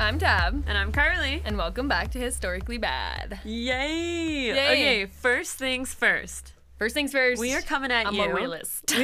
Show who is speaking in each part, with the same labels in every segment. Speaker 1: I'm Tab,
Speaker 2: And I'm Carly.
Speaker 1: and welcome back to Historically Bad.
Speaker 2: Yay! Okay, first things first.
Speaker 1: First things first.
Speaker 2: We are coming at
Speaker 1: I'm
Speaker 2: you.
Speaker 1: a realist.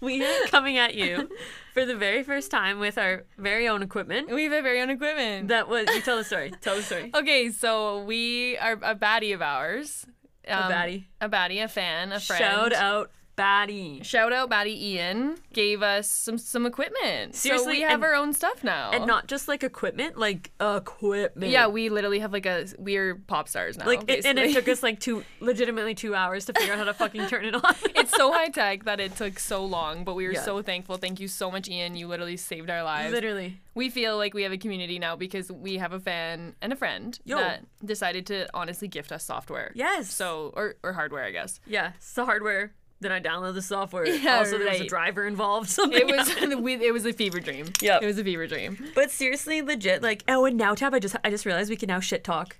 Speaker 2: We are coming at you for the very first time with our very own equipment.
Speaker 1: we have our very own equipment.
Speaker 2: That was you tell the story. Tell the story.
Speaker 1: okay, so we are a baddie of ours. Um,
Speaker 2: baddie.
Speaker 1: A baddie, a fan, a friend.
Speaker 2: Shout out Batty.
Speaker 1: Shout out baddie Ian gave us some some equipment. so
Speaker 2: Seriously,
Speaker 1: we have
Speaker 2: and-
Speaker 1: our own stuff now.
Speaker 2: And not just like equipment, like equipment.
Speaker 1: yeah, we literally have like a we're pop stars now.
Speaker 2: like it- and it
Speaker 1: basically.
Speaker 2: took us like two legitimately two hours to figure out how to fucking turn it on.
Speaker 1: it's so high tech that it took so long, but we were
Speaker 2: Yeah.
Speaker 1: so thankful. Thank you so much, Ian. You literally saved our lives.
Speaker 2: literally.
Speaker 1: We feel like we have a community now because we have a fan and a friend
Speaker 2: Yo.
Speaker 1: that decided to honestly gift us software.
Speaker 2: Yes.
Speaker 1: So or or hardware, I guess.
Speaker 2: Yeah, it's the hardware. Then I download the software.
Speaker 1: Yeah,
Speaker 2: also, there was a
Speaker 1: right.
Speaker 2: driver involved. Something
Speaker 1: It was we, it was a fever dream.
Speaker 2: Yep.
Speaker 1: It was a fever dream.
Speaker 2: But seriously, legit, like oh, and now tab. I just I just realized we can now shit talk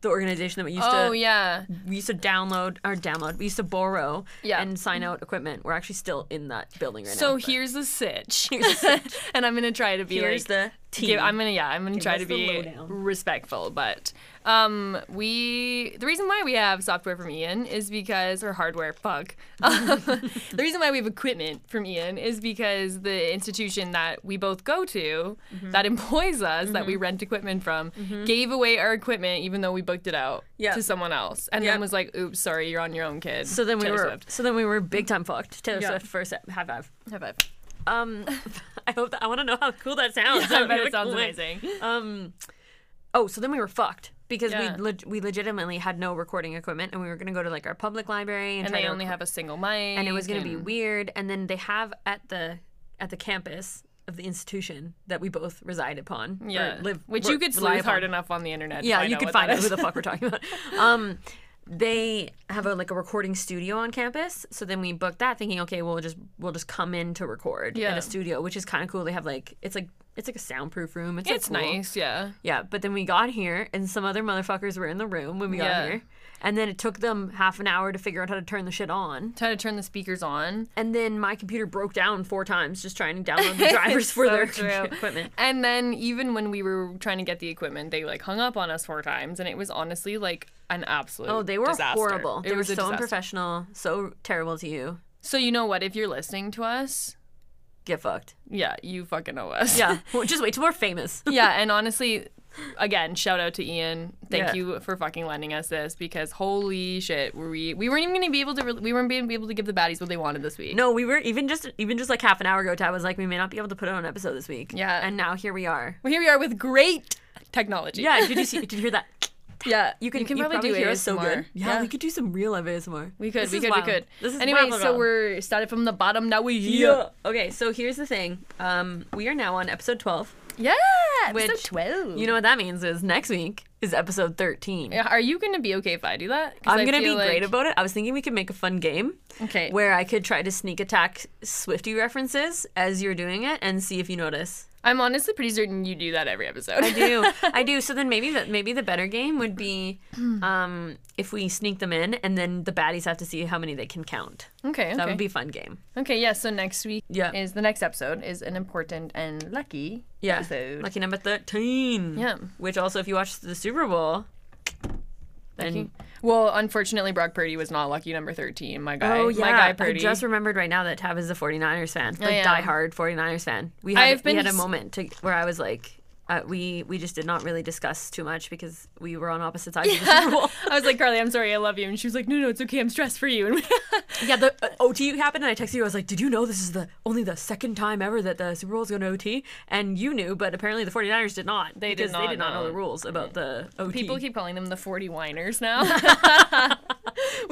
Speaker 2: the organization that we used
Speaker 1: Oh
Speaker 2: to
Speaker 1: yeah.
Speaker 2: we used to download or download. We used to borrow
Speaker 1: Yeah.
Speaker 2: and sign out equipment. We're actually still in that building right
Speaker 1: So
Speaker 2: now.
Speaker 1: here's the sitch.
Speaker 2: Here's the sitch.
Speaker 1: and I'm gonna try to be
Speaker 2: here's
Speaker 1: like
Speaker 2: the team.
Speaker 1: Give, I'm gonna yeah, I'm gonna try
Speaker 2: us
Speaker 1: to
Speaker 2: the
Speaker 1: be
Speaker 2: lowdown.
Speaker 1: respectful, but um, we the reason why we have software from Ian is because or hardware, fuck. Um, the reason why we have equipment from Ian is because the institution that we both go to
Speaker 2: Mm-hmm.
Speaker 1: that employs us that we rent equipment from gave away our equipment even though we booked it out
Speaker 2: Yep.
Speaker 1: to someone else, and
Speaker 2: Yep.
Speaker 1: then was like, "Oops, sorry, you're on your own, kid."
Speaker 2: so then we
Speaker 1: Taylor
Speaker 2: were
Speaker 1: Swift.
Speaker 2: so then we were big time fucked. Taylor
Speaker 1: Yeah.
Speaker 2: Swift first high five.
Speaker 1: High five.
Speaker 2: Um, I hope that, I want to know how cool that sounds.
Speaker 1: I bet
Speaker 2: Like,
Speaker 1: it sounds
Speaker 2: what?
Speaker 1: amazing.
Speaker 2: Um, oh, so then we were fucked because
Speaker 1: Yeah.
Speaker 2: we leg we legitimately had no recording equipment, and we were gonna go to like our public library and,
Speaker 1: And
Speaker 2: try
Speaker 1: they
Speaker 2: to
Speaker 1: only have a single mic,
Speaker 2: and it was going to be
Speaker 1: and-
Speaker 2: weird and then they have at the at the campus of the institution that we both reside upon or
Speaker 1: Yeah,
Speaker 2: live
Speaker 1: which
Speaker 2: work-
Speaker 1: you could
Speaker 2: rely
Speaker 1: sleuth
Speaker 2: upon.
Speaker 1: hard enough on the internet. to
Speaker 2: yeah
Speaker 1: find
Speaker 2: you
Speaker 1: out
Speaker 2: could
Speaker 1: what
Speaker 2: find
Speaker 1: that
Speaker 2: out who
Speaker 1: is.
Speaker 2: the fuck we're talking about um they have a like a recording studio on campus so then we booked that thinking okay we'll just we'll just come in to record at
Speaker 1: Yeah.
Speaker 2: a studio which is kind of cool they have like it's like it's like a soundproof room it's, like,
Speaker 1: It's
Speaker 2: cool.
Speaker 1: nice, yeah.
Speaker 2: yeah but then we got here and some other motherfuckers were in the room when we
Speaker 1: Yeah.
Speaker 2: got here and then it took them half an hour to figure out how to turn the shit on
Speaker 1: Try to turn the speakers on.
Speaker 2: and then my computer broke down four times just trying to download the drivers for
Speaker 1: So
Speaker 2: their
Speaker 1: true.
Speaker 2: equipment.
Speaker 1: And then even when we were trying to get the equipment, they like hung up on us four times, and it was honestly like an absolute.
Speaker 2: Oh, they were
Speaker 1: disaster.
Speaker 2: horrible.
Speaker 1: It
Speaker 2: They were
Speaker 1: was
Speaker 2: so
Speaker 1: a disaster.
Speaker 2: unprofessional, so terrible to you.
Speaker 1: So you know what? If you're listening to us,
Speaker 2: Get fucked.
Speaker 1: yeah, you fucking know us.
Speaker 2: Yeah, well, just wait till we're famous.
Speaker 1: yeah, and honestly, again, shout out to Ian. Thank
Speaker 2: Yeah.
Speaker 1: you for fucking lending us this because holy shit, were we we weren't even gonna be able to re- we weren't being able to give the baddies what they wanted this week.
Speaker 2: No, we were even just even just like half an hour ago. Tab was like, we may not be able to put out an episode this week.
Speaker 1: Yeah.
Speaker 2: and now here we are.
Speaker 1: Well, here we are with great technology.
Speaker 2: Yeah, did you see? Did you hear that?
Speaker 1: Yeah,
Speaker 2: You can, you probably, hear us so good. Yeah, we could do some real ASMR.
Speaker 1: we could,
Speaker 2: This
Speaker 1: we
Speaker 2: is
Speaker 1: could,
Speaker 2: wild.
Speaker 1: we could.
Speaker 2: This is
Speaker 1: anyway, so
Speaker 2: wild.
Speaker 1: we're started from the bottom. Now we
Speaker 2: yeah. Okay, so here's the thing. Um, we are now on episode twelve.
Speaker 1: yeah.
Speaker 2: Which,
Speaker 1: episode twelve.
Speaker 2: You know what that means is next week is episode thirteen.
Speaker 1: Yeah, are you gonna be okay if I do that? 'Cause I
Speaker 2: I'm gonna be
Speaker 1: feel like-
Speaker 2: great about it. I was thinking we could make a fun game
Speaker 1: Okay.
Speaker 2: where I could try to sneak attack Swifty references as you're doing it and see if you notice.
Speaker 1: I'm honestly pretty certain you do that every episode.
Speaker 2: I do, I do. So then maybe the, maybe the better game would be um, if we sneak them in and then the baddies have to see how many they can count.
Speaker 1: okay. Okay.
Speaker 2: That would be a fun game.
Speaker 1: okay. Yeah. So next week
Speaker 2: Yeah.
Speaker 1: is the next episode is an important and lucky
Speaker 2: Yeah,
Speaker 1: episode.
Speaker 2: lucky number thirteen.
Speaker 1: Yeah.
Speaker 2: Which also, if you watch the Super Bowl, then
Speaker 1: Lucky. Well, unfortunately, Brock Purdy was not lucky number thirteen. My guy.
Speaker 2: Oh yeah,
Speaker 1: My guy
Speaker 2: I
Speaker 1: Purdy. Oh,
Speaker 2: just remembered right now that Tab is a 49ers fan, like
Speaker 1: yeah.
Speaker 2: diehard 49ers fan. We had
Speaker 1: I've
Speaker 2: we
Speaker 1: been
Speaker 2: had a
Speaker 1: s-
Speaker 2: moment to, where I was like, uh, we we just did not really discuss too much because we were on opposite sides of the Super Bowl.
Speaker 1: I was like, Carly, I'm sorry, I love you. And she was like, No, no, it's okay, I'm stressed for you. And we-
Speaker 2: yeah, the uh, OT happened, and I texted you. I was like, did you know this is the only the second time ever that the Super Bowl is going to OT? And you knew, but apparently the 49ers did not.
Speaker 1: They did
Speaker 2: because They
Speaker 1: not
Speaker 2: did not know.
Speaker 1: know.
Speaker 2: the rules about the OT.
Speaker 1: People keep calling them the 40 whiners now. Which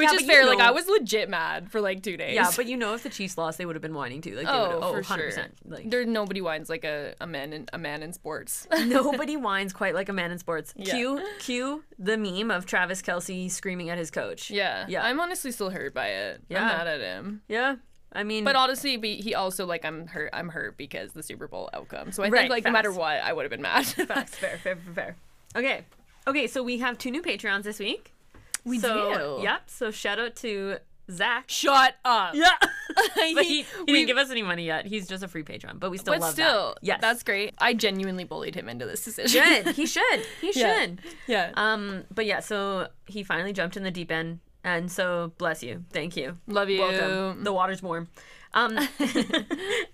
Speaker 2: but
Speaker 1: is
Speaker 2: you
Speaker 1: fair. Like,
Speaker 2: know-
Speaker 1: I was legit mad for like two days.
Speaker 2: yeah, but you know, if the Chiefs lost, they would have been whining too. Like, they
Speaker 1: oh,
Speaker 2: would have,
Speaker 1: for
Speaker 2: 100%.
Speaker 1: sure.
Speaker 2: Like,
Speaker 1: there, nobody whines like a, a man in a man in sports.
Speaker 2: Nobody whines quite like a man in sports.
Speaker 1: Yeah.
Speaker 2: Cue, cue the meme of Travis Kelsey screaming at his coach.
Speaker 1: yeah, Mm-hmm.
Speaker 2: Yeah.
Speaker 1: I'm honestly still hurt by it.
Speaker 2: Yeah.
Speaker 1: I'm mad at him.
Speaker 2: Yeah. I mean,
Speaker 1: But honestly, be, he also like I'm hurt. I'm hurt because the Super Bowl outcome. So I
Speaker 2: Right,
Speaker 1: think like no matter
Speaker 2: facts.
Speaker 1: what, I would have been mad.
Speaker 2: facts. Fair, fair, fair, fair. Okay. Okay, so we have two new Patreons this week.
Speaker 1: We
Speaker 2: so,
Speaker 1: do.
Speaker 2: Yep. So shout out to Zach.
Speaker 1: Shut up.
Speaker 2: Yeah. but
Speaker 1: He-
Speaker 2: he, he
Speaker 1: we-
Speaker 2: didn't give us any money yet. He's just a free patron, but we still
Speaker 1: but
Speaker 2: love
Speaker 1: still,
Speaker 2: that. Yes.
Speaker 1: that's great. I genuinely bullied him into this decision.
Speaker 2: good. He should. He
Speaker 1: Yeah.
Speaker 2: should.
Speaker 1: yeah.
Speaker 2: Um, but yeah, so he finally jumped in the deep end, and so bless you, thank you,
Speaker 1: Love you.
Speaker 2: welcome. The water's warm. Um,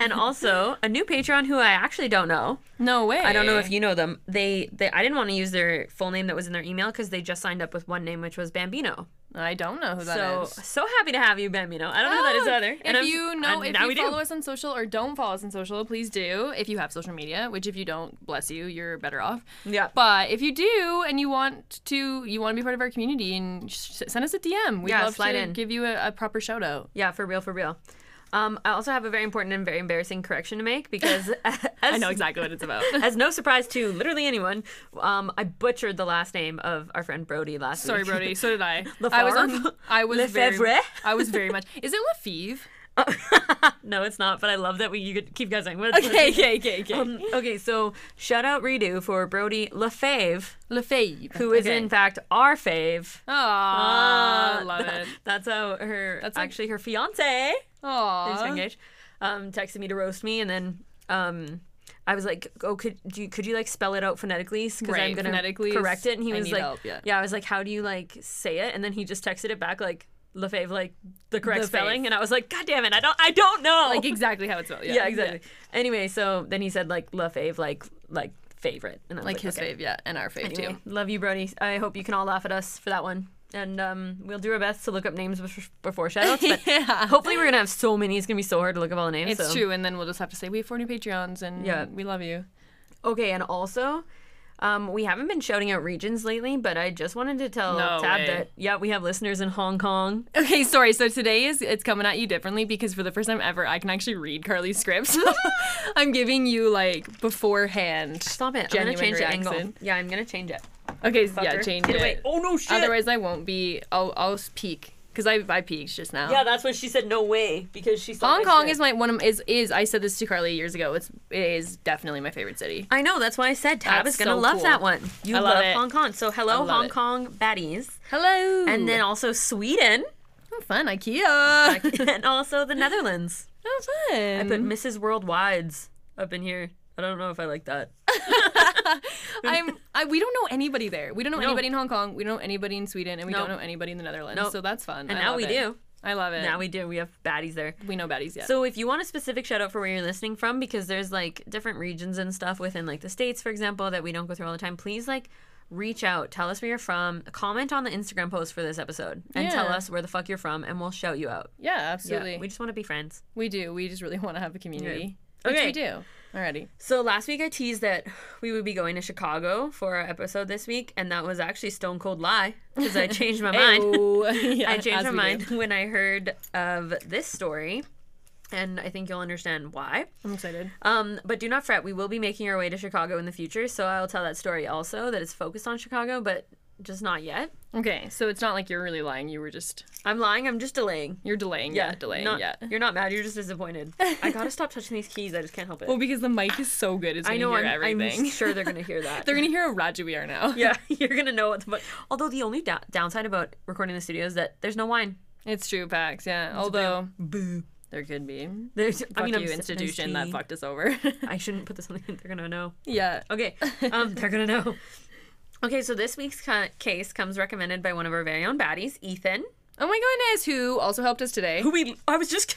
Speaker 2: and also a new Patreon who I actually don't know.
Speaker 1: No way.
Speaker 2: I don't know if you know them. They, they I didn't want to use their full name that was in their email because they just signed up with one name, which was Bambino.
Speaker 1: I don't know who that
Speaker 2: so
Speaker 1: is.
Speaker 2: so happy to have you, Bambino. I don't know who that is
Speaker 1: Oh,
Speaker 2: either.
Speaker 1: If you know, if
Speaker 2: now
Speaker 1: you
Speaker 2: we
Speaker 1: follow
Speaker 2: do.
Speaker 1: us on social or don't follow us on social, please do. If you have social media, which if you don't, bless you, you're better off.
Speaker 2: Yeah.
Speaker 1: But if you do and you want to, you want to be part of our community and sh- send us a DM. We'd
Speaker 2: Yeah,
Speaker 1: love
Speaker 2: slide
Speaker 1: to
Speaker 2: in.
Speaker 1: give you a, a proper shout out.
Speaker 2: Yeah, for real, for real. Um, I also have a very important and very embarrassing correction to make because
Speaker 1: I know exactly what it's about.
Speaker 2: as no surprise to literally anyone, um, I butchered the last name of our friend Brody last
Speaker 1: Sorry,
Speaker 2: week.
Speaker 1: Brody. So did I. I was on.
Speaker 2: Lefevre?
Speaker 1: I was very.
Speaker 2: Lefevre?
Speaker 1: I was very much. Is it Lefevre?
Speaker 2: no, it's not, but I love that we you could keep guessing. What-
Speaker 1: okay, okay, okay.
Speaker 2: Um, okay, so shout out redo for Brody Lefave,
Speaker 1: Lefevre,
Speaker 2: who is in fact our fave.
Speaker 1: Ah,
Speaker 2: Uh,
Speaker 1: love it.
Speaker 2: That's how her,
Speaker 1: That's Ah. like-
Speaker 2: actually her fiance, who's
Speaker 1: Aw.
Speaker 2: engaged, um, texted me to roast me, and then um, I was like, "Oh, could do you, could you like spell it out phonetically? Because
Speaker 1: Right,
Speaker 2: I'm gonna
Speaker 1: phonetically
Speaker 2: correct
Speaker 1: is-
Speaker 2: it." And he
Speaker 1: I
Speaker 2: was
Speaker 1: need
Speaker 2: like,
Speaker 1: help, yeah.
Speaker 2: I was like, "How do you like say it?" And then he just texted it back like Lefave, like the correct
Speaker 1: Lefave.
Speaker 2: spelling, and I was like, "God damn it, I don't, I don't know."
Speaker 1: Like exactly how it's spelled. Yeah,
Speaker 2: yeah, exactly. Anyway, so then he said like Lefave, like like favorite, and I was
Speaker 1: Like
Speaker 2: like,
Speaker 1: his
Speaker 2: okay.
Speaker 1: fave, yeah, and our fave
Speaker 2: Anyway,
Speaker 1: too.
Speaker 2: love you, Brody. I hope you can all laugh at us for that one. And um, we'll do our best to look up names bef- before shoutouts. But
Speaker 1: Yeah.
Speaker 2: hopefully, we're going to have so many. It's going to be so hard to look up all the names.
Speaker 1: It's
Speaker 2: so.
Speaker 1: true, and then we'll just have to say we have four new Patreons, and
Speaker 2: Yeah.
Speaker 1: we love you.
Speaker 2: Okay, and also, um, we haven't been shouting out regions lately, but I just wanted to tell
Speaker 1: No
Speaker 2: Tab
Speaker 1: way.
Speaker 2: that, yeah, we have listeners in Hong Kong.
Speaker 1: Okay, sorry. So today is it's coming at you differently because for the first time ever, I can actually read Carly's scripts. I'm giving you like beforehand.
Speaker 2: Stop it.
Speaker 1: Genuine
Speaker 2: I'm going to change the angle.
Speaker 1: reaction.
Speaker 2: Yeah, I'm going to change it.
Speaker 1: Okay, yeah,
Speaker 2: Fucker.
Speaker 1: change
Speaker 2: Get
Speaker 1: it.
Speaker 2: away. Oh, no shit.
Speaker 1: Otherwise, I won't be. I'll I'll s- peek because I I peeked just now.
Speaker 2: yeah, that's when she said no way because she saw
Speaker 1: Hong Kong is my one of is is I said this to Carly years ago. It's it is definitely my favorite city.
Speaker 2: I know, that's why I said Tab
Speaker 1: That's
Speaker 2: is going to
Speaker 1: so
Speaker 2: love
Speaker 1: cool.
Speaker 2: that one. You
Speaker 1: I love
Speaker 2: love,
Speaker 1: it.
Speaker 2: Hong Kong. So, hello,
Speaker 1: love
Speaker 2: Hong
Speaker 1: it.
Speaker 2: Kong baddies.
Speaker 1: Hello.
Speaker 2: And then also Sweden.
Speaker 1: oh, fun IKEA.
Speaker 2: and also the Netherlands.
Speaker 1: oh, fun.
Speaker 2: I put Mrs. Worldwide's up in here. I don't know if I like that.
Speaker 1: I'm. I, we don't know anybody there. We don't know
Speaker 2: No.
Speaker 1: anybody in Hong Kong. We don't know anybody in Sweden, and we don't
Speaker 2: Nope.
Speaker 1: know anybody in the Netherlands.
Speaker 2: Nope.
Speaker 1: So that's fun.
Speaker 2: And
Speaker 1: I
Speaker 2: now
Speaker 1: love
Speaker 2: we
Speaker 1: it.
Speaker 2: do.
Speaker 1: I love it.
Speaker 2: Now we do. We have baddies there.
Speaker 1: we know baddies yet.
Speaker 2: So if you want a specific shout out for where you're listening from, because there's like different regions and stuff within like the states, for example, that we don't go through all the time, please like reach out, tell us where you're from, comment on the Instagram post for this episode, and tell
Speaker 1: Yeah.
Speaker 2: us where the fuck you're from, and we'll shout you out.
Speaker 1: yeah,
Speaker 2: Yeah,
Speaker 1: absolutely.
Speaker 2: we
Speaker 1: we,
Speaker 2: just want to be friends.
Speaker 1: do. We just really want to have a community.
Speaker 2: Yeah.
Speaker 1: Which
Speaker 2: Okay.
Speaker 1: we do already.
Speaker 2: So last week I teased that we would be going to Chicago for our episode this week, and that was actually stone cold lie because I changed my mind.
Speaker 1: Ayo. Yeah,
Speaker 2: I changed
Speaker 1: as
Speaker 2: my
Speaker 1: we
Speaker 2: mind
Speaker 1: do.
Speaker 2: when I heard of this story, and I think you'll understand why.
Speaker 1: I'm excited.
Speaker 2: Um, but do not fret, we will be making our way to Chicago in the future, so I'll tell that story also that it's focused on Chicago, but just not yet.
Speaker 1: Okay, so it's not like you're really lying. You were just
Speaker 2: I'm lying, I'm just delaying.
Speaker 1: you're delaying. Yeah, delaying.
Speaker 2: not-
Speaker 1: yeah.
Speaker 2: You're not mad, you're just disappointed. I gotta stop touching these keys, I just can't help it.
Speaker 1: Well, because the mic is so good, it's
Speaker 2: I
Speaker 1: gonna
Speaker 2: know,
Speaker 1: hear
Speaker 2: I'm, I'm
Speaker 1: everything.
Speaker 2: sure they're gonna hear that.
Speaker 1: They're gonna hear how raunchy we are now.
Speaker 2: yeah, you're gonna know what the fuck. Although the only da- downside about recording in the studio is that there's no wine.
Speaker 1: It's true, Pax. Yeah. Although
Speaker 2: Boo.
Speaker 1: there could be. Fuck
Speaker 2: There's, I mean, I'm
Speaker 1: you,
Speaker 2: s- I'm
Speaker 1: institution that
Speaker 2: tea.
Speaker 1: fucked us over.
Speaker 2: I shouldn't put this on. the They're gonna know.
Speaker 1: yeah.
Speaker 2: Okay, um, they're gonna know. Okay, so this week's ca- case comes recommended by one of our very own baddies, Ethan.
Speaker 1: Oh my goodness, who also helped us today.
Speaker 2: Who we? I was just.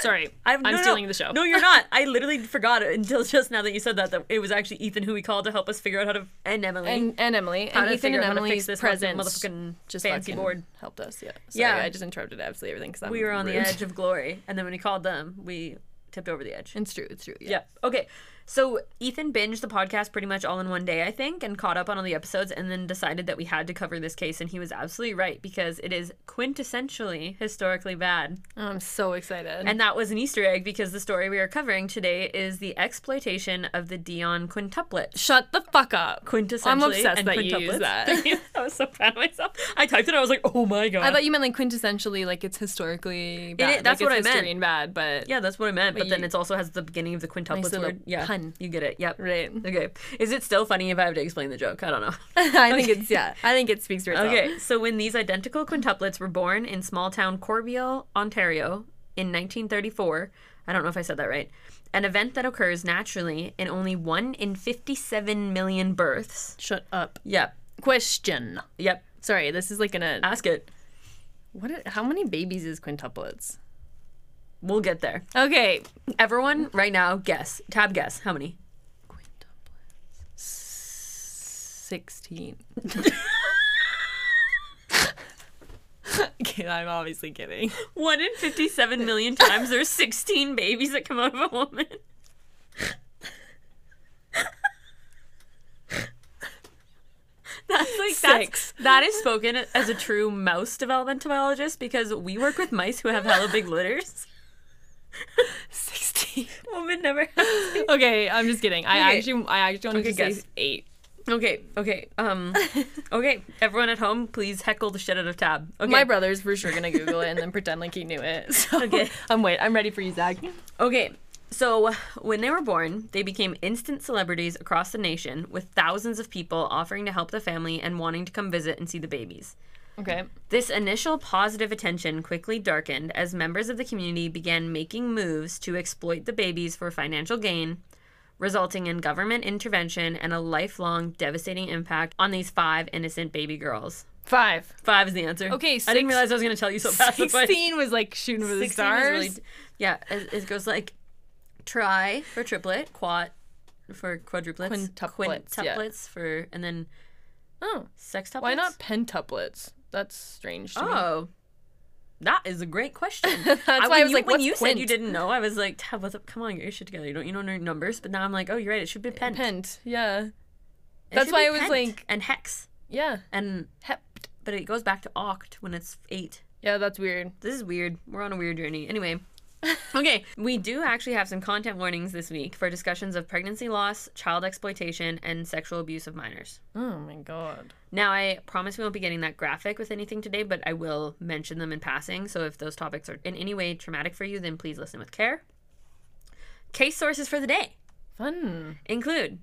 Speaker 1: Sorry,
Speaker 2: I've,
Speaker 1: I'm
Speaker 2: no, no,
Speaker 1: stealing
Speaker 2: no.
Speaker 1: the show.
Speaker 2: No, you're not. I literally forgot it until just now that you said that. That it was actually Ethan who we called to help us figure out how to and Emily
Speaker 1: And, and Emily.
Speaker 2: how
Speaker 1: and
Speaker 2: to
Speaker 1: Ethan
Speaker 2: figure
Speaker 1: and
Speaker 2: out how to fix
Speaker 1: Emily's
Speaker 2: this
Speaker 1: presence
Speaker 2: motherfucking
Speaker 1: just
Speaker 2: fancy
Speaker 1: fucking
Speaker 2: board.
Speaker 1: helped us. Yeah. Sorry,
Speaker 2: Yeah.
Speaker 1: I just interrupted absolutely everything because
Speaker 2: We were on the edge of glory, and then when we called them, we tipped over the edge.
Speaker 1: It's true. It's true. Yeah.
Speaker 2: Yeah. Okay. So Ethan binged the podcast pretty much all in one day, I think, and caught up on all the episodes and then decided that we had to cover this case and he was absolutely right because it is quintessentially historically bad.
Speaker 1: Oh, I'm so excited.
Speaker 2: And that was an Easter egg because the story we are covering today is the exploitation of the Dion quintuplet.
Speaker 1: Shut the fuck up.
Speaker 2: Quintessentially
Speaker 1: I'm obsessed
Speaker 2: and
Speaker 1: that you used
Speaker 2: quintuplets.
Speaker 1: that.
Speaker 2: I was so proud of myself. I typed it I was like, "Oh my god."
Speaker 1: I thought you meant like quintessentially, like it's historically bad.
Speaker 2: that's
Speaker 1: like,
Speaker 2: what I
Speaker 1: it's history
Speaker 2: meant.
Speaker 1: and bad, but
Speaker 2: yeah, that's what I meant, but, then
Speaker 1: you-
Speaker 2: it also has the beginning of the
Speaker 1: nice
Speaker 2: quintuplets
Speaker 1: little
Speaker 2: word. Yeah.
Speaker 1: fun.
Speaker 2: You get it. Yep.
Speaker 1: Right.
Speaker 2: Okay. Is it still funny if I have to explain the joke? I don't know.
Speaker 1: I think it's yeah. I think it speaks for itself.
Speaker 2: Okay. So when these identical quintuplets were born in small town Corbeil, Ontario, in 1934, I don't know if I said that right, an event that occurs naturally in only one in 57 million births.
Speaker 1: Shut up.
Speaker 2: Yep.
Speaker 1: Question.
Speaker 2: Yep.
Speaker 1: Sorry, this is like gonna.
Speaker 2: Ask it.
Speaker 1: What? i- How many babies is quintuplets?
Speaker 2: We'll get there.
Speaker 1: Okay.
Speaker 2: Everyone, right now, guess. Tab guess. How many?
Speaker 1: Quintuplets. Sixteen. okay, I'm obviously kidding.
Speaker 2: One in 57 million times, there's 16 babies that come out of a woman. That's like
Speaker 1: Six.
Speaker 2: That's, that is spoken as a true mouse developmentologist because we work with mice who have hella big litters.
Speaker 1: Sixteen.
Speaker 2: Woman never. Has.
Speaker 1: Okay, I'm just kidding. I
Speaker 2: Okay.
Speaker 1: actually, I actually wanted
Speaker 2: Okay,
Speaker 1: to
Speaker 2: guess.
Speaker 1: say eight.
Speaker 2: Okay, okay, um, okay. Everyone at home, please heckle the shit out of Tab. Okay,
Speaker 1: My brother's for sure gonna Google it and then pretend like he knew it. So
Speaker 2: Okay.
Speaker 1: I'm wait. I'm ready for you, Zach.
Speaker 2: Okay, so when they were born, they became instant celebrities across the nation, with thousands of people offering to help the family and wanting to come visit and see the babies.
Speaker 1: Okay.
Speaker 2: This initial positive attention quickly darkened as members of the community began making moves to exploit the babies for financial gain, resulting in government intervention and a lifelong devastating impact on these five innocent baby girls.
Speaker 1: Five.
Speaker 2: Five is the answer.
Speaker 1: Okay,
Speaker 2: I
Speaker 1: six-
Speaker 2: didn't realize I was going to tell you so fast. that's why-
Speaker 1: Sixteen was like shooting for the
Speaker 2: 16 is
Speaker 1: stars.
Speaker 2: really- yeah, it, it goes like try for triplet, quad for quadruplets,
Speaker 1: Quintuplets, yeah.
Speaker 2: quintuplets for, and then
Speaker 1: oh,
Speaker 2: sextuplets.
Speaker 1: why not pentuplets? That's strange to me.
Speaker 2: Oh, that is a great question.
Speaker 1: That's
Speaker 2: I,
Speaker 1: why I
Speaker 2: when
Speaker 1: was
Speaker 2: you,
Speaker 1: like,
Speaker 2: when
Speaker 1: what's
Speaker 2: you said you
Speaker 1: quint?
Speaker 2: didn't know, I was like, Tab, what's up? Come on, get your shit together. You don't, you don't know numbers, but now I'm like, oh, you're right. It should be pent.
Speaker 1: Pent. Yeah.
Speaker 2: It
Speaker 1: that's
Speaker 2: should
Speaker 1: why
Speaker 2: be
Speaker 1: I was
Speaker 2: pent
Speaker 1: like-
Speaker 2: and hex,
Speaker 1: Yeah.
Speaker 2: and
Speaker 1: Hept.
Speaker 2: but it goes back to oct when it's eight.
Speaker 1: Yeah, that's weird.
Speaker 2: This is weird. We're on a weird journey. Anyway. okay, we do actually have some content warnings this week for discussions of pregnancy loss, child exploitation, and sexual abuse of minors.
Speaker 1: Oh my god.
Speaker 2: Now, I promise we won't be getting that graphic with anything today, but I will mention them in passing. So if those topics are in any way traumatic for you, then please listen with care. Case sources for the day
Speaker 1: Fun.
Speaker 2: include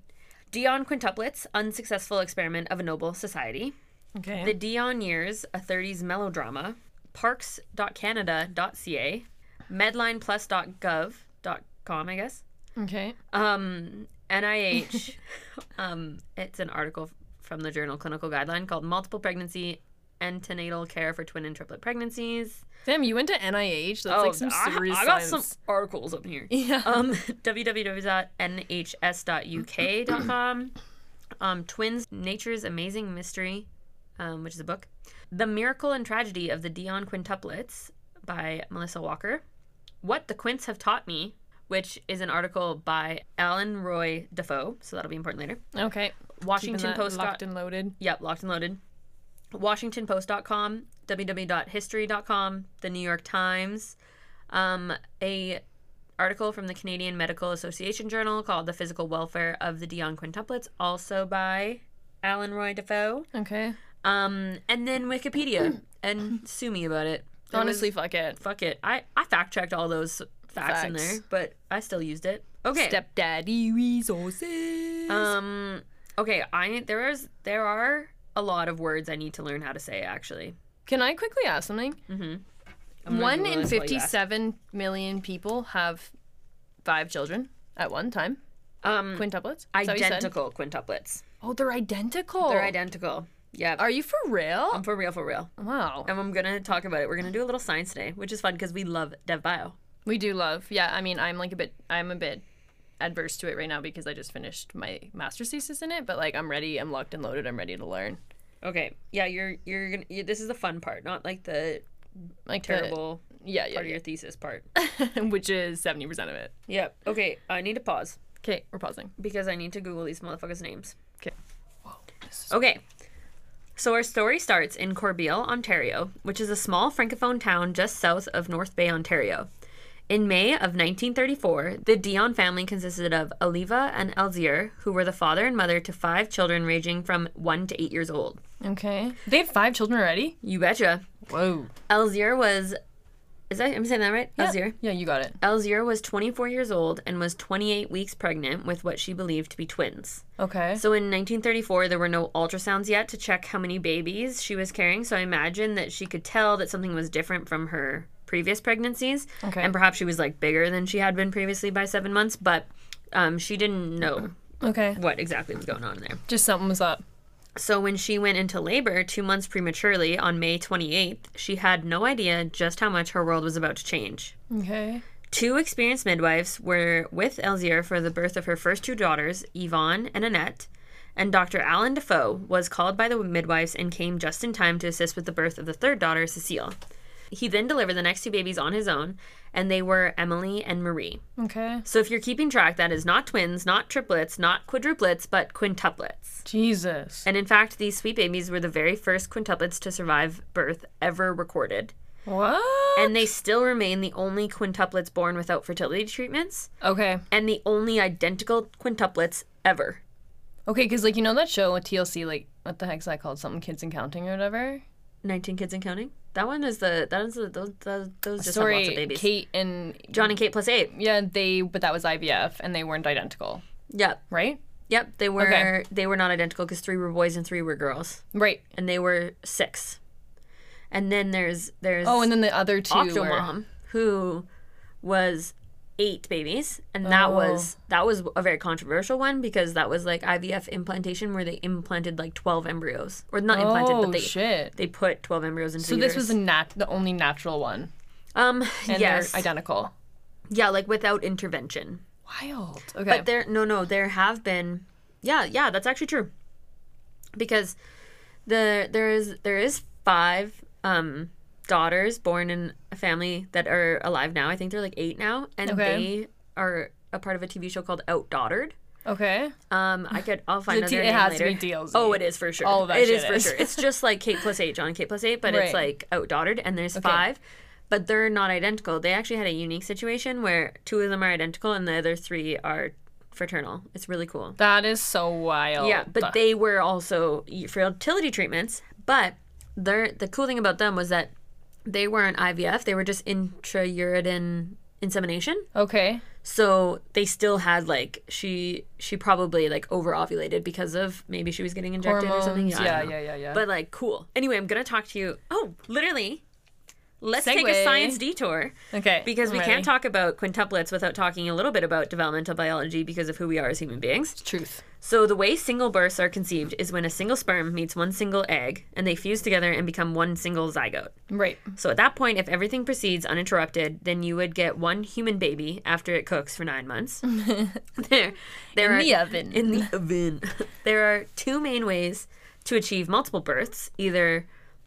Speaker 2: Dion Quintuplet's unsuccessful experiment of a noble society,
Speaker 1: Okay.
Speaker 2: the Dion Years, a 30s melodrama. Parks.canada.ca. MedlinePlus.gov.com, I guess.
Speaker 1: okay.
Speaker 2: Um, NIH. um, it's an article from the journal Clinical Guideline called Multiple Pregnancy Antenatal Care for Twin and Triplet Pregnancies.
Speaker 1: Damn, you went to NIH. That's like some
Speaker 2: Oh, I,
Speaker 1: serious
Speaker 2: I got some
Speaker 1: science.
Speaker 2: articles up here.
Speaker 1: Yeah.
Speaker 2: Um, www.nhs.uk.com. Um, Twins, Nature's Amazing Mystery, um, which is a book. The Miracle and Tragedy of the Dion Quintuplets by Melissa Walker. What the Quints Have Taught Me, which is an article by Alan Roy Defoe, so that'll be important later.
Speaker 1: okay. Keeping
Speaker 2: Washington
Speaker 1: that
Speaker 2: Post.
Speaker 1: locked and loaded.
Speaker 2: Yep, locked and loaded. WashingtonPost.com, www.history.com, The New York Times, um, a article from the Canadian Medical Association Journal called "The Physical Welfare of the Dion Quintuplets," also by Alan Roy Defoe,
Speaker 1: Okay.
Speaker 2: um, and then Wikipedia. and sue me about it. There was-
Speaker 1: Honestly, fuck it.
Speaker 2: fuck it. I I fact checked all those facts, in
Speaker 1: Facts.
Speaker 2: there, but I still used it. Okay.
Speaker 1: Stepdaddy resources.
Speaker 2: Um. Okay. I there is there are a lot of words I need to learn how to say actually.
Speaker 1: Can I quickly ask something?
Speaker 2: I'm gonna
Speaker 1: One
Speaker 2: Google
Speaker 1: in
Speaker 2: this while you ask.
Speaker 1: 57 million people have five children at one time.
Speaker 2: Um.
Speaker 1: Quintuplets? Is that what you said?
Speaker 2: Identical quintuplets.
Speaker 1: Oh, they're identical.
Speaker 2: They're Um, identical. Yeah.
Speaker 1: Are you for real?
Speaker 2: I'm for real, for real.
Speaker 1: wow.
Speaker 2: And I'm gonna talk about it. We're gonna do a little science today, which is fun because we love DevBio.
Speaker 1: We do love. Yeah, I mean, I'm like a bit, I'm a bit adverse to it right now because I just finished my master's thesis in it, but like I'm ready, I'm locked and loaded, I'm ready to learn.
Speaker 2: Okay. Yeah. You're you're gonna. You, this is the fun part, not like the
Speaker 1: Like the-
Speaker 2: terrible
Speaker 1: yeah, yeah,
Speaker 2: part of your thesis part.
Speaker 1: yeah. which is 70% of it.
Speaker 2: yep. Okay. I need to pause
Speaker 1: Okay, we're pausing.
Speaker 2: because I need to Google these motherfuckers' names.
Speaker 1: 'Kay.
Speaker 2: Okay. So our story starts in Corbeil, Ontario, which is a small francophone town just south of North Bay, Ontario. In May of 1934, the Dion family consisted of Oliva and Elzier, who were the father and mother to five children ranging from 1 to 8 years old.
Speaker 1: Okay. They have five children already?
Speaker 2: You betcha.
Speaker 1: Whoa.
Speaker 2: Elzier was Is that I'm saying that right?
Speaker 1: Yeah.
Speaker 2: Elzir.
Speaker 1: Yeah, you got it.
Speaker 2: Elzir was 24 years old and was 28 weeks pregnant with what she believed to be twins.
Speaker 1: Okay.
Speaker 2: So in 1934, there were no ultrasounds yet to check how many babies she was carrying. So I imagine that she could tell that something was different from her previous pregnancies.
Speaker 1: Okay.
Speaker 2: And perhaps she was like bigger than she had been previously by seven months, but um, she didn't know
Speaker 1: okay.
Speaker 2: what exactly was going on there.
Speaker 1: Just something was up.
Speaker 2: So when she went into labor two months prematurely on May 28th, she had no idea just how much her world was about to change.
Speaker 1: Okay.
Speaker 2: Two experienced midwives were with Elzir for the birth of her first two daughters, Yvonne and Annette, and Dr. Alan Defoe was called by the midwives and came just in time to assist with the birth of the third daughter, Cecile. He then delivered the next two babies on his own, and they were Emily and Marie.
Speaker 1: Okay.
Speaker 2: So if you're keeping track, that is not twins, not triplets, not quadruplets, but quintuplets.
Speaker 1: Jesus.
Speaker 2: And in fact, these sweet babies were the very first quintuplets to survive birth ever recorded.
Speaker 1: What?
Speaker 2: And they still remain the only quintuplets born without fertility treatments
Speaker 1: okay.
Speaker 2: and the only identical quintuplets ever.
Speaker 1: Okay, because like you know that show with TLC, like what the heck's that called? Something kids and counting or whatever.
Speaker 2: 19 kids and counting. That one is the, that is the, those, those, those just have lots of
Speaker 1: Sorry,
Speaker 2: babies.
Speaker 1: Kate and
Speaker 2: John and Kate plus eight.
Speaker 1: yeah, they but that was IVF and they weren't identical,
Speaker 2: Yep.
Speaker 1: right?
Speaker 2: Yep. They were,
Speaker 1: Okay.
Speaker 2: they were not identical because three were boys and three were girls.
Speaker 1: Right.
Speaker 2: And they were six. And then there's, there's,
Speaker 1: Oh, and then the other two were
Speaker 2: Octomom, who was eight babies, and that
Speaker 1: Oh.
Speaker 2: was that was a very controversial one because that was like IVF implantation where they implanted like twelve embryos, or not implanted,
Speaker 1: oh
Speaker 2: but they
Speaker 1: shit.
Speaker 2: they put twelve embryos into.
Speaker 1: So
Speaker 2: the
Speaker 1: this was the
Speaker 2: uterus.
Speaker 1: nat the only natural one,
Speaker 2: um
Speaker 1: and
Speaker 2: yes
Speaker 1: they're identical.
Speaker 2: yeah like without intervention,
Speaker 1: Wild. Okay.
Speaker 2: but there no no there have been yeah yeah that's actually true because the there is there is five um daughters born in a family that are alive now i think they're like eight now and
Speaker 1: Okay.
Speaker 2: they are a part of a tv show called outdaughtered
Speaker 1: okay.
Speaker 2: um i could i'll find
Speaker 1: The
Speaker 2: out
Speaker 1: D-
Speaker 2: their
Speaker 1: it
Speaker 2: name
Speaker 1: has to
Speaker 2: later
Speaker 1: be DLZ.
Speaker 2: oh it is for sure
Speaker 1: All of that
Speaker 2: It
Speaker 1: shit
Speaker 2: is for
Speaker 1: is.
Speaker 2: sure it's just like kate plus eight john and kate plus eight but it's
Speaker 1: Right.
Speaker 2: like outdaughtered and there's five but they're not identical they actually had a unique situation where two of them are identical and the other three are fraternal it's really cool
Speaker 1: That is so wild.
Speaker 2: yeah, but they were also fertility treatments. But their the cool thing about them was that they weren't IVF; they were just intrauterine insemination.
Speaker 1: okay.
Speaker 2: So they still had like she she probably like over ovulated because of maybe she was getting injected or something.
Speaker 1: Hormones.
Speaker 2: Yeah, I
Speaker 1: Yeah,
Speaker 2: don't know.
Speaker 1: yeah, yeah, yeah.
Speaker 2: But like cool. Anyway, I'm gonna talk to you. Oh, literally. Let's take
Speaker 1: Segue.
Speaker 2: a science detour
Speaker 1: okay.
Speaker 2: because
Speaker 1: I'm
Speaker 2: we
Speaker 1: ready.
Speaker 2: can't talk about quintuplets without talking a little bit about developmental biology because of who we are as human beings.
Speaker 1: truth.
Speaker 2: So the way single births are conceived is when a single sperm meets one single egg and they fuse together and become one single zygote.
Speaker 1: Right.
Speaker 2: So at that point, if everything proceeds uninterrupted, then you would get one human baby after it cooks for nine months. there,
Speaker 1: In
Speaker 2: there are,
Speaker 1: the oven.
Speaker 2: In the oven. there are two main ways to achieve multiple births. Either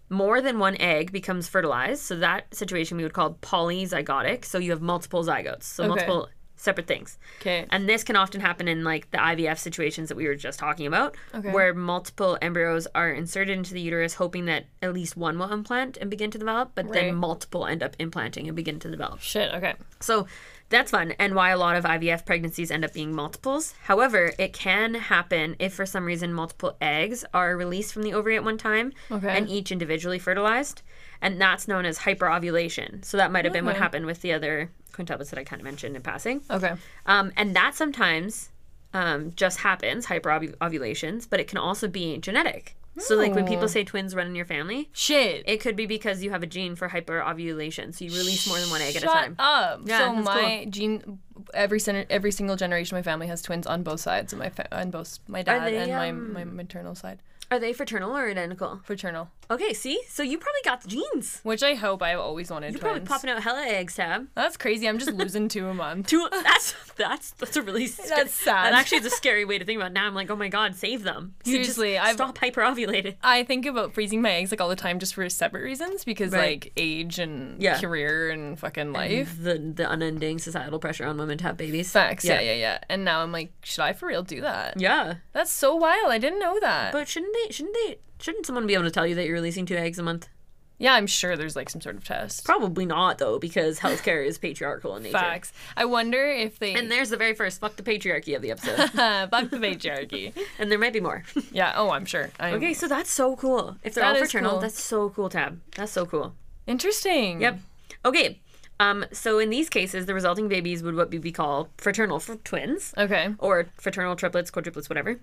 Speaker 2: more than one egg becomes fertilized, so that situation we would call polyzygotic. So you have multiple zygotes, so
Speaker 1: Okay.
Speaker 2: multiple separate things.
Speaker 1: Okay.
Speaker 2: And this can often happen in like the IVF situations that we were just talking about,
Speaker 1: Okay.
Speaker 2: where multiple embryos are inserted into the uterus, hoping that at least one will implant and begin to develop, but
Speaker 1: Right.
Speaker 2: then multiple end up implanting and begin to develop.
Speaker 1: Shit. Okay.
Speaker 2: So that's fun, and why a lot of IVF pregnancies end up being multiples. However, it can happen if for some reason multiple eggs are released from the ovary at one time
Speaker 1: Okay.
Speaker 2: and each individually fertilized, and that's known as hyperovulation. So that might have been what
Speaker 1: Okay.
Speaker 2: happened with the other quintuplets that I kind of mentioned in passing.
Speaker 1: Okay.
Speaker 2: Um, and that sometimes um, just happens, hyperovulations, but it can also be genetic. So, like when
Speaker 1: Oh.
Speaker 2: people say twins run in your family,
Speaker 1: Shit.
Speaker 2: it could be because you have a gene for hyperovulation. So, you release more than one egg at a
Speaker 1: Shut
Speaker 2: time.
Speaker 1: up.
Speaker 2: Yeah,
Speaker 1: so
Speaker 2: that's
Speaker 1: my gene, every sen- every single generation of my family has twins on both sides. Of my fa- on both my dad
Speaker 2: they,
Speaker 1: and my,
Speaker 2: um,
Speaker 1: my maternal side,
Speaker 2: Are they fraternal or identical?
Speaker 1: fraternal.
Speaker 2: Okay, see? So, you probably got the genes.
Speaker 1: Which I hope I've always wanted
Speaker 2: You're probably
Speaker 1: twins.
Speaker 2: popping out hella eggs, Tab.
Speaker 1: That's crazy. I'm just losing two a month.
Speaker 2: Two, that's that's that's a really sca-
Speaker 1: That's sad.
Speaker 2: That actually is a scary way to think about. it. Now I'm like, oh my god, save them. So just
Speaker 1: Seriously, I've-
Speaker 2: stop hyperovulating.
Speaker 1: I think about freezing my eggs like all the time just for separate reasons because
Speaker 2: Right.
Speaker 1: like age and
Speaker 2: Yeah.
Speaker 1: career and fucking life.
Speaker 2: The the unending societal pressure on women to have babies.
Speaker 1: Facts. Yeah.
Speaker 2: Yeah.
Speaker 1: yeah, yeah, And now I'm like, should I for real do that?
Speaker 2: Yeah.
Speaker 1: That's so wild. I didn't know that.
Speaker 2: But shouldn't they? Shouldn't they? Shouldn't someone be able to tell you that you're releasing two eggs a month?
Speaker 1: yeah, I'm sure there's like some sort of test.
Speaker 2: Probably not, though, because healthcare is patriarchal in nature.
Speaker 1: Facts. I wonder if they
Speaker 2: And there's the very first "fuck the patriarchy" of the episode,
Speaker 1: fuck the patriarchy.
Speaker 2: and there might be more.
Speaker 1: Yeah. Oh, I'm sure. I'm
Speaker 2: okay, so that's so cool. If they're
Speaker 1: That
Speaker 2: all
Speaker 1: is
Speaker 2: fraternal,
Speaker 1: cool.
Speaker 2: that's so cool, Tab. That's so cool.
Speaker 1: Interesting.
Speaker 2: Yep. Okay, Um, so in these cases, the resulting babies would what we call fraternal f- twins
Speaker 1: Okay.
Speaker 2: or fraternal triplets, quadruplets, whatever,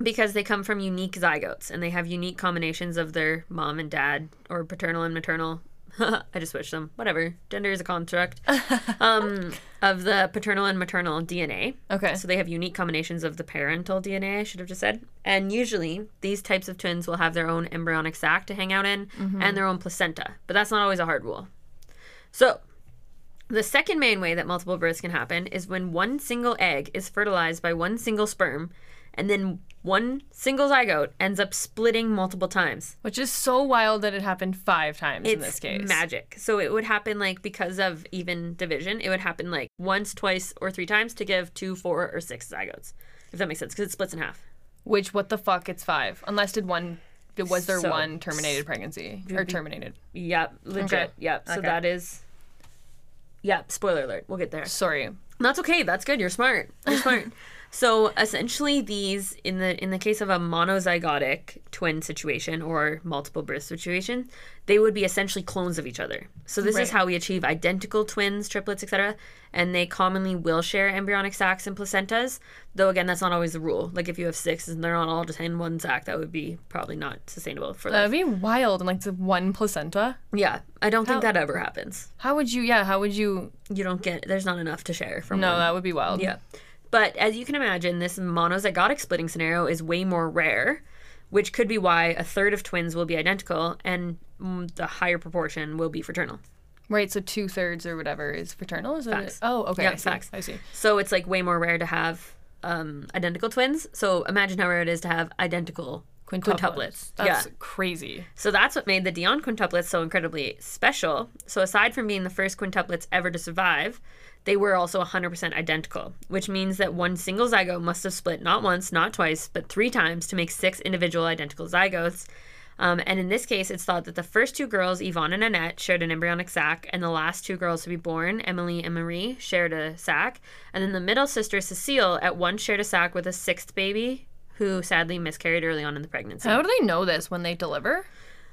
Speaker 2: because they come from unique zygotes and they have unique combinations of their mom and dad or paternal and maternal. I just switched them. Whatever. Gender is a construct um, of the paternal and maternal DNA.
Speaker 1: Okay.
Speaker 2: So they have unique combinations of the parental DNA, I should have just said. And usually, these types of twins will have their own embryonic sac to hang out in and their own placenta. But that's not always a hard rule. So, the second main way that multiple births can happen is when one single egg is fertilized by one single sperm, and then one single zygote ends up splitting multiple times.
Speaker 1: Which is so wild that it happened five times in this case.
Speaker 2: magic. So it would happen like because of even division, it would happen like once, twice, or three times to give two, four, or six zygotes, if that makes sense, because it splits in half.
Speaker 1: Which what the fuck? It's five. Unless did one. Was there
Speaker 2: So-
Speaker 1: one terminated pregnancy or terminated?
Speaker 2: Yep, legit.
Speaker 1: Okay.
Speaker 2: Yep. So
Speaker 1: Okay.
Speaker 2: that is. Yep. Spoiler alert. We'll get there.
Speaker 1: Sorry.
Speaker 2: That's okay. That's good. You're smart. You're smart. so essentially, these in the in the case of a monozygotic twin situation or multiple birth situation, they would be essentially clones of each other. So this
Speaker 1: Right.
Speaker 2: is how we achieve identical twins, triplets, etc. And they commonly will share embryonic sacs and placentas. Though again, that's not always the rule. Like if you have six and they're not all just in one sac, that would be probably not sustainable for
Speaker 1: That'd
Speaker 2: life.
Speaker 1: be wild. And like the one placenta.
Speaker 2: yeah, I don't think that ever happens.
Speaker 1: How would you? Yeah. How would you?
Speaker 2: You don't get there's not enough to share from
Speaker 1: No,
Speaker 2: one.
Speaker 1: that would be wild.
Speaker 2: Yeah. But as you can imagine, this monozygotic splitting scenario is way more rare, which could be why a third of twins will be identical and mm, the higher proportion will be fraternal.
Speaker 1: Right. So two thirds or whatever is fraternal. Is
Speaker 2: Facts.
Speaker 1: it? Oh, okay.
Speaker 2: Yeah,
Speaker 1: I see.
Speaker 2: facts.
Speaker 1: I see.
Speaker 2: So it's like way more rare to have um, identical twins. So imagine how rare it is to have identical quintuplets.
Speaker 1: That's
Speaker 2: yeah.
Speaker 1: crazy.
Speaker 2: So that's what made the Dion quintuplets so incredibly special. So aside from being the first quintuplets ever to survive, they were also 100% identical, which means that one single zygote must have split not once, not twice, but three times to make six individual identical zygotes. Um, and in this case, it's thought that the first two girls, Yvonne and Annette, shared an embryonic sac, and the last two girls to be born, Emily and Marie, shared a sac. And then the middle sister, Cecile, at once shared a sac with a sixth baby who sadly miscarried early on in the pregnancy.
Speaker 1: How do they know this when they deliver?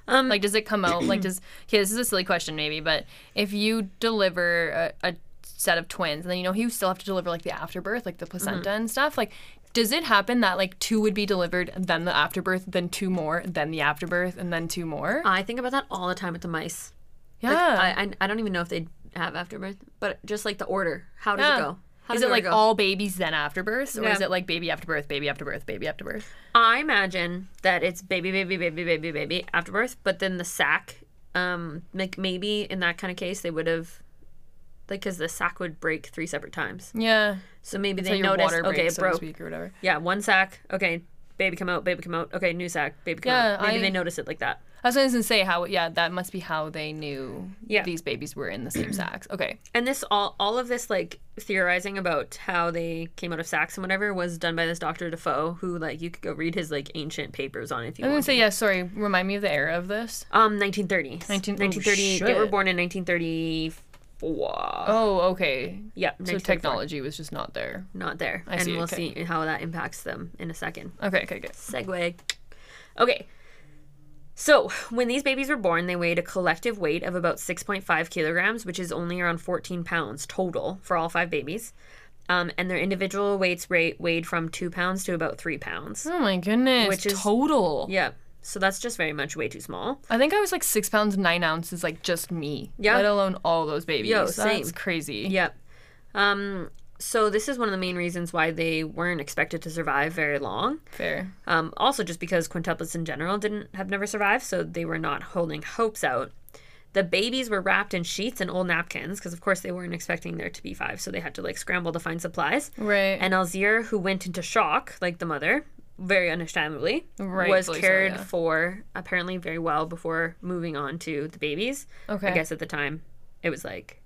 Speaker 2: Um,
Speaker 1: like, does it come out? Like, does okay? This is a silly question, maybe, but if you deliver a, a set of twins, and then you know you still have to deliver like the afterbirth, like the placenta
Speaker 2: Mm-hmm.
Speaker 1: and stuff. Like, does it happen that like two would be delivered, then the afterbirth, then two more, then the afterbirth, and then two more?
Speaker 2: I think about that all the time with the mice.
Speaker 1: yeah.
Speaker 2: Like, Uh, I, I I don't even know if they have afterbirth, but just like the order. How does
Speaker 1: Yeah.
Speaker 2: it go? How
Speaker 1: is
Speaker 2: does
Speaker 1: it
Speaker 2: the
Speaker 1: like
Speaker 2: order go?
Speaker 1: all babies then afterbirth, or is
Speaker 2: Yeah.
Speaker 1: it like baby afterbirth, baby afterbirth, baby afterbirth?
Speaker 2: I imagine that it's baby, baby, baby, baby, baby afterbirth, but then the sac. Um, like maybe in that kind of case they would have, like, because the sac would break three separate times.
Speaker 1: Yeah,
Speaker 2: So maybe
Speaker 1: so
Speaker 2: they
Speaker 1: your
Speaker 2: noticed.
Speaker 1: water
Speaker 2: Okay,
Speaker 1: breaks,
Speaker 2: it
Speaker 1: so to
Speaker 2: broke.
Speaker 1: speak, or whatever.
Speaker 2: Yeah, one sac. Okay, baby come out. Baby come out. Okay, new sac. Baby come
Speaker 1: Yeah,
Speaker 2: out. Maybe
Speaker 1: I-
Speaker 2: they notice it like that.
Speaker 1: I was going to say how, yeah, that must be how they knew
Speaker 2: Yeah.
Speaker 1: these babies were in the same sacks. Okay.
Speaker 2: and this all all of this like theorizing about how they came out of sacks and whatever was done by this Dr. Defoe, who like you could go read his like ancient papers on if you
Speaker 1: I'm going
Speaker 2: want.
Speaker 1: to say, yeah, sorry, remind me of the era of this.
Speaker 2: um, 1930s.
Speaker 1: 19 oh,
Speaker 2: 1930. They were
Speaker 1: shit.
Speaker 2: born in 1934.
Speaker 1: Oh, okay.
Speaker 2: yeah,
Speaker 1: So
Speaker 2: 1934.
Speaker 1: technology was just not there.
Speaker 2: not there, and
Speaker 1: see,
Speaker 2: we'll
Speaker 1: okay.
Speaker 2: see how that impacts them in a second.
Speaker 1: Okay, okay, good.
Speaker 2: Segway. Okay. So, when these babies were born, they weighed a collective weight of about 6.5 kilograms, which is only around 14 pounds total for all five babies. Um, and their individual weights rate weighed from 2 pounds to about 3 pounds.
Speaker 1: Oh my goodness.
Speaker 2: Which is-
Speaker 1: total.
Speaker 2: Yeah. So, that's just very much way too small.
Speaker 1: I think I was like six pounds, nine ounces, like just me.
Speaker 2: Yeah.
Speaker 1: Let alone all those babies.
Speaker 2: Yo,
Speaker 1: That's
Speaker 2: same.
Speaker 1: crazy.
Speaker 2: Yep. Um, so, this is one of the main reasons why they weren't expected to survive very long.
Speaker 1: Fair.
Speaker 2: Um, also, just because quintuplets in general didn't have never survived, so they were not holding hopes out. The babies were wrapped in sheets and old napkins because, of course, they weren't expecting there to be five, so they had to like scramble to find supplies.
Speaker 1: Right.
Speaker 2: And Alzir, who went into shock, like the mother, very understandably, was
Speaker 1: Rightfully so,
Speaker 2: cared
Speaker 1: yeah.
Speaker 2: for apparently very well before moving on to the babies.
Speaker 1: okay.
Speaker 2: I guess at the time, it was like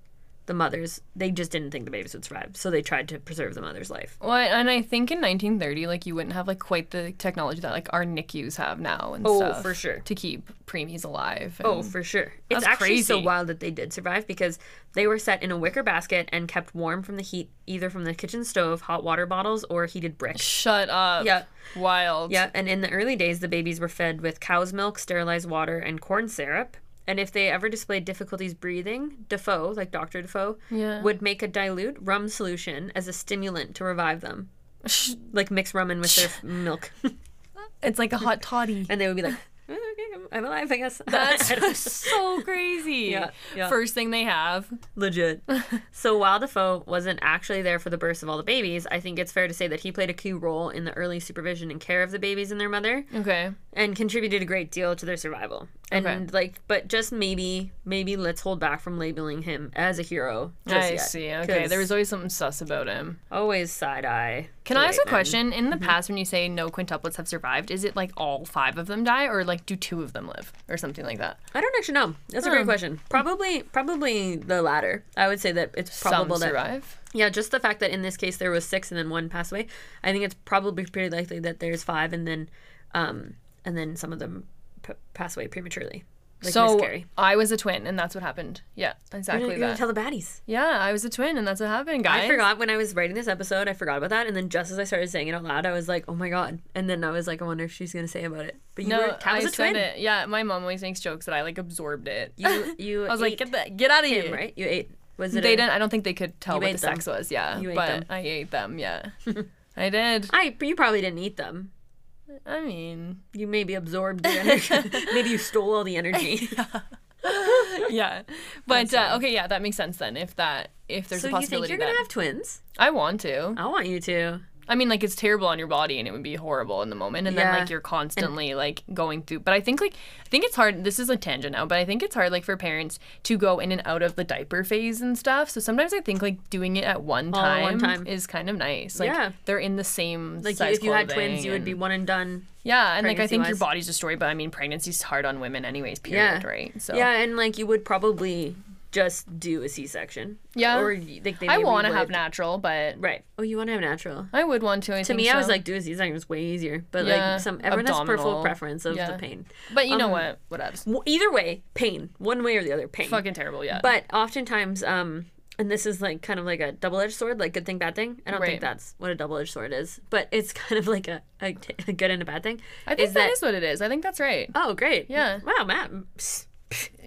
Speaker 2: the mothers, they just didn't think the babies would survive, so they tried to preserve the mother's life.
Speaker 1: Well, and I think in 1930, like you wouldn't have like quite the technology that like our NICUs have now and
Speaker 2: Oh,
Speaker 1: stuff
Speaker 2: for sure.
Speaker 1: to keep preemies alive.
Speaker 2: Oh,
Speaker 1: and-
Speaker 2: for sure. It's
Speaker 1: Mm. That's
Speaker 2: actually so
Speaker 1: crazy.
Speaker 2: wild that they did survive because they were set in a wicker basket and kept warm from the heat, either from the kitchen stove, hot water bottles, or heated bricks.
Speaker 1: shut up.
Speaker 2: Yeah.
Speaker 1: Wild.
Speaker 2: Yeah, and in the early days, the babies were fed with cow's milk, sterilized water, and corn syrup. And if they ever displayed difficulties breathing, Defoe, like Dr. Defoe,
Speaker 1: Yeah.
Speaker 2: would make a dilute rum solution as a stimulant to revive them. like mix rum in with their f- milk.
Speaker 1: It's like a hot toddy.
Speaker 2: and they would be like, "Oh, okay, I'm- I'm alive, I guess. I don't-
Speaker 1: That's so crazy.
Speaker 2: Yeah, yeah.
Speaker 1: First thing they have.
Speaker 2: legit. so while Defoe wasn't actually there for the births of all the babies, I think it's fair to say that he played a key role in the early supervision and care of the babies and their mother
Speaker 1: Okay.
Speaker 2: and contributed a great deal to their survival. And
Speaker 1: Okay.
Speaker 2: like, but just maybe, maybe let's hold back from labeling him as a hero. Just
Speaker 1: I
Speaker 2: yet,
Speaker 1: see. Okay. There
Speaker 2: 'cause
Speaker 1: was always something sus about him.
Speaker 2: always side eye.
Speaker 1: Can
Speaker 2: to
Speaker 1: I ask
Speaker 2: white
Speaker 1: a
Speaker 2: men.
Speaker 1: question? In
Speaker 2: Mm-hmm.
Speaker 1: the past, when you say no quintuplets have survived, is it like all five of them die, or like do two of them live, or something like that?
Speaker 2: I don't actually know. That's a
Speaker 1: Huh.
Speaker 2: great question. Probably, probably the latter. I would say that it's probable
Speaker 1: Some
Speaker 2: that
Speaker 1: survive.
Speaker 2: Yeah, just the fact that in this case there was six and then one passed away. I think it's probably pretty likely that there's five and then, um, and then some of them p- pass away prematurely. Like
Speaker 1: so
Speaker 2: miscarry.
Speaker 1: I was a twin, and that's what happened. Yeah,
Speaker 2: You're
Speaker 1: exactly
Speaker 2: gonna- you're gonna
Speaker 1: that.
Speaker 2: tell the baddies.
Speaker 1: yeah, I was a twin, and that's what happened, guys.
Speaker 2: I forgot when I was writing this episode. I forgot about that, and then just as I started saying it out loud, I was like, "Oh my god!" And then I was like, "I wonder if she's gonna say about it." But you
Speaker 1: No,
Speaker 2: were Kat
Speaker 1: I
Speaker 2: was a
Speaker 1: said
Speaker 2: twin.
Speaker 1: it. Yeah, my mom always makes jokes that I like absorbed it.
Speaker 2: You, you.
Speaker 1: I was like,
Speaker 2: ate
Speaker 1: get that, get out of
Speaker 2: him,
Speaker 1: here.
Speaker 2: right? You ate. Was it?
Speaker 1: They
Speaker 2: a-
Speaker 1: didn't. I don't think they could tell
Speaker 2: You
Speaker 1: what
Speaker 2: ate
Speaker 1: the sex was. Yeah,
Speaker 2: You ate
Speaker 1: but
Speaker 2: them.
Speaker 1: I ate them. Yeah, I did.
Speaker 2: I. You probably didn't eat them.
Speaker 1: I mean,
Speaker 2: You maybe absorbed the energy. maybe you stole all the energy.
Speaker 1: yeah, but uh, okay, yeah, that makes sense then. If that, if there's
Speaker 2: so
Speaker 1: a
Speaker 2: you think
Speaker 1: possibility
Speaker 2: you're
Speaker 1: that
Speaker 2: gonna have twins?
Speaker 1: I want to.
Speaker 2: I want you to.
Speaker 1: I mean, like it's terrible on your body, and it would be horrible in the moment, and then
Speaker 2: Yeah.
Speaker 1: like you're constantly like going through. But I think like I think it's hard. This is a tangent now, but I think it's hard like for parents to go in and out of the diaper phase and stuff. So sometimes I think like doing it at one
Speaker 2: All
Speaker 1: time,
Speaker 2: at one time.
Speaker 1: is kind of nice. Like
Speaker 2: Yeah.
Speaker 1: they're in the same
Speaker 2: Like
Speaker 1: size
Speaker 2: if you had
Speaker 1: clothing
Speaker 2: twins, you would
Speaker 1: and-
Speaker 2: be one and done.
Speaker 1: Yeah, and like I think your
Speaker 2: pregnancy-wise.
Speaker 1: body's destroyed, but I mean pregnancy's hard on women anyways, period,
Speaker 2: Yeah.
Speaker 1: right? So
Speaker 2: Yeah, and like you would probably just do a C-section.
Speaker 1: Yeah.
Speaker 2: Or y- like they
Speaker 1: I
Speaker 2: maybe
Speaker 1: want to
Speaker 2: would-
Speaker 1: have natural, but
Speaker 2: Right. Oh, you want to have natural.
Speaker 1: I would want to. I
Speaker 2: To
Speaker 1: think
Speaker 2: me, I was
Speaker 1: so.
Speaker 2: like, do a C-section is way easier. But
Speaker 1: Yeah,
Speaker 2: like some everyone has personal
Speaker 1: abdominal.
Speaker 2: preference of
Speaker 1: Yeah.
Speaker 2: the pain.
Speaker 1: but you know
Speaker 2: um,
Speaker 1: what? Whatevs.
Speaker 2: W- Either way, pain. One way or the other, pain.
Speaker 1: Fucking terrible. Yeah.
Speaker 2: But oftentimes, um, and this is like kind of like a double-edged sword, like good thing, bad thing. I don't
Speaker 1: Right.
Speaker 2: think that's what a double-edged sword is, but it's kind of like a, a, t- a good and a bad thing.
Speaker 1: I think
Speaker 2: is
Speaker 1: that is what it is. I think that's right.
Speaker 2: Oh, great.
Speaker 1: Yeah.
Speaker 2: Wow, Matt. Psst.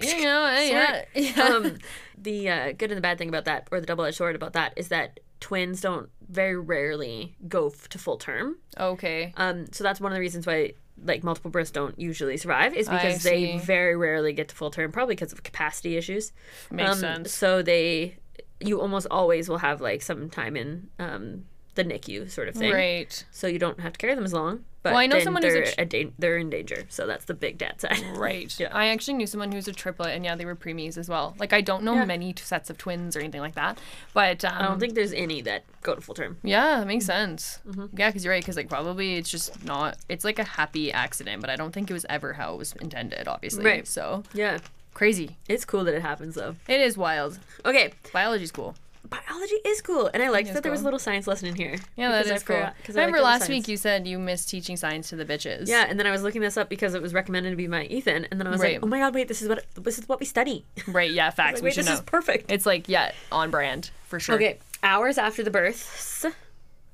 Speaker 1: you know, eh, yeah,
Speaker 2: Sorry.
Speaker 1: yeah.
Speaker 2: um, the uh, good and the bad thing about that, or the double edged sword about that, is that twins don't very rarely go f- to full term.
Speaker 1: okay.
Speaker 2: Um, so that's one of the reasons why like multiple births don't usually survive is because
Speaker 1: see.
Speaker 2: they very rarely get to full term, probably because of capacity issues.
Speaker 1: Makes
Speaker 2: Um,
Speaker 1: sense.
Speaker 2: So they, you almost always will have like some time in um, the NICU sort of thing.
Speaker 1: Right.
Speaker 2: So you don't have to carry them as long. But
Speaker 1: Well, I know
Speaker 2: then
Speaker 1: someone who's a
Speaker 2: they're,
Speaker 1: ch-
Speaker 2: a da- they're in danger. So that's the big dad side.
Speaker 1: Right.
Speaker 2: Yeah.
Speaker 1: I actually knew someone who's a triplet, and yeah, they were preemies as well. Like I don't know many t- sets of twins or anything like that, but um,
Speaker 2: I don't think there's any that go to full term.
Speaker 1: Yeah, that makes sense.
Speaker 2: Mm-hmm.
Speaker 1: Yeah, because you're right. Because like probably it's just not. It's like a happy accident, but I don't think it was ever how it was intended. Obviously,
Speaker 2: Right.
Speaker 1: So
Speaker 2: Yeah.
Speaker 1: crazy.
Speaker 2: It's cool that it happens though.
Speaker 1: It is wild.
Speaker 2: Okay,
Speaker 1: Biology's cool.
Speaker 2: biology is cool, and I liked
Speaker 1: is
Speaker 2: that there was
Speaker 1: cool.
Speaker 2: a little science lesson in here.
Speaker 1: Yeah, that
Speaker 2: because I
Speaker 1: is cool.
Speaker 2: forgot- 'cause I
Speaker 1: Remember
Speaker 2: like
Speaker 1: last
Speaker 2: science.
Speaker 1: week you said you miss teaching science to the bitches.
Speaker 2: Yeah, and then I was looking this up because it was recommended to be my Ethan, and then I was
Speaker 1: Right.
Speaker 2: like, oh my god, wait, this is what this is what we study.
Speaker 1: Right. Yeah. Facts.
Speaker 2: Like,
Speaker 1: we
Speaker 2: wait,
Speaker 1: should
Speaker 2: this
Speaker 1: know.
Speaker 2: is perfect.
Speaker 1: it's like yeah, on brand for sure.
Speaker 2: Okay, hours after the births,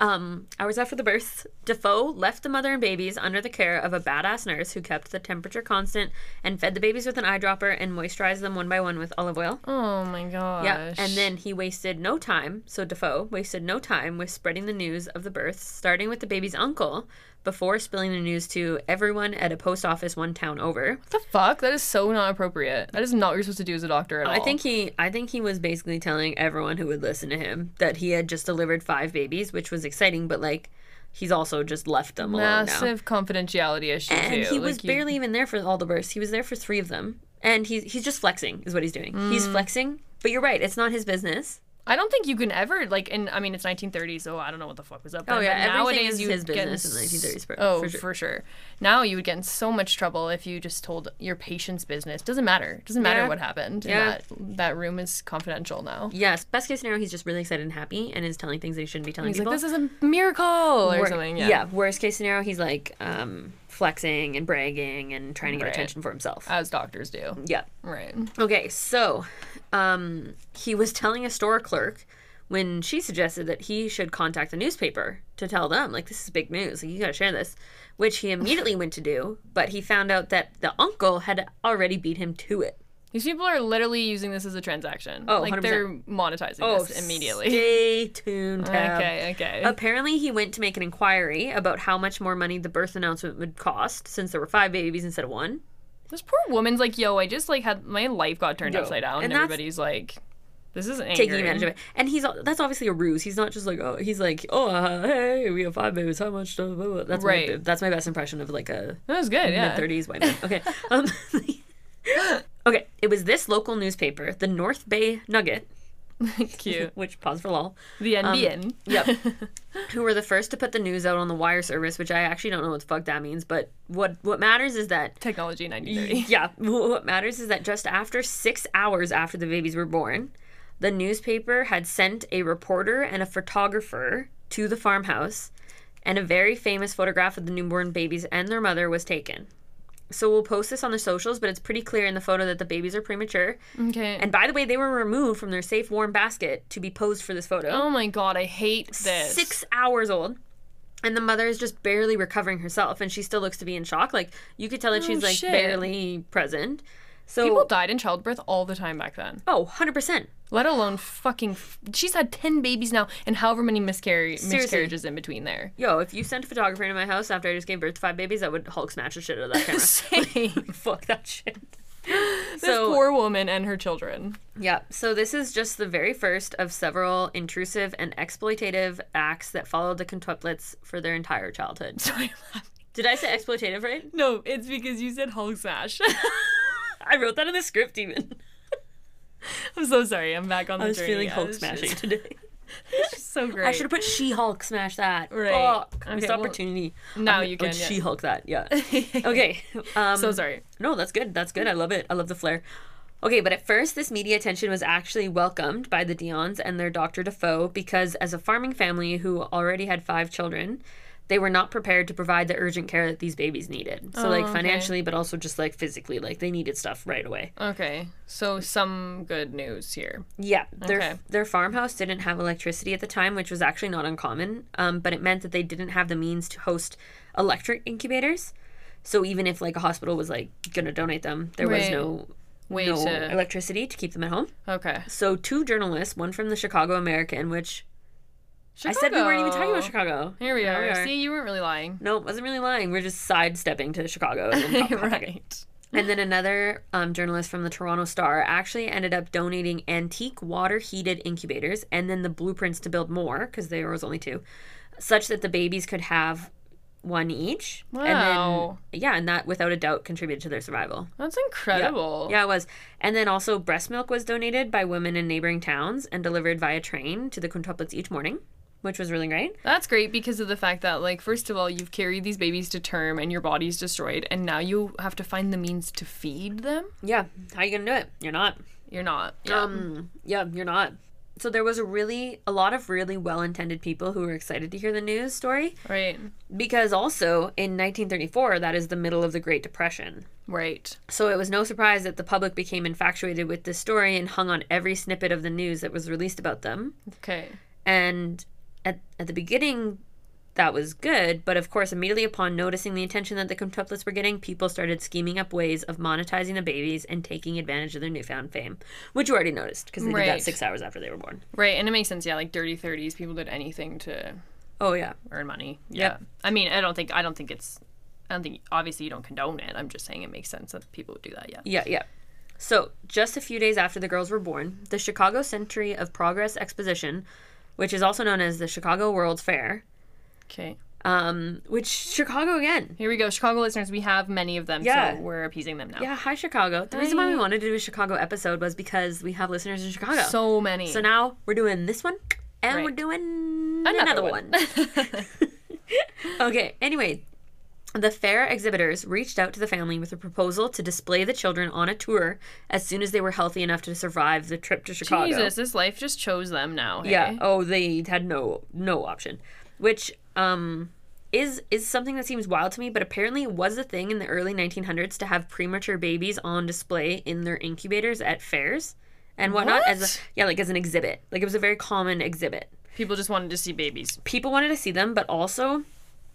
Speaker 2: um, hours after the births, Defoe left the mother and babies under the care of a badass nurse who kept the temperature constant and fed the babies with an eyedropper and moisturized them one by one with olive oil.
Speaker 1: Oh my gosh.
Speaker 2: Yeah, and then he wasted no time. So Defoe wasted no time with spreading the news of the births, starting with the baby's uncle, before spilling the news to everyone at a post office one town over.
Speaker 1: what the fuck? That is so not appropriate. That is not what you're supposed to do as a doctor at all.
Speaker 2: I think he, I think he was basically telling everyone who would listen to him that he had just delivered five babies, which was exciting, but like, he's also just left them alone now.
Speaker 1: massive confidentiality issue
Speaker 2: And
Speaker 1: too.
Speaker 2: he was
Speaker 1: Like, you-
Speaker 2: barely even there for all the births. He was there for three of them, and he's he's just flexing, is what he's doing.
Speaker 1: Mm.
Speaker 2: He's flexing, but you're right, it's not his business.
Speaker 1: I don't think you can ever like, and I mean it's 1930s, so I don't know what the fuck was up. Then,
Speaker 2: Oh, yeah,
Speaker 1: but
Speaker 2: everything
Speaker 1: nowadays
Speaker 2: is
Speaker 1: you
Speaker 2: his
Speaker 1: get
Speaker 2: business in
Speaker 1: s-
Speaker 2: 1930s, for-
Speaker 1: oh,
Speaker 2: for sure.
Speaker 1: Now you would get in so much trouble if you just told your patient's business. Doesn't matter. Doesn't matter
Speaker 2: Yeah.
Speaker 1: what happened.
Speaker 2: Yeah.
Speaker 1: And that that room is confidential now.
Speaker 2: Yes, best case scenario, he's just really excited and happy, and is telling things that he shouldn't be telling
Speaker 1: He's like,
Speaker 2: people.
Speaker 1: this is a miracle or
Speaker 2: Wor-
Speaker 1: something. Yeah.
Speaker 2: Worst case scenario, he's like um, flexing and bragging and trying to get
Speaker 1: Right. Uh,
Speaker 2: attention for himself.
Speaker 1: As doctors do.
Speaker 2: yeah.
Speaker 1: Right.
Speaker 2: Okay. So, um, he was telling a store clerk when she suggested that he should contact the newspaper to tell them, like, this is big news. Like, you got to share this. Which he immediately went to do, but he found out that the uncle had already beat him to it.
Speaker 1: These people are literally using this as a transaction.
Speaker 2: Oh,
Speaker 1: like they are monetizing this immediately.
Speaker 2: Stay tuned. Tab.
Speaker 1: Okay, okay.
Speaker 2: Apparently, he went to make an inquiry about how much more money the birth announcement would cost since there were five babies instead of one.
Speaker 1: This poor woman's like, yo, I just like had my life got turned
Speaker 2: Yo.
Speaker 1: upside down, and,
Speaker 2: And that's-
Speaker 1: everybody's like, this is angry.
Speaker 2: Taking advantage of it, and he's that's obviously a ruse. He's not just like oh, he's like oh uh, hey, we have five babies. How much? Blah, blah, blah. That's My,
Speaker 1: Right.
Speaker 2: that's my best impression of like a
Speaker 1: That was good. Yeah.
Speaker 2: mid thirties white man. Okay. Um, okay. It was this local newspaper, the North Bay Nugget,
Speaker 1: Cute.
Speaker 2: which pause for lol.
Speaker 1: The NBN.
Speaker 2: Yep. Who were the first to put the news out on the wire service, which I actually don't know what the fuck that means, but what what matters is that
Speaker 1: Technology 1930.
Speaker 2: yeah, wh- what matters is that just after 6 hours after the babies were born, the newspaper had sent a reporter and a photographer to the farmhouse and a very famous photograph of the newborn babies and their mother was taken. So we'll post this on the socials, but it's pretty clear in the photo that the babies are premature.
Speaker 1: Okay.
Speaker 2: And by the way, they were removed from their safe warm basket to be posed for this photo
Speaker 1: oh my god, I hate this.
Speaker 2: six hours old. And the mother is just barely recovering herself, and she still looks to be in shock. Like you could tell that she's like
Speaker 1: shit.
Speaker 2: barely present. So
Speaker 1: People died in childbirth all the time back then.
Speaker 2: oh, 100 percent.
Speaker 1: Let alone fucking. F- She's had ten babies now, and however many miscarri- miscarriages in between there.
Speaker 2: Yo, if you sent a photographer into my house after I just gave birth to five babies, I would Hulk smash the shit out of that camera.
Speaker 1: Same.
Speaker 2: Fuck that shit.
Speaker 1: this
Speaker 2: So-
Speaker 1: poor woman and her children.
Speaker 2: Yeah. So this is just the very first of several intrusive and exploitative acts that followed the quintuplets for their entire childhood.
Speaker 1: Sorry.
Speaker 2: Did I say exploitative right?
Speaker 1: No, it's because you said Hulk smash.
Speaker 2: I wrote that in the script even.
Speaker 1: I'm so sorry. I'm back on the
Speaker 2: I was
Speaker 1: journey.
Speaker 2: feeling
Speaker 1: Yeah,
Speaker 2: Hulk
Speaker 1: it's
Speaker 2: smashing
Speaker 1: just-
Speaker 2: today.
Speaker 1: it's just so great.
Speaker 2: I should have put She Hulk smash that.
Speaker 1: Right.
Speaker 2: Fuck.
Speaker 1: Okay,
Speaker 2: Missed
Speaker 1: well,
Speaker 2: opportunity.
Speaker 1: now
Speaker 2: I'm-
Speaker 1: you
Speaker 2: I
Speaker 1: can,
Speaker 2: would
Speaker 1: yeah.
Speaker 2: She Hulk that. Yeah. okay. Um,
Speaker 1: so sorry.
Speaker 2: No, that's good. That's good. I love it. I love the flair. Okay, but at first, this media attention was actually welcomed by the Dion's and their Dr. Defoe because, as a farming family who already had five children, they were not prepared to provide the urgent care that these babies needed. So, like
Speaker 1: Oh, okay.
Speaker 2: financially, but also just like physically, like they needed stuff right away.
Speaker 1: Okay, so some good news here.
Speaker 2: Yeah, their
Speaker 1: Okay.
Speaker 2: their farmhouse didn't have electricity at the time, which was actually not uncommon. Um, but it meant that they didn't have the means to host electric incubators. So even if like a hospital was like gonna donate them, there was
Speaker 1: Right.
Speaker 2: no
Speaker 1: Way
Speaker 2: no
Speaker 1: to-
Speaker 2: electricity to keep them at home.
Speaker 1: Okay.
Speaker 2: So two journalists, one from the Chicago American, which I said we weren't even talking about Chicago.
Speaker 1: Here we
Speaker 2: Now
Speaker 1: are. See, you weren't really lying.
Speaker 2: No, wasn't really lying. We're just sidestepping to Chicago. and then-
Speaker 1: right.
Speaker 2: and then another um, journalist from the Toronto Star actually ended up donating antique water heated incubators and then the blueprints to build more because there was only two, such that the babies could have one each.
Speaker 1: Wow.
Speaker 2: And then, yeah, and that without a doubt contributed to their survival.
Speaker 1: That's incredible.
Speaker 2: Yeah, it was. And then also breast milk was donated by women in neighboring towns and delivered via train to the quintuplets each morning, which was really great.
Speaker 1: That's great because of the fact that, like, first of all, you've carried these babies to term and your body's destroyed, and now you have to find the means to feed them.
Speaker 2: Yeah, how you gonna do it? You're not.
Speaker 1: You're not. Yeah.
Speaker 2: Um, yeah, you're not. So there was a really a lot of really well-intended people who were excited to hear the news story
Speaker 1: right.
Speaker 2: because also in 1934 that is the middle of the Great Depression.
Speaker 1: Right.
Speaker 2: So it was no surprise that the public became infatuated with this story and hung on every snippet of the news that was released about them.
Speaker 1: Okay.
Speaker 2: And at, at the beginning, that was good. But of course, immediately upon noticing the attention that the quintuplets were getting, people started scheming up ways of monetizing the babies and taking advantage of their newfound fame, which you already noticed because they did that
Speaker 1: Right.
Speaker 2: six hours after they were born.
Speaker 1: Right. And it makes sense. Yeah. Like, dirty 30s, people did anything to
Speaker 2: Oh, yeah.
Speaker 1: earn money. Yeah. I mean, I don't think, I don't think it's, I don't think, obviously, you don't condone it. I'm just saying it makes sense that people would do that. Yeah.
Speaker 2: Yeah, yeah. So, just a few days after the girls were born, the Chicago Century of Progress Exposition, which is also known as the Chicago World's Fair,
Speaker 1: Okay.
Speaker 2: um, which Chicago again,
Speaker 1: Here we go. Chicago listeners, we have many of them,
Speaker 2: Yeah.
Speaker 1: so we're appeasing them now.
Speaker 2: Yeah, hi Chicago. The reason why we wanted to do a Chicago episode was because we have listeners in Chicago.
Speaker 1: So many.
Speaker 2: So now we're doing this one and we're
Speaker 1: Right.
Speaker 2: doing another,
Speaker 1: Another
Speaker 2: one. okay, anyway, the fair exhibitors reached out to the family with a proposal to display the children on a tour as soon as they were healthy enough to survive the trip to Chicago.
Speaker 1: Jesus, this life just chose them now. hey?
Speaker 2: Yeah. Oh, they had no no option, which um is is something that seems wild to me. But apparently, it was a thing in the early 1900s to have premature babies on display in their incubators at fairs and whatnot as a,
Speaker 1: What?
Speaker 2: yeah, like as an exhibit. Like it was a very common exhibit.
Speaker 1: People just wanted to see babies.
Speaker 2: People wanted to see them, but also.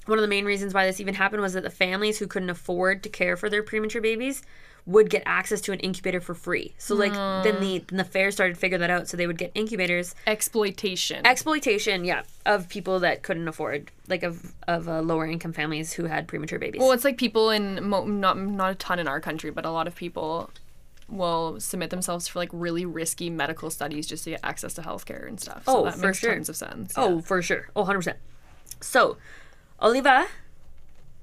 Speaker 2: One of the main reasons why this even happened was that the families who couldn't afford to care for their premature babies would get access to an incubator for free. So like then the then the fair started to figure that out. So they would get incubators
Speaker 1: Exploitation.
Speaker 2: exploitation, yeah, of people that couldn't afford like of of uh, lower income families who had premature babies.
Speaker 1: Well, it's like people in mo- not not a ton in our country, but a lot of people will submit themselves for like really risky medical studies just to get access to healthcare and stuff. So
Speaker 2: Oh,
Speaker 1: that
Speaker 2: for
Speaker 1: makes
Speaker 2: sure.
Speaker 1: tons of sense.
Speaker 2: oh, for sure. Oh, 100%. So, Oliva,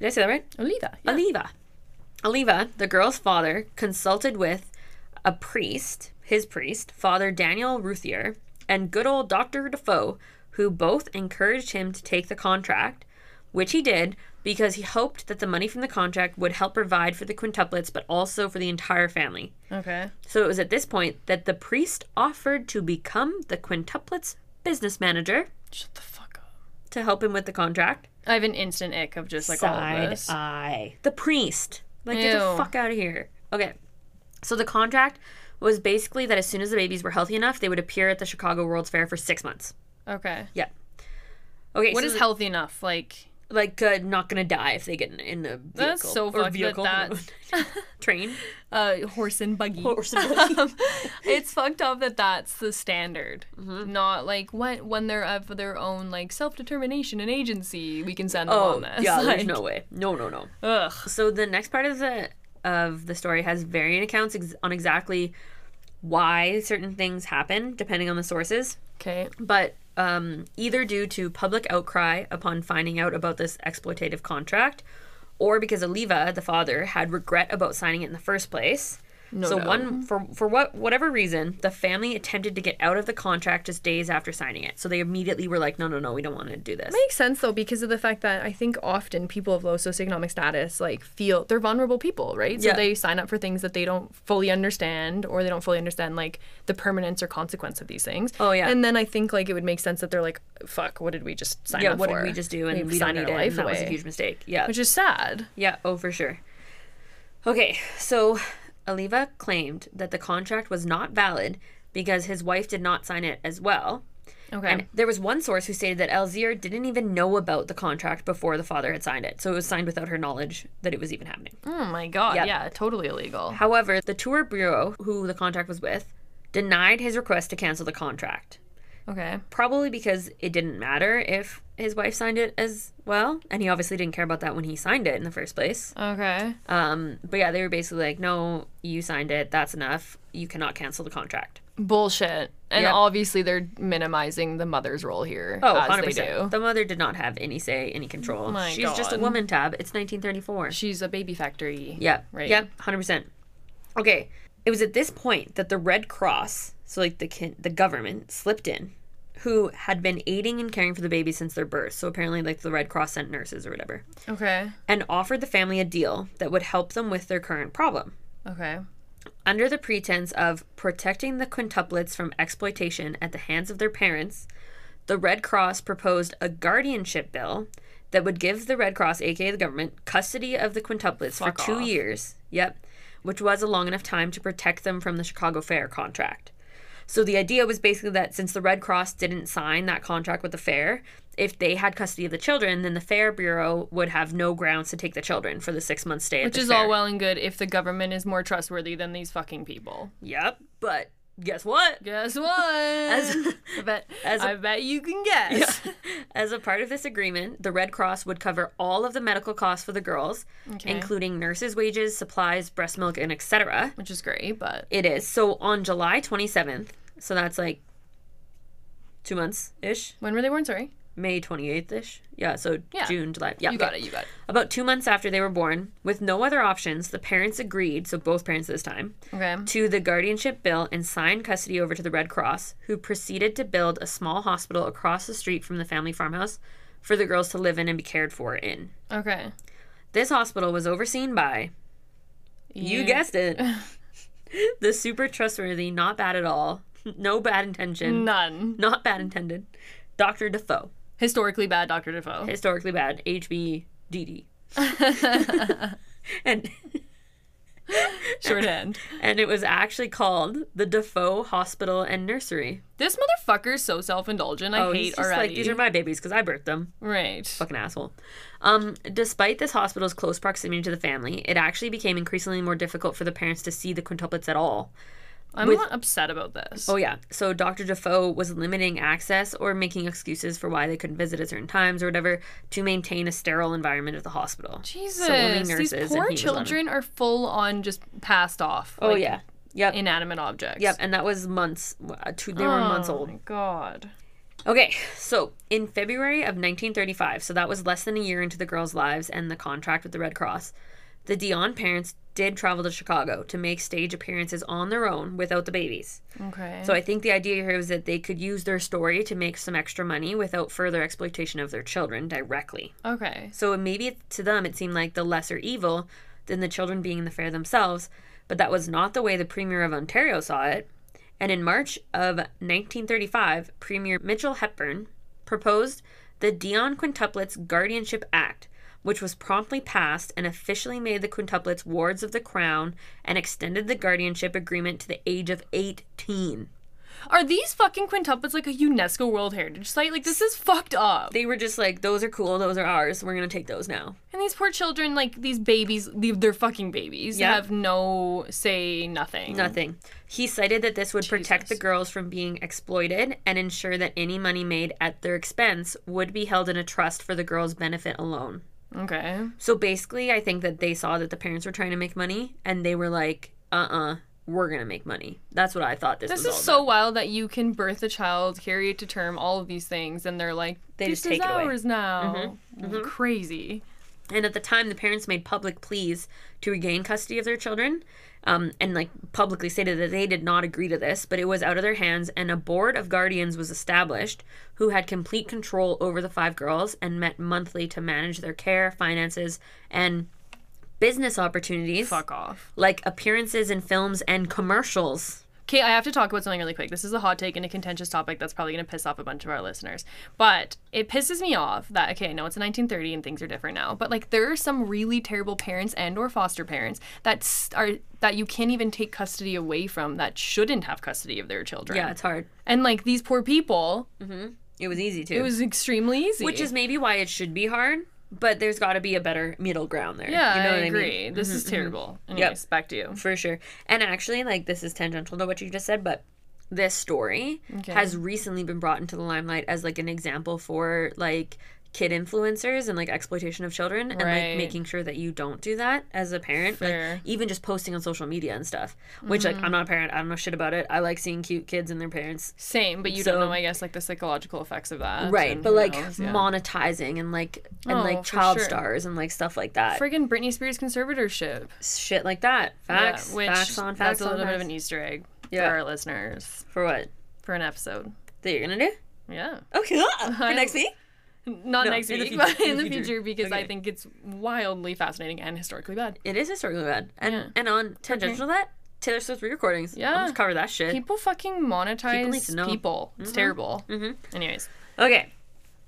Speaker 2: did I say that right?
Speaker 1: Oliva.
Speaker 2: Oliva. Oliva, the girl's father, consulted with a priest, his priest, Father Daniel Ruthier, and good old Dr. Defoe, who both encouraged him to take the contract, which he did because he hoped that the money from the contract would help provide for the quintuplets but also for the entire family.
Speaker 1: Okay.
Speaker 2: So it was at this point that the priest offered to become the quintuplets' business manager
Speaker 1: Shut the fuck up.
Speaker 2: to help him with the contract.
Speaker 1: I have an instant ick of just like all of this.
Speaker 2: eye. The priest. Like, get the
Speaker 1: Ew.
Speaker 2: fuck out of here. Okay. So the contract was basically that as soon as the babies were healthy enough, they would appear at the Chicago World's Fair for six months.
Speaker 1: Okay.
Speaker 2: Yeah. Okay.
Speaker 1: What
Speaker 2: so
Speaker 1: is
Speaker 2: the-
Speaker 1: healthy enough? Like
Speaker 2: like uh, not gonna die if they get in, in a vehicle
Speaker 1: That's so
Speaker 2: or
Speaker 1: fucked that
Speaker 2: vehicle
Speaker 1: that-
Speaker 2: train
Speaker 1: uh, horse and buggy.
Speaker 2: or something.
Speaker 1: Um, it's fucked up that that's the standard. Not like when when they're of their own like self determination and agency, we can send them
Speaker 2: oh
Speaker 1: on this.
Speaker 2: yeah,
Speaker 1: like,
Speaker 2: there's no way. No, no, no.
Speaker 1: Ugh.
Speaker 2: So the next part of the of the story has varying accounts ex- on exactly why certain things happen, depending on the sources.
Speaker 1: Okay.
Speaker 2: but um, either due to public outcry upon finding out about this exploitative contract or because Oliva, the father, had regret about signing it in the first place.
Speaker 1: No,
Speaker 2: so
Speaker 1: no.
Speaker 2: one for for what whatever reason, the family attempted to get out of the contract just days after signing it. So they immediately were like, "No, no, no, we don't want to do this."
Speaker 1: makes sense though because of the fact that I think often people of low socioeconomic status like feel they're vulnerable people, right? So
Speaker 2: Yeah.
Speaker 1: they sign up for things that they don't fully understand or they don't fully understand like the permanence or consequence of these things.
Speaker 2: Oh, yeah.
Speaker 1: And then I think like it would make sense that they're like, fuck, what did we just sign
Speaker 2: Yeah,
Speaker 1: up
Speaker 2: what
Speaker 1: for?
Speaker 2: did we just do? And
Speaker 1: We've
Speaker 2: we, don't
Speaker 1: signed
Speaker 2: need
Speaker 1: our
Speaker 2: it. and
Speaker 1: life
Speaker 2: that was a
Speaker 1: away.
Speaker 2: huge mistake. Yeah,
Speaker 1: Which is sad.
Speaker 2: yeah. Oh, for sure. Okay, so Oliva claimed that the contract was not valid because his wife did not sign it as well.
Speaker 1: Okay.
Speaker 2: And there was one source who stated that Elzir didn't even know about the contract before the father had signed it, so it was signed without her knowledge that it was even happening.
Speaker 1: oh my god.
Speaker 2: Yeah.
Speaker 1: Yeah, totally illegal.
Speaker 2: However, the tour bureau who the contract was with denied his request to cancel the contract,
Speaker 1: Okay.
Speaker 2: probably because it didn't matter if his wife signed it as well, and he obviously didn't care about that when he signed it in the first place.
Speaker 1: Okay.
Speaker 2: Um, but yeah, they were basically like, "No, you signed it. That's enough. You cannot cancel the contract."
Speaker 1: Bullshit. And
Speaker 2: Yeah.
Speaker 1: obviously they're minimizing the mother's role here.
Speaker 2: Oh,
Speaker 1: as
Speaker 2: 100%.
Speaker 1: they do.
Speaker 2: The mother did not have any say, any control.
Speaker 1: My
Speaker 2: She's just a
Speaker 1: God.
Speaker 2: woman tab. It's 1934.
Speaker 1: She's a baby factory.
Speaker 2: Yeah.
Speaker 1: Right.
Speaker 2: Yeah. Hundred percent. Okay. It was at this point that the Red Cross, so like the kin- the government, slipped in, who had been aiding and caring for the baby since their birth. So apparently, like the Red Cross sent nurses or whatever,
Speaker 1: Okay.
Speaker 2: and offered the family a deal that would help them with their current problem.
Speaker 1: Okay.
Speaker 2: Under the pretense of protecting the quintuplets from exploitation at the hands of their parents, the Red Cross proposed a guardianship bill that would give the Red Cross, aka the government, custody of the quintuplets
Speaker 1: Fuck
Speaker 2: for two
Speaker 1: off.
Speaker 2: years. Yep. Which was a long enough time to protect them from the Chicago Fair contract. So the idea was basically that since the Red Cross didn't sign that contract with the fair, if they had custody of the children, then the Fair Bureau would have no grounds to take the children for the six month stay at
Speaker 1: Which
Speaker 2: the
Speaker 1: is
Speaker 2: fair.
Speaker 1: all well and good if the government is more trustworthy than these fucking people.
Speaker 2: Yep. But guess what?
Speaker 1: Guess what? I bet
Speaker 2: as a-
Speaker 1: I bet you can guess.
Speaker 2: As a part of this agreement, the Red Cross would cover all of the medical costs for the girls,
Speaker 1: Okay.
Speaker 2: including nurses' wages, supplies, breast milk, and etc.
Speaker 1: Which is great, but
Speaker 2: It is. So on July 27th, so that's like two months ish,
Speaker 1: when were they born? Sorry.
Speaker 2: May 28th ish. Yeah, so
Speaker 1: Yeah.
Speaker 2: June, July. Yeah,
Speaker 1: You
Speaker 2: okay.
Speaker 1: got it, you got it.
Speaker 2: About two months after they were born, with no other options, the parents agreed, so both parents this time,
Speaker 1: Okay.
Speaker 2: to the guardianship bill and signed custody over to the Red Cross, who proceeded to build a small hospital across the street from the family farmhouse for the girls to live in and be cared for in.
Speaker 1: Okay.
Speaker 2: This hospital was overseen by, you guessed it, the super trustworthy, not bad at all, no bad
Speaker 1: Mm.
Speaker 2: intention,
Speaker 1: None.
Speaker 2: not bad intended, Dr. Defoe,
Speaker 1: Historically bad Dr. Defoe.
Speaker 2: historically bad, HBDD. and
Speaker 1: Shorthand.
Speaker 2: and it was actually called the Defoe Hospital and Nursery.
Speaker 1: This motherfucker's so self indulgent. I
Speaker 2: oh,
Speaker 1: hate E.
Speaker 2: he's just
Speaker 1: already.
Speaker 2: like these are my babies because I birthed them.
Speaker 1: right.
Speaker 2: Fucking asshole. Um, despite this hospital's close proximity to the family, it actually became increasingly more difficult for the parents to see the quintuplets at all.
Speaker 1: I'm
Speaker 2: with-
Speaker 1: not upset about this.
Speaker 2: Oh yeah. So Dr. Defoe was limiting access or making excuses for why they couldn't visit at certain times or whatever to maintain a sterile environment at the hospital.
Speaker 1: Jesus.
Speaker 2: only nurses
Speaker 1: these poor
Speaker 2: and he was on it.
Speaker 1: children are full on just passed off.
Speaker 2: Oh
Speaker 1: like,
Speaker 2: yeah. Yep.
Speaker 1: Inanimate objects.
Speaker 2: yep. And that was months. uh, Two, they were months
Speaker 1: Oh
Speaker 2: old.
Speaker 1: my god.
Speaker 2: Okay, so in February of 1935, so that was less than a year into the girls' lives and the contract with the Red Cross, the Dion parents did travel to Chicago to make stage appearances on their own without the babies.
Speaker 1: Okay.
Speaker 2: So I think the idea here was that they could use their story to make some extra money without further exploitation of their children directly.
Speaker 1: okay.
Speaker 2: So maybe to them it seemed like the lesser evil than the children being in the fair themselves, but that was not the way the Premier of Ontario saw it. And in March of 1935, Premier Mitchell Hepburn proposed the Dion Quintuplets Guardianship Act, which was promptly passed and officially made the quintuplets wards of the Crown and extended the guardianship agreement to the age of 18.
Speaker 1: Are these fucking quintuplets like a UNESCO World Heritage Site? Like, this is fucked up.
Speaker 2: They were just like, those are cool, those are ours, we're gonna take those now.
Speaker 1: And these poor children, like, these babies, they- they're fucking babies.
Speaker 2: Yeah.
Speaker 1: Have no say, nothing.
Speaker 2: Nothing. He cited that this would protect the girls from being exploited and ensure that any money made at their expense would be held in a trust for the girls' benefit alone.
Speaker 1: Okay.
Speaker 2: So basically, I think that they saw that the parents were trying to make money and they were like, uh uh-uh, uh, we are going to make money. That's what I thought this,
Speaker 1: This
Speaker 2: was.
Speaker 1: is so wild that you can birth a child, carry it to term, all of these things, and they're like,
Speaker 2: They
Speaker 1: this
Speaker 2: just take
Speaker 1: is
Speaker 2: it away. Mm-hmm.
Speaker 1: ours now. Crazy.
Speaker 2: And at the time, the parents made public pleas to regain custody of their children um, and like publicly stated that they did not agree to this, but it was out of their hands. And a board of guardians was established who had complete control over the five girls and met monthly to manage their care, finances, and business opportunities
Speaker 1: Fuck off.
Speaker 2: like appearances in films and commercials.
Speaker 1: Okay, I have to talk about something really quick. This is a hot take and a contentious topic that's probably going to piss off a bunch of our listeners. But it pisses me off that okay, I know it's 1930 and things are different now, but like there are some really terrible parents and or foster parents that s- are that you can't even take custody away from that shouldn't have custody of their children.
Speaker 2: Yeah, it's hard.
Speaker 1: And like these poor people,
Speaker 2: It was easy too.
Speaker 1: it was extremely easy.
Speaker 2: Which is maybe why it should be hard, but there's got to be a better middle ground there.
Speaker 1: yeah,
Speaker 2: you know
Speaker 1: I
Speaker 2: what
Speaker 1: agree.
Speaker 2: I mean? Mm-hmm,
Speaker 1: This is terrible. Anyways, back to you.
Speaker 2: for sure. And actually, like this is tangential to what you just said, but this story
Speaker 1: Okay.
Speaker 2: has recently been brought into the limelight as like an example for like kid influencers and like exploitation of children and like
Speaker 1: Right.
Speaker 2: making sure that you don't do that as a parent
Speaker 1: Fair. Mm-hmm.
Speaker 2: like even just posting on social media and stuff which like i'm not a parent i don't know shit about it i like seeing cute kids and their parents
Speaker 1: Same, but you
Speaker 2: So-
Speaker 1: don't know, I guess, like the psychological effects of that.
Speaker 2: right
Speaker 1: and
Speaker 2: but
Speaker 1: who
Speaker 2: like
Speaker 1: knows, yeah.
Speaker 2: monetizing and like and
Speaker 1: Oh,
Speaker 2: like
Speaker 1: for
Speaker 2: child
Speaker 1: sure.
Speaker 2: stars and like stuff like that
Speaker 1: friggin' Britney Spears conservatorship.
Speaker 2: shit like that facts
Speaker 1: Yeah, which
Speaker 2: facts on facts
Speaker 1: that's a
Speaker 2: on
Speaker 1: little bit of
Speaker 2: facts.
Speaker 1: an Easter egg
Speaker 2: Yeah.
Speaker 1: for our listeners
Speaker 2: for what
Speaker 1: for an episode.
Speaker 2: that you're gonna do
Speaker 1: Yeah,
Speaker 2: Okay. For
Speaker 1: I-
Speaker 2: next week?
Speaker 1: not
Speaker 2: No,
Speaker 1: next
Speaker 2: in the
Speaker 1: week,
Speaker 2: future,
Speaker 1: but in the future, because I
Speaker 2: Okay.
Speaker 1: think it's wildly fascinating and historically bad.
Speaker 2: It is historically bad. And
Speaker 1: Yeah.
Speaker 2: and on tangential to that, Taylor Swift re-recordings. I'll
Speaker 1: Yeah.
Speaker 2: just cover that shit.
Speaker 1: People fucking
Speaker 2: People need
Speaker 1: monetize
Speaker 2: to
Speaker 1: people.
Speaker 2: know. Mm-hmm.
Speaker 1: It's terrible. Anyways,
Speaker 2: Okay.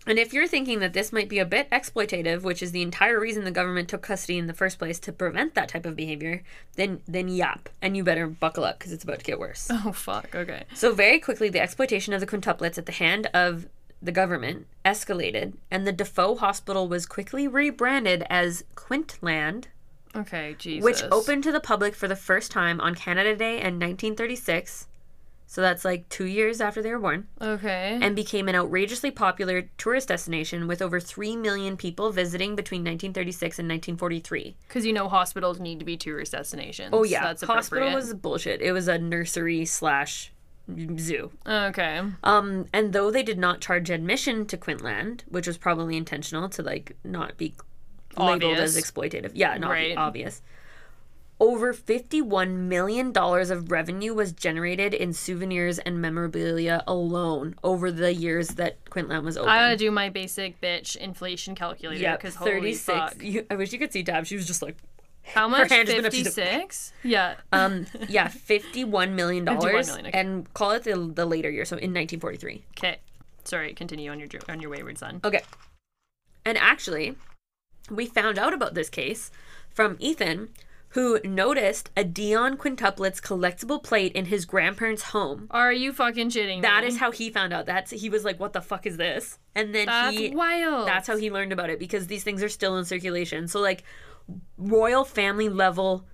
Speaker 2: And if you're thinking that this might be a bit exploitative, which is the entire reason the government took custody in the first place to prevent that type of behavior, then then yap, and you better buckle up because it's about to get worse.
Speaker 1: oh fuck. Okay.
Speaker 2: So very quickly, the exploitation of the quintuplets at the hand of the government escalated, and the Defoe Hospital was quickly rebranded as Quintland
Speaker 1: Okay. Jesus.
Speaker 2: which opened to the public for the first time on Canada Day in 1936. So that's like two years after they were born,
Speaker 1: Okay.
Speaker 2: and became an outrageously popular tourist destination with over 3 million people visiting between 1936 and 1943.
Speaker 1: Because you know hospitals need to be tourist destinations.
Speaker 2: Oh, yeah.
Speaker 1: That's
Speaker 2: Hospital
Speaker 1: appropriate.
Speaker 2: was bullshit. It was a nursery slash zoo.
Speaker 1: Okay.
Speaker 2: Um, and though they did not charge admission to Quintland, which was probably intentional to like not be labeled as
Speaker 1: Obvious.
Speaker 2: exploitative, yeah, not be
Speaker 1: Right.
Speaker 2: obvious. Over fifty-one million dollars of revenue was generated in souvenirs and memorabilia alone over the years that Quintland was open.
Speaker 1: I gotta do my basic bitch inflation calculator
Speaker 2: Yep,
Speaker 1: because holy fuck.
Speaker 2: You, I wish you could see Dab. She was just like,
Speaker 1: How much?
Speaker 2: hand has been up to the-
Speaker 1: Fifty-six. Yeah.
Speaker 2: um, yeah, fifty-one million dollars,
Speaker 1: million, okay.
Speaker 2: and call it the, the later year, so in nineteen forty-three.
Speaker 1: Okay. Sorry, continue on your dr- on your wayward son.
Speaker 2: Okay. And actually, we found out about this case from Ethan, who noticed a Dion quintuplets collectible plate in his grandparents' home.
Speaker 1: Are you fucking shitting
Speaker 2: That
Speaker 1: me?
Speaker 2: is how he found out. That's he was like, "What the fuck is this?" And then
Speaker 1: That's
Speaker 2: he
Speaker 1: wild.
Speaker 2: that's how he learned about it because these things are still in circulation. So like royal family level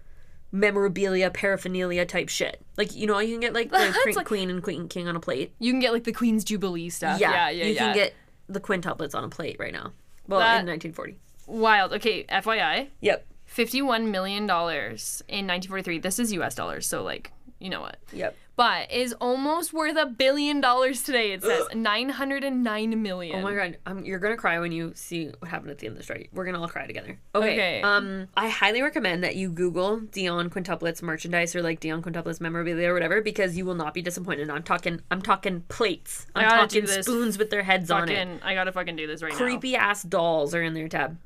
Speaker 2: memorabilia paraphernalia type shit. Like you know, you can get like the
Speaker 1: That's
Speaker 2: queen,
Speaker 1: like-
Speaker 2: queen and queen king on a plate.
Speaker 1: you can get like the Queen's Jubilee stuff. Yeah, yeah, yeah.
Speaker 2: you can get the quintuplets on a plate right now. Well,
Speaker 1: That-
Speaker 2: in 1940.
Speaker 1: wild. Okay, FYI,
Speaker 2: Yep.
Speaker 1: fifty-one million dollars in 1943. This is U.S. dollars, so like you know what.
Speaker 2: Yep.
Speaker 1: But is almost worth a billion dollars today. It says nine hundred and nine million.
Speaker 2: Oh my god, um, you're gonna cry when you see what happened at the end of the story. We're gonna all cry together. Okay.
Speaker 1: Okay.
Speaker 2: Um, I highly recommend that you Google Dion Quintuplets merchandise or like Dion Quintuplets memorabilia or whatever because you will not be disappointed. I'm talking, I'm talking plates. I'm
Speaker 1: gotta do
Speaker 2: talking
Speaker 1: this
Speaker 2: spoons with their heads on it.
Speaker 1: Fucking, I gotta fucking do this right now.
Speaker 2: Creepy ass dolls are in their tab.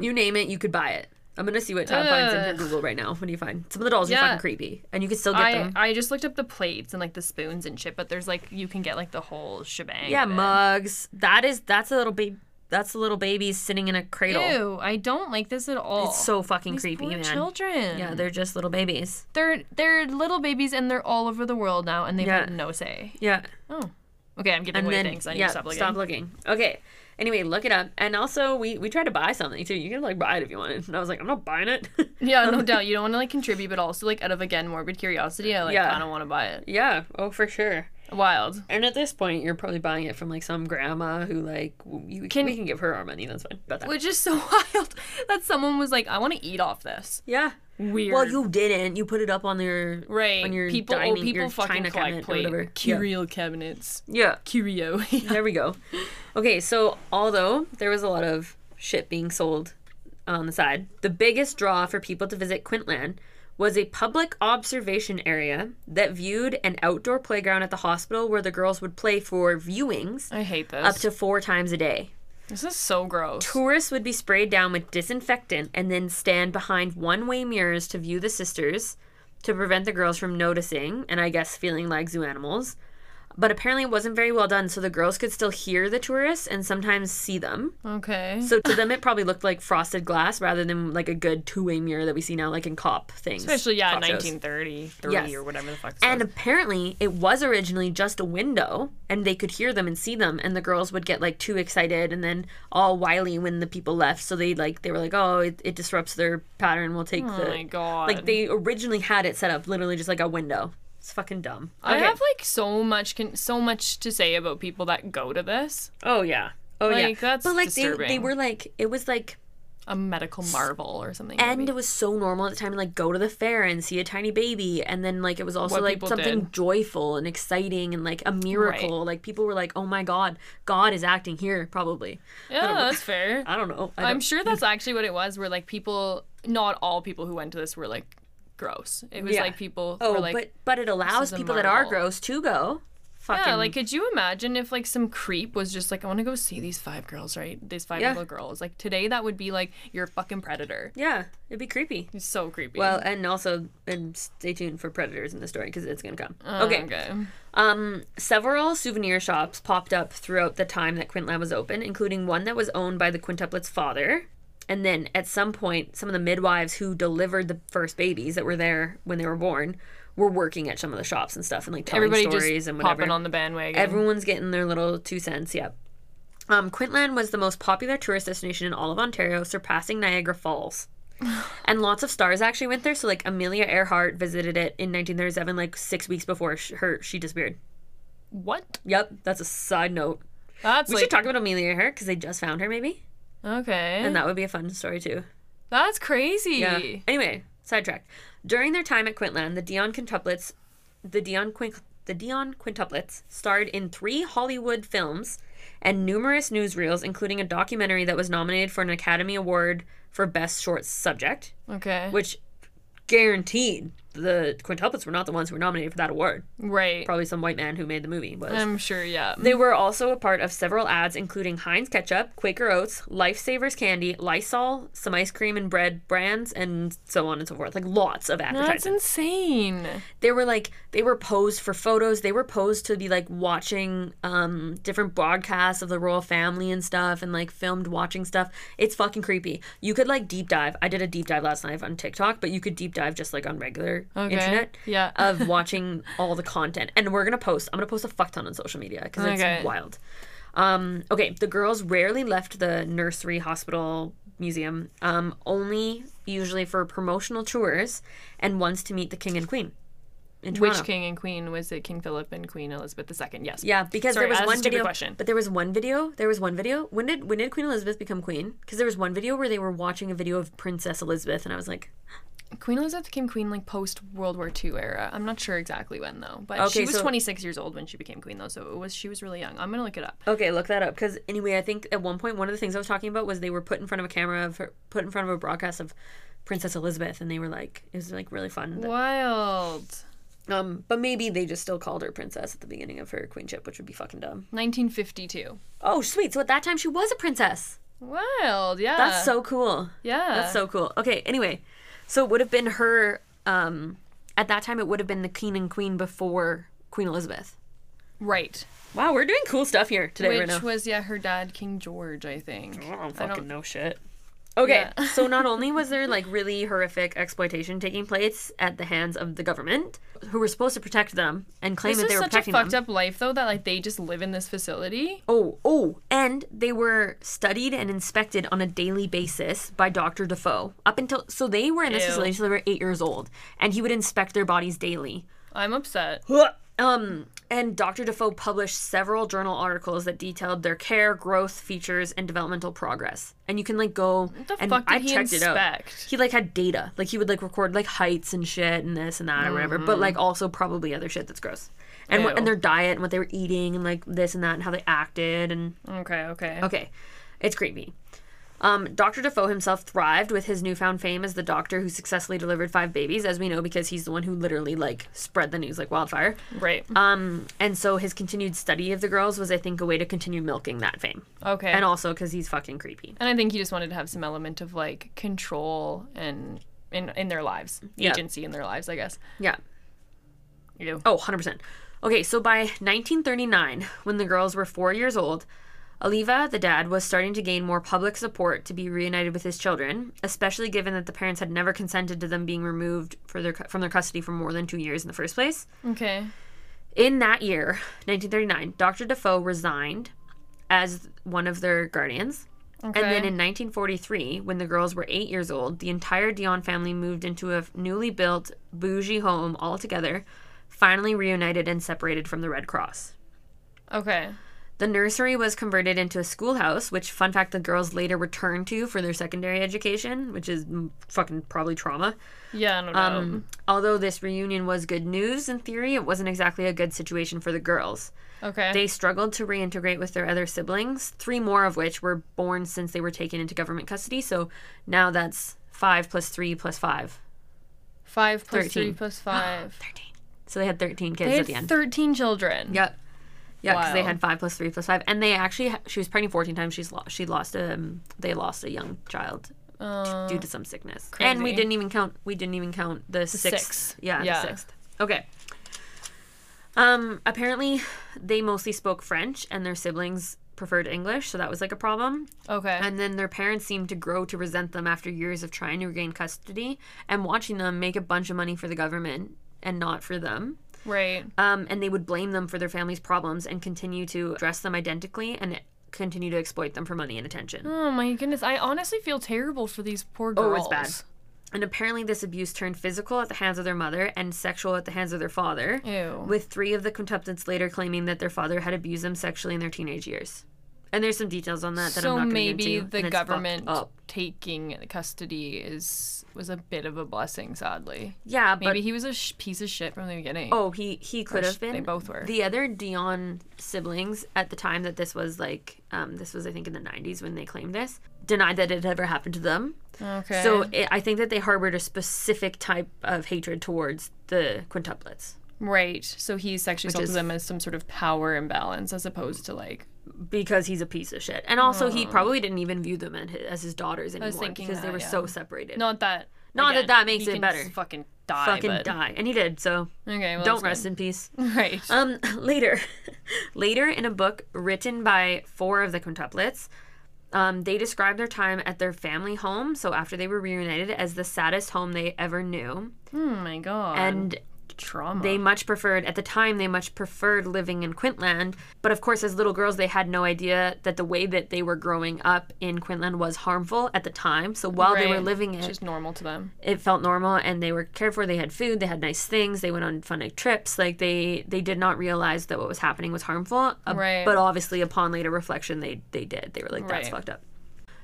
Speaker 2: You name it, you could buy it. I'm gonna see what Tab finds in her
Speaker 1: Ugh.
Speaker 2: Google right now. What do you find? Some of the dolls are
Speaker 1: Yeah.
Speaker 2: fucking creepy, and you can still get
Speaker 1: I,
Speaker 2: them.
Speaker 1: I just looked up the plates and like the spoons and shit, but there's like you can get like the whole shebang.
Speaker 2: yeah,
Speaker 1: of it.
Speaker 2: mugs. That is that's a little baby. That's a little baby sitting in a cradle.
Speaker 1: Ew, I don't like this at all.
Speaker 2: It's so fucking
Speaker 1: These
Speaker 2: creepy,
Speaker 1: poor
Speaker 2: man.
Speaker 1: Children.
Speaker 2: Yeah, they're just little babies.
Speaker 1: they're they're little babies and they're all over the world now and they've
Speaker 2: Yeah.
Speaker 1: had no say.
Speaker 2: Yeah.
Speaker 1: Oh. Okay, I'm giving
Speaker 2: And
Speaker 1: away
Speaker 2: then
Speaker 1: things. I need
Speaker 2: yeah,
Speaker 1: to stop looking.
Speaker 2: Okay. Anyway, look it up. And also, we we tried to buy something too. You can like buy it if you wanted. And I was like, I'm not buying it.
Speaker 1: Yeah, no doubt. You don't want to like contribute, but also like out of again morbid curiosity, I like
Speaker 2: Yeah.
Speaker 1: kinda wanna buy it.
Speaker 2: yeah. Oh, for sure.
Speaker 1: Wild.
Speaker 2: And at this point, you're probably buying it from like some grandma who like w- you can we can give her our money. That's fine. About that.
Speaker 1: Which is so wild that someone was like, I wanna eat off this.
Speaker 2: yeah.
Speaker 1: Weird.
Speaker 2: Well, you didn't. You put it up on your
Speaker 1: Right.
Speaker 2: on your
Speaker 1: people
Speaker 2: dining,
Speaker 1: oh, people
Speaker 2: your
Speaker 1: fucking
Speaker 2: china
Speaker 1: collect
Speaker 2: cabinet or
Speaker 1: plate.
Speaker 2: whatever. Yeah.
Speaker 1: Curio cabinets.
Speaker 2: yeah.
Speaker 1: Curio.
Speaker 2: There we go. Okay, so although there was a lot of shit being sold on the side, the biggest draw for people to visit Quintland was a public observation area that viewed an outdoor playground at the hospital where the girls would play for viewings
Speaker 1: I hate this.
Speaker 2: up to four times a day.
Speaker 1: this is so gross.
Speaker 2: Tourists would be sprayed down with disinfectant and then stand behind one way mirrors to view the sisters to prevent the girls from noticing and I guess feeling like zoo animals. But apparently, it wasn't very well done, so the girls could still hear the tourists and sometimes see them.
Speaker 1: okay.
Speaker 2: So to them, it probably looked like frosted glass rather than like a good two way mirror that we see now, like in cop things.
Speaker 1: Especially yeah,
Speaker 2: cop shows.
Speaker 1: nineteen thirty, thirty
Speaker 2: Yes.
Speaker 1: or whatever the fuck. this
Speaker 2: And
Speaker 1: was.
Speaker 2: apparently, it was originally just a window, and they could hear them and see them, and the girls would get like too excited and then all wily when the people left. So they like they were like, oh, it, it disrupts their pattern. We'll take
Speaker 1: oh
Speaker 2: the
Speaker 1: my god.
Speaker 2: like they originally had it set up literally just like a window. It's fucking dumb.
Speaker 1: I have like so much con- so much to say about people that go to this.
Speaker 2: oh yeah. Oh yeah.
Speaker 1: Like, that's
Speaker 2: but like they they
Speaker 1: disturbing.
Speaker 2: were like it was like
Speaker 1: A medical marvel or something.
Speaker 2: and
Speaker 1: maybe.
Speaker 2: it was so normal at the time to like go to the fair and see a tiny baby and then like it was also
Speaker 1: What
Speaker 2: like
Speaker 1: people
Speaker 2: something
Speaker 1: did.
Speaker 2: joyful and exciting and like a miracle like people were like oh my god god is acting here probably
Speaker 1: yeah, that's fair.
Speaker 2: i don't know I
Speaker 1: I'm
Speaker 2: don't-
Speaker 1: sure that's actually what it was. Where like people, not all people who went to this were like gross. It was
Speaker 2: Yeah.
Speaker 1: like people
Speaker 2: oh
Speaker 1: were like.
Speaker 2: but but it allows
Speaker 1: is a
Speaker 2: people that are
Speaker 1: marvel.
Speaker 2: gross to go fucking
Speaker 1: yeah, like, could you imagine if, like, some creep was just like, I want to go see these five girls, right? These five
Speaker 2: Yeah.
Speaker 1: little girls. Like, today that would be like, you're a fucking predator.
Speaker 2: yeah it'd be creepy
Speaker 1: It's so creepy.
Speaker 2: well and also and stay tuned for predators in the story because it's gonna come
Speaker 1: Uh,
Speaker 2: okay
Speaker 1: Okay.
Speaker 2: Um, several souvenir shops popped up throughout the time that Quintland was open, including one that was owned by the quintuplets' father. And then at some point, some of the midwives who delivered the first babies that were there when they were born were working at some of the shops and stuff and like telling
Speaker 1: Everybody
Speaker 2: stories
Speaker 1: just
Speaker 2: and whatever.
Speaker 1: popping on the bandwagon.
Speaker 2: Everyone's getting their little two cents, yep. Um, Quintland was the most popular tourist destination in all of Ontario, surpassing Niagara Falls. and lots of stars actually went there. So, like, Amelia Earhart visited it in 1937, like six weeks before sh- her she disappeared.
Speaker 1: what?
Speaker 2: Yep, that's a side note.
Speaker 1: That's
Speaker 2: We
Speaker 1: like
Speaker 2: should talk about Amelia Earhart because they just found her, maybe,
Speaker 1: okay.
Speaker 2: and that would be a fun story too.
Speaker 1: That's crazy.
Speaker 2: Yeah. Anyway, sidetrack. During their time at Quintland, the Dion quintuplets, the Dion Quin- the Dion quintuplets starred in three Hollywood films and numerous newsreels, including a documentary that was nominated for an Academy Award for Best Short Subject,
Speaker 1: Okay.
Speaker 2: which guaranteed the quintuplets were not the ones who were nominated for that award.
Speaker 1: Right.
Speaker 2: Probably some white man who made the movie was.
Speaker 1: I'm sure, yeah.
Speaker 2: They were also a part of several ads, including Heinz ketchup, Quaker Oats, Lifesavers candy, Lysol, some ice cream and bread brands, and so on and so forth. Like lots of
Speaker 1: That's
Speaker 2: advertisements.
Speaker 1: insane.
Speaker 2: They were like they were posed for photos. They were posed to be like watching um, different broadcasts of the royal family and stuff, and like filmed watching stuff. It's fucking creepy. You could like deep dive. I did a deep dive last night on TikTok, but you could deep dive just like on regular
Speaker 1: Okay.
Speaker 2: internet
Speaker 1: Yeah.
Speaker 2: of watching all the content. And we're gonna post. I'm gonna post a fuck ton on social media because
Speaker 1: Okay.
Speaker 2: it's wild. Um, okay, the girls rarely left the nursery hospital museum, um, only usually for promotional tours and once to meet the king and queen. In
Speaker 1: Which
Speaker 2: Toronto.
Speaker 1: king and queen was it? King Philip and Queen Elizabeth II. Yes.
Speaker 2: Yeah, because
Speaker 1: Sorry,
Speaker 2: there was
Speaker 1: that's a
Speaker 2: one
Speaker 1: stupid
Speaker 2: video.
Speaker 1: question.
Speaker 2: But there was one video. There was one video. When did when did Queen Elizabeth become queen? Because there was one video where they were watching a video of Princess Elizabeth, and I was like,
Speaker 1: Queen Elizabeth became queen like post World War II era. I'm not sure exactly when though, but she
Speaker 2: Okay,
Speaker 1: was
Speaker 2: so-
Speaker 1: 26 years old when she became queen though, so it was she was really young. I'm gonna look it up.
Speaker 2: Okay, look that up. Because anyway, I think at one point one of the things I was talking about was they were put in front of a camera of her, put in front of a broadcast of Princess Elizabeth, and they were like, it was like really fun.
Speaker 1: Wild.
Speaker 2: Um, but maybe they just still called her princess at the beginning of her queenship, which would be fucking dumb.
Speaker 1: 1952.
Speaker 2: Oh, sweet. So at that time she was a princess.
Speaker 1: Wild. Yeah.
Speaker 2: That's so cool.
Speaker 1: Yeah.
Speaker 2: That's so cool. Okay, anyway, so it would have been her. Um, at that time it would have been the king and queen before Queen Elizabeth.
Speaker 1: right.
Speaker 2: Wow, we're doing cool stuff here today,
Speaker 1: Which
Speaker 2: right now.
Speaker 1: was yeah her dad King George I think.
Speaker 2: I don't
Speaker 1: I
Speaker 2: fucking
Speaker 1: don't-
Speaker 2: know shit. Okay,
Speaker 1: Yeah.
Speaker 2: so not only was there like really horrific exploitation taking place at the hands of the government, who were supposed to protect them and claim
Speaker 1: This
Speaker 2: that
Speaker 1: is
Speaker 2: they were
Speaker 1: such a
Speaker 2: protecting
Speaker 1: fucked
Speaker 2: them.
Speaker 1: up life though that like they just live in this facility.
Speaker 2: Oh, oh, and they were studied and inspected on a daily basis by Dr. Defoe up until so they were in this
Speaker 1: Ew.
Speaker 2: facility until they were eight years old, and he would inspect their bodies daily.
Speaker 1: I'm upset.
Speaker 2: Um, and Dr. Defoe published several journal articles that detailed their care, growth, features, and developmental progress. And you can like go what
Speaker 1: the
Speaker 2: and
Speaker 1: fuck
Speaker 2: I
Speaker 1: did he
Speaker 2: checked it out.
Speaker 1: inspect?
Speaker 2: He like had data, like he would like record like heights and shit and this and that or whatever, but like also probably other shit that's gross. And what,
Speaker 1: Mm. Ew.
Speaker 2: and their diet and what they were eating and like this and that and how they acted and
Speaker 1: Okay, okay.
Speaker 2: okay, it's creepy. Um, Dr. Defoe himself thrived with his newfound fame as the doctor who successfully delivered five babies, as we know because he's the one who literally like spread the news like wildfire.
Speaker 1: Right.
Speaker 2: Um, and so his continued study of the girls was, I think, a way to continue milking that fame.
Speaker 1: okay.
Speaker 2: And also because he's fucking creepy.
Speaker 1: And I think he just wanted to have some element of like control and in in their lives,
Speaker 2: Yeah.
Speaker 1: agency in their lives, I guess.
Speaker 2: Yeah.
Speaker 1: You
Speaker 2: Oh, 100%. Okay, so by 1939, when the girls were four years old, Oliva, the dad, was starting to gain more public support to be reunited with his children, especially given that the parents had never consented to them being removed for their, cu- from their custody for more than two years in the first place.
Speaker 1: Okay.
Speaker 2: In that year, 1939, Dr. Defoe resigned as one of their guardians.
Speaker 1: Okay.
Speaker 2: And then in 1943, when the girls were eight years old, the entire Dion family moved into a newly built bougie home all together, finally reunited and separated from the Red Cross.
Speaker 1: okay.
Speaker 2: The nursery was converted into a schoolhouse, which, fun fact, the girls later returned to for their secondary education, which is mm, fucking probably trauma.
Speaker 1: Yeah, I don't know.
Speaker 2: Um, although this reunion was good news in theory, it wasn't exactly a good situation for the girls.
Speaker 1: okay.
Speaker 2: They struggled to reintegrate with their other siblings, three more of which were born since they were taken into government custody. So now that's five plus three plus five.
Speaker 1: five plus three
Speaker 2: 13.
Speaker 1: plus five.
Speaker 2: 13. So they had 13 kids
Speaker 1: they
Speaker 2: at the
Speaker 1: had
Speaker 2: end.
Speaker 1: thirteen children.
Speaker 2: yep. Yeah, because they
Speaker 1: Wild.
Speaker 2: had five plus three plus five, and they actually ha- she was pregnant fourteen times. She's lost. She lost um they lost a young child
Speaker 1: Uh,
Speaker 2: due to some sickness, and we
Speaker 1: crazy.
Speaker 2: didn't even count we didn't even count the, sixth.
Speaker 1: sixth.
Speaker 2: Yeah,
Speaker 1: Yeah.
Speaker 2: the sixth. Okay. Um. Apparently, they mostly spoke French, and their siblings preferred English, so that was like a problem.
Speaker 1: okay.
Speaker 2: And then their parents seemed to grow to resent them after years of trying to regain custody and watching them make a bunch of money for the government and not for them.
Speaker 1: right.
Speaker 2: Um, and they would blame them for their family's problems and continue to dress them identically and continue to exploit them for money and attention.
Speaker 1: Oh my goodness. I honestly feel terrible for these poor
Speaker 2: Oh,
Speaker 1: girls.
Speaker 2: it's bad. And apparently, this abuse turned physical at the hands of their mother and sexual at the hands of their father.
Speaker 1: Ew.
Speaker 2: With three of the quintuplets later claiming that their father had abused them sexually in their teenage years. And there's some details on that that
Speaker 1: so
Speaker 2: I'm not going to
Speaker 1: maybe
Speaker 2: get into. and
Speaker 1: the
Speaker 2: it's fucked
Speaker 1: government
Speaker 2: up.
Speaker 1: taking custody is was a bit of a blessing, sadly.
Speaker 2: Yeah, but
Speaker 1: Maybe he was a sh- piece of shit from the beginning.
Speaker 2: Oh, he he could
Speaker 1: sh-
Speaker 2: have been.
Speaker 1: they both were.
Speaker 2: The other Dion siblings at the time that this was like, um, this was I think in the '90s when they claimed this. denied that it ever happened to them.
Speaker 1: Okay.
Speaker 2: So it, I think that they harbored a specific type of hatred towards the quintuplets
Speaker 1: right. So he sexually assaulted
Speaker 2: is-
Speaker 1: them as some sort of power imbalance, as opposed to like.
Speaker 2: because he's a piece of shit. And also, he probably didn't even view them as his, as his daughters anymore
Speaker 1: Oh. thinking
Speaker 2: because they
Speaker 1: that,
Speaker 2: were
Speaker 1: yeah.
Speaker 2: so separated.
Speaker 1: Not that.
Speaker 2: Not that that makes
Speaker 1: he
Speaker 2: it
Speaker 1: can
Speaker 2: better.
Speaker 1: s- Fucking die.
Speaker 2: fucking
Speaker 1: but-
Speaker 2: die, and he did. So
Speaker 1: Okay. Well,
Speaker 2: don't
Speaker 1: that's
Speaker 2: rest in peace.
Speaker 1: good. Right.
Speaker 2: Um, later, later in a book written by four of the quintuplets, um, they describe their time at their family home. So after they were reunited, as the saddest home they ever knew,
Speaker 1: oh my god.
Speaker 2: and
Speaker 1: trauma.
Speaker 2: they much preferred at the time they much preferred living in Quintland. But of course, as little girls, they had no idea that the way that they were growing up in Quintland was harmful at the time. So while they were
Speaker 1: Right.
Speaker 2: living
Speaker 1: It's
Speaker 2: it,
Speaker 1: just normal to them.
Speaker 2: it felt normal and they were cared for they had food they had nice things they went on fun like, trips like they they did not realize that what was happening was harmful uh,
Speaker 1: Right.
Speaker 2: but obviously upon later reflection they they did they were like that's
Speaker 1: Right.
Speaker 2: fucked up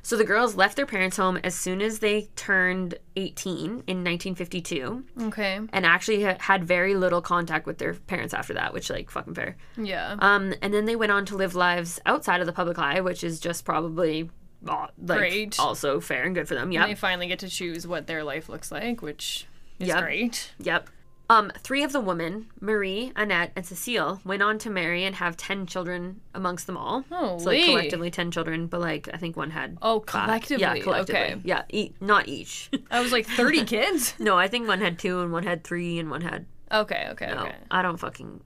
Speaker 2: so the girls left their parents home as soon as they turned 18 in 1952
Speaker 1: Okay.
Speaker 2: and actually ha- had very little contact with their parents after that which like fucking fair
Speaker 1: Yeah.
Speaker 2: um and then they went on to live lives outside of the public eye which is just probably uh, like
Speaker 1: Great.
Speaker 2: also fair and good for them yeah
Speaker 1: they finally get to choose what their life looks like, which is
Speaker 2: Yep.
Speaker 1: great.
Speaker 2: Yep. Um, three of the women, Marie, Annette, and Cecile, went on to marry and have ten children amongst them all. so like
Speaker 1: Holy.
Speaker 2: collectively ten children, but like I think one had.
Speaker 1: Oh,
Speaker 2: five.
Speaker 1: collectively.
Speaker 2: Yeah, collectively.
Speaker 1: Okay.
Speaker 2: Yeah, e- not each.
Speaker 1: I was like 30 kids.
Speaker 2: no, I think one had two, and one had three, and one had.
Speaker 1: Okay. Okay.
Speaker 2: No,
Speaker 1: Okay.
Speaker 2: I don't fucking.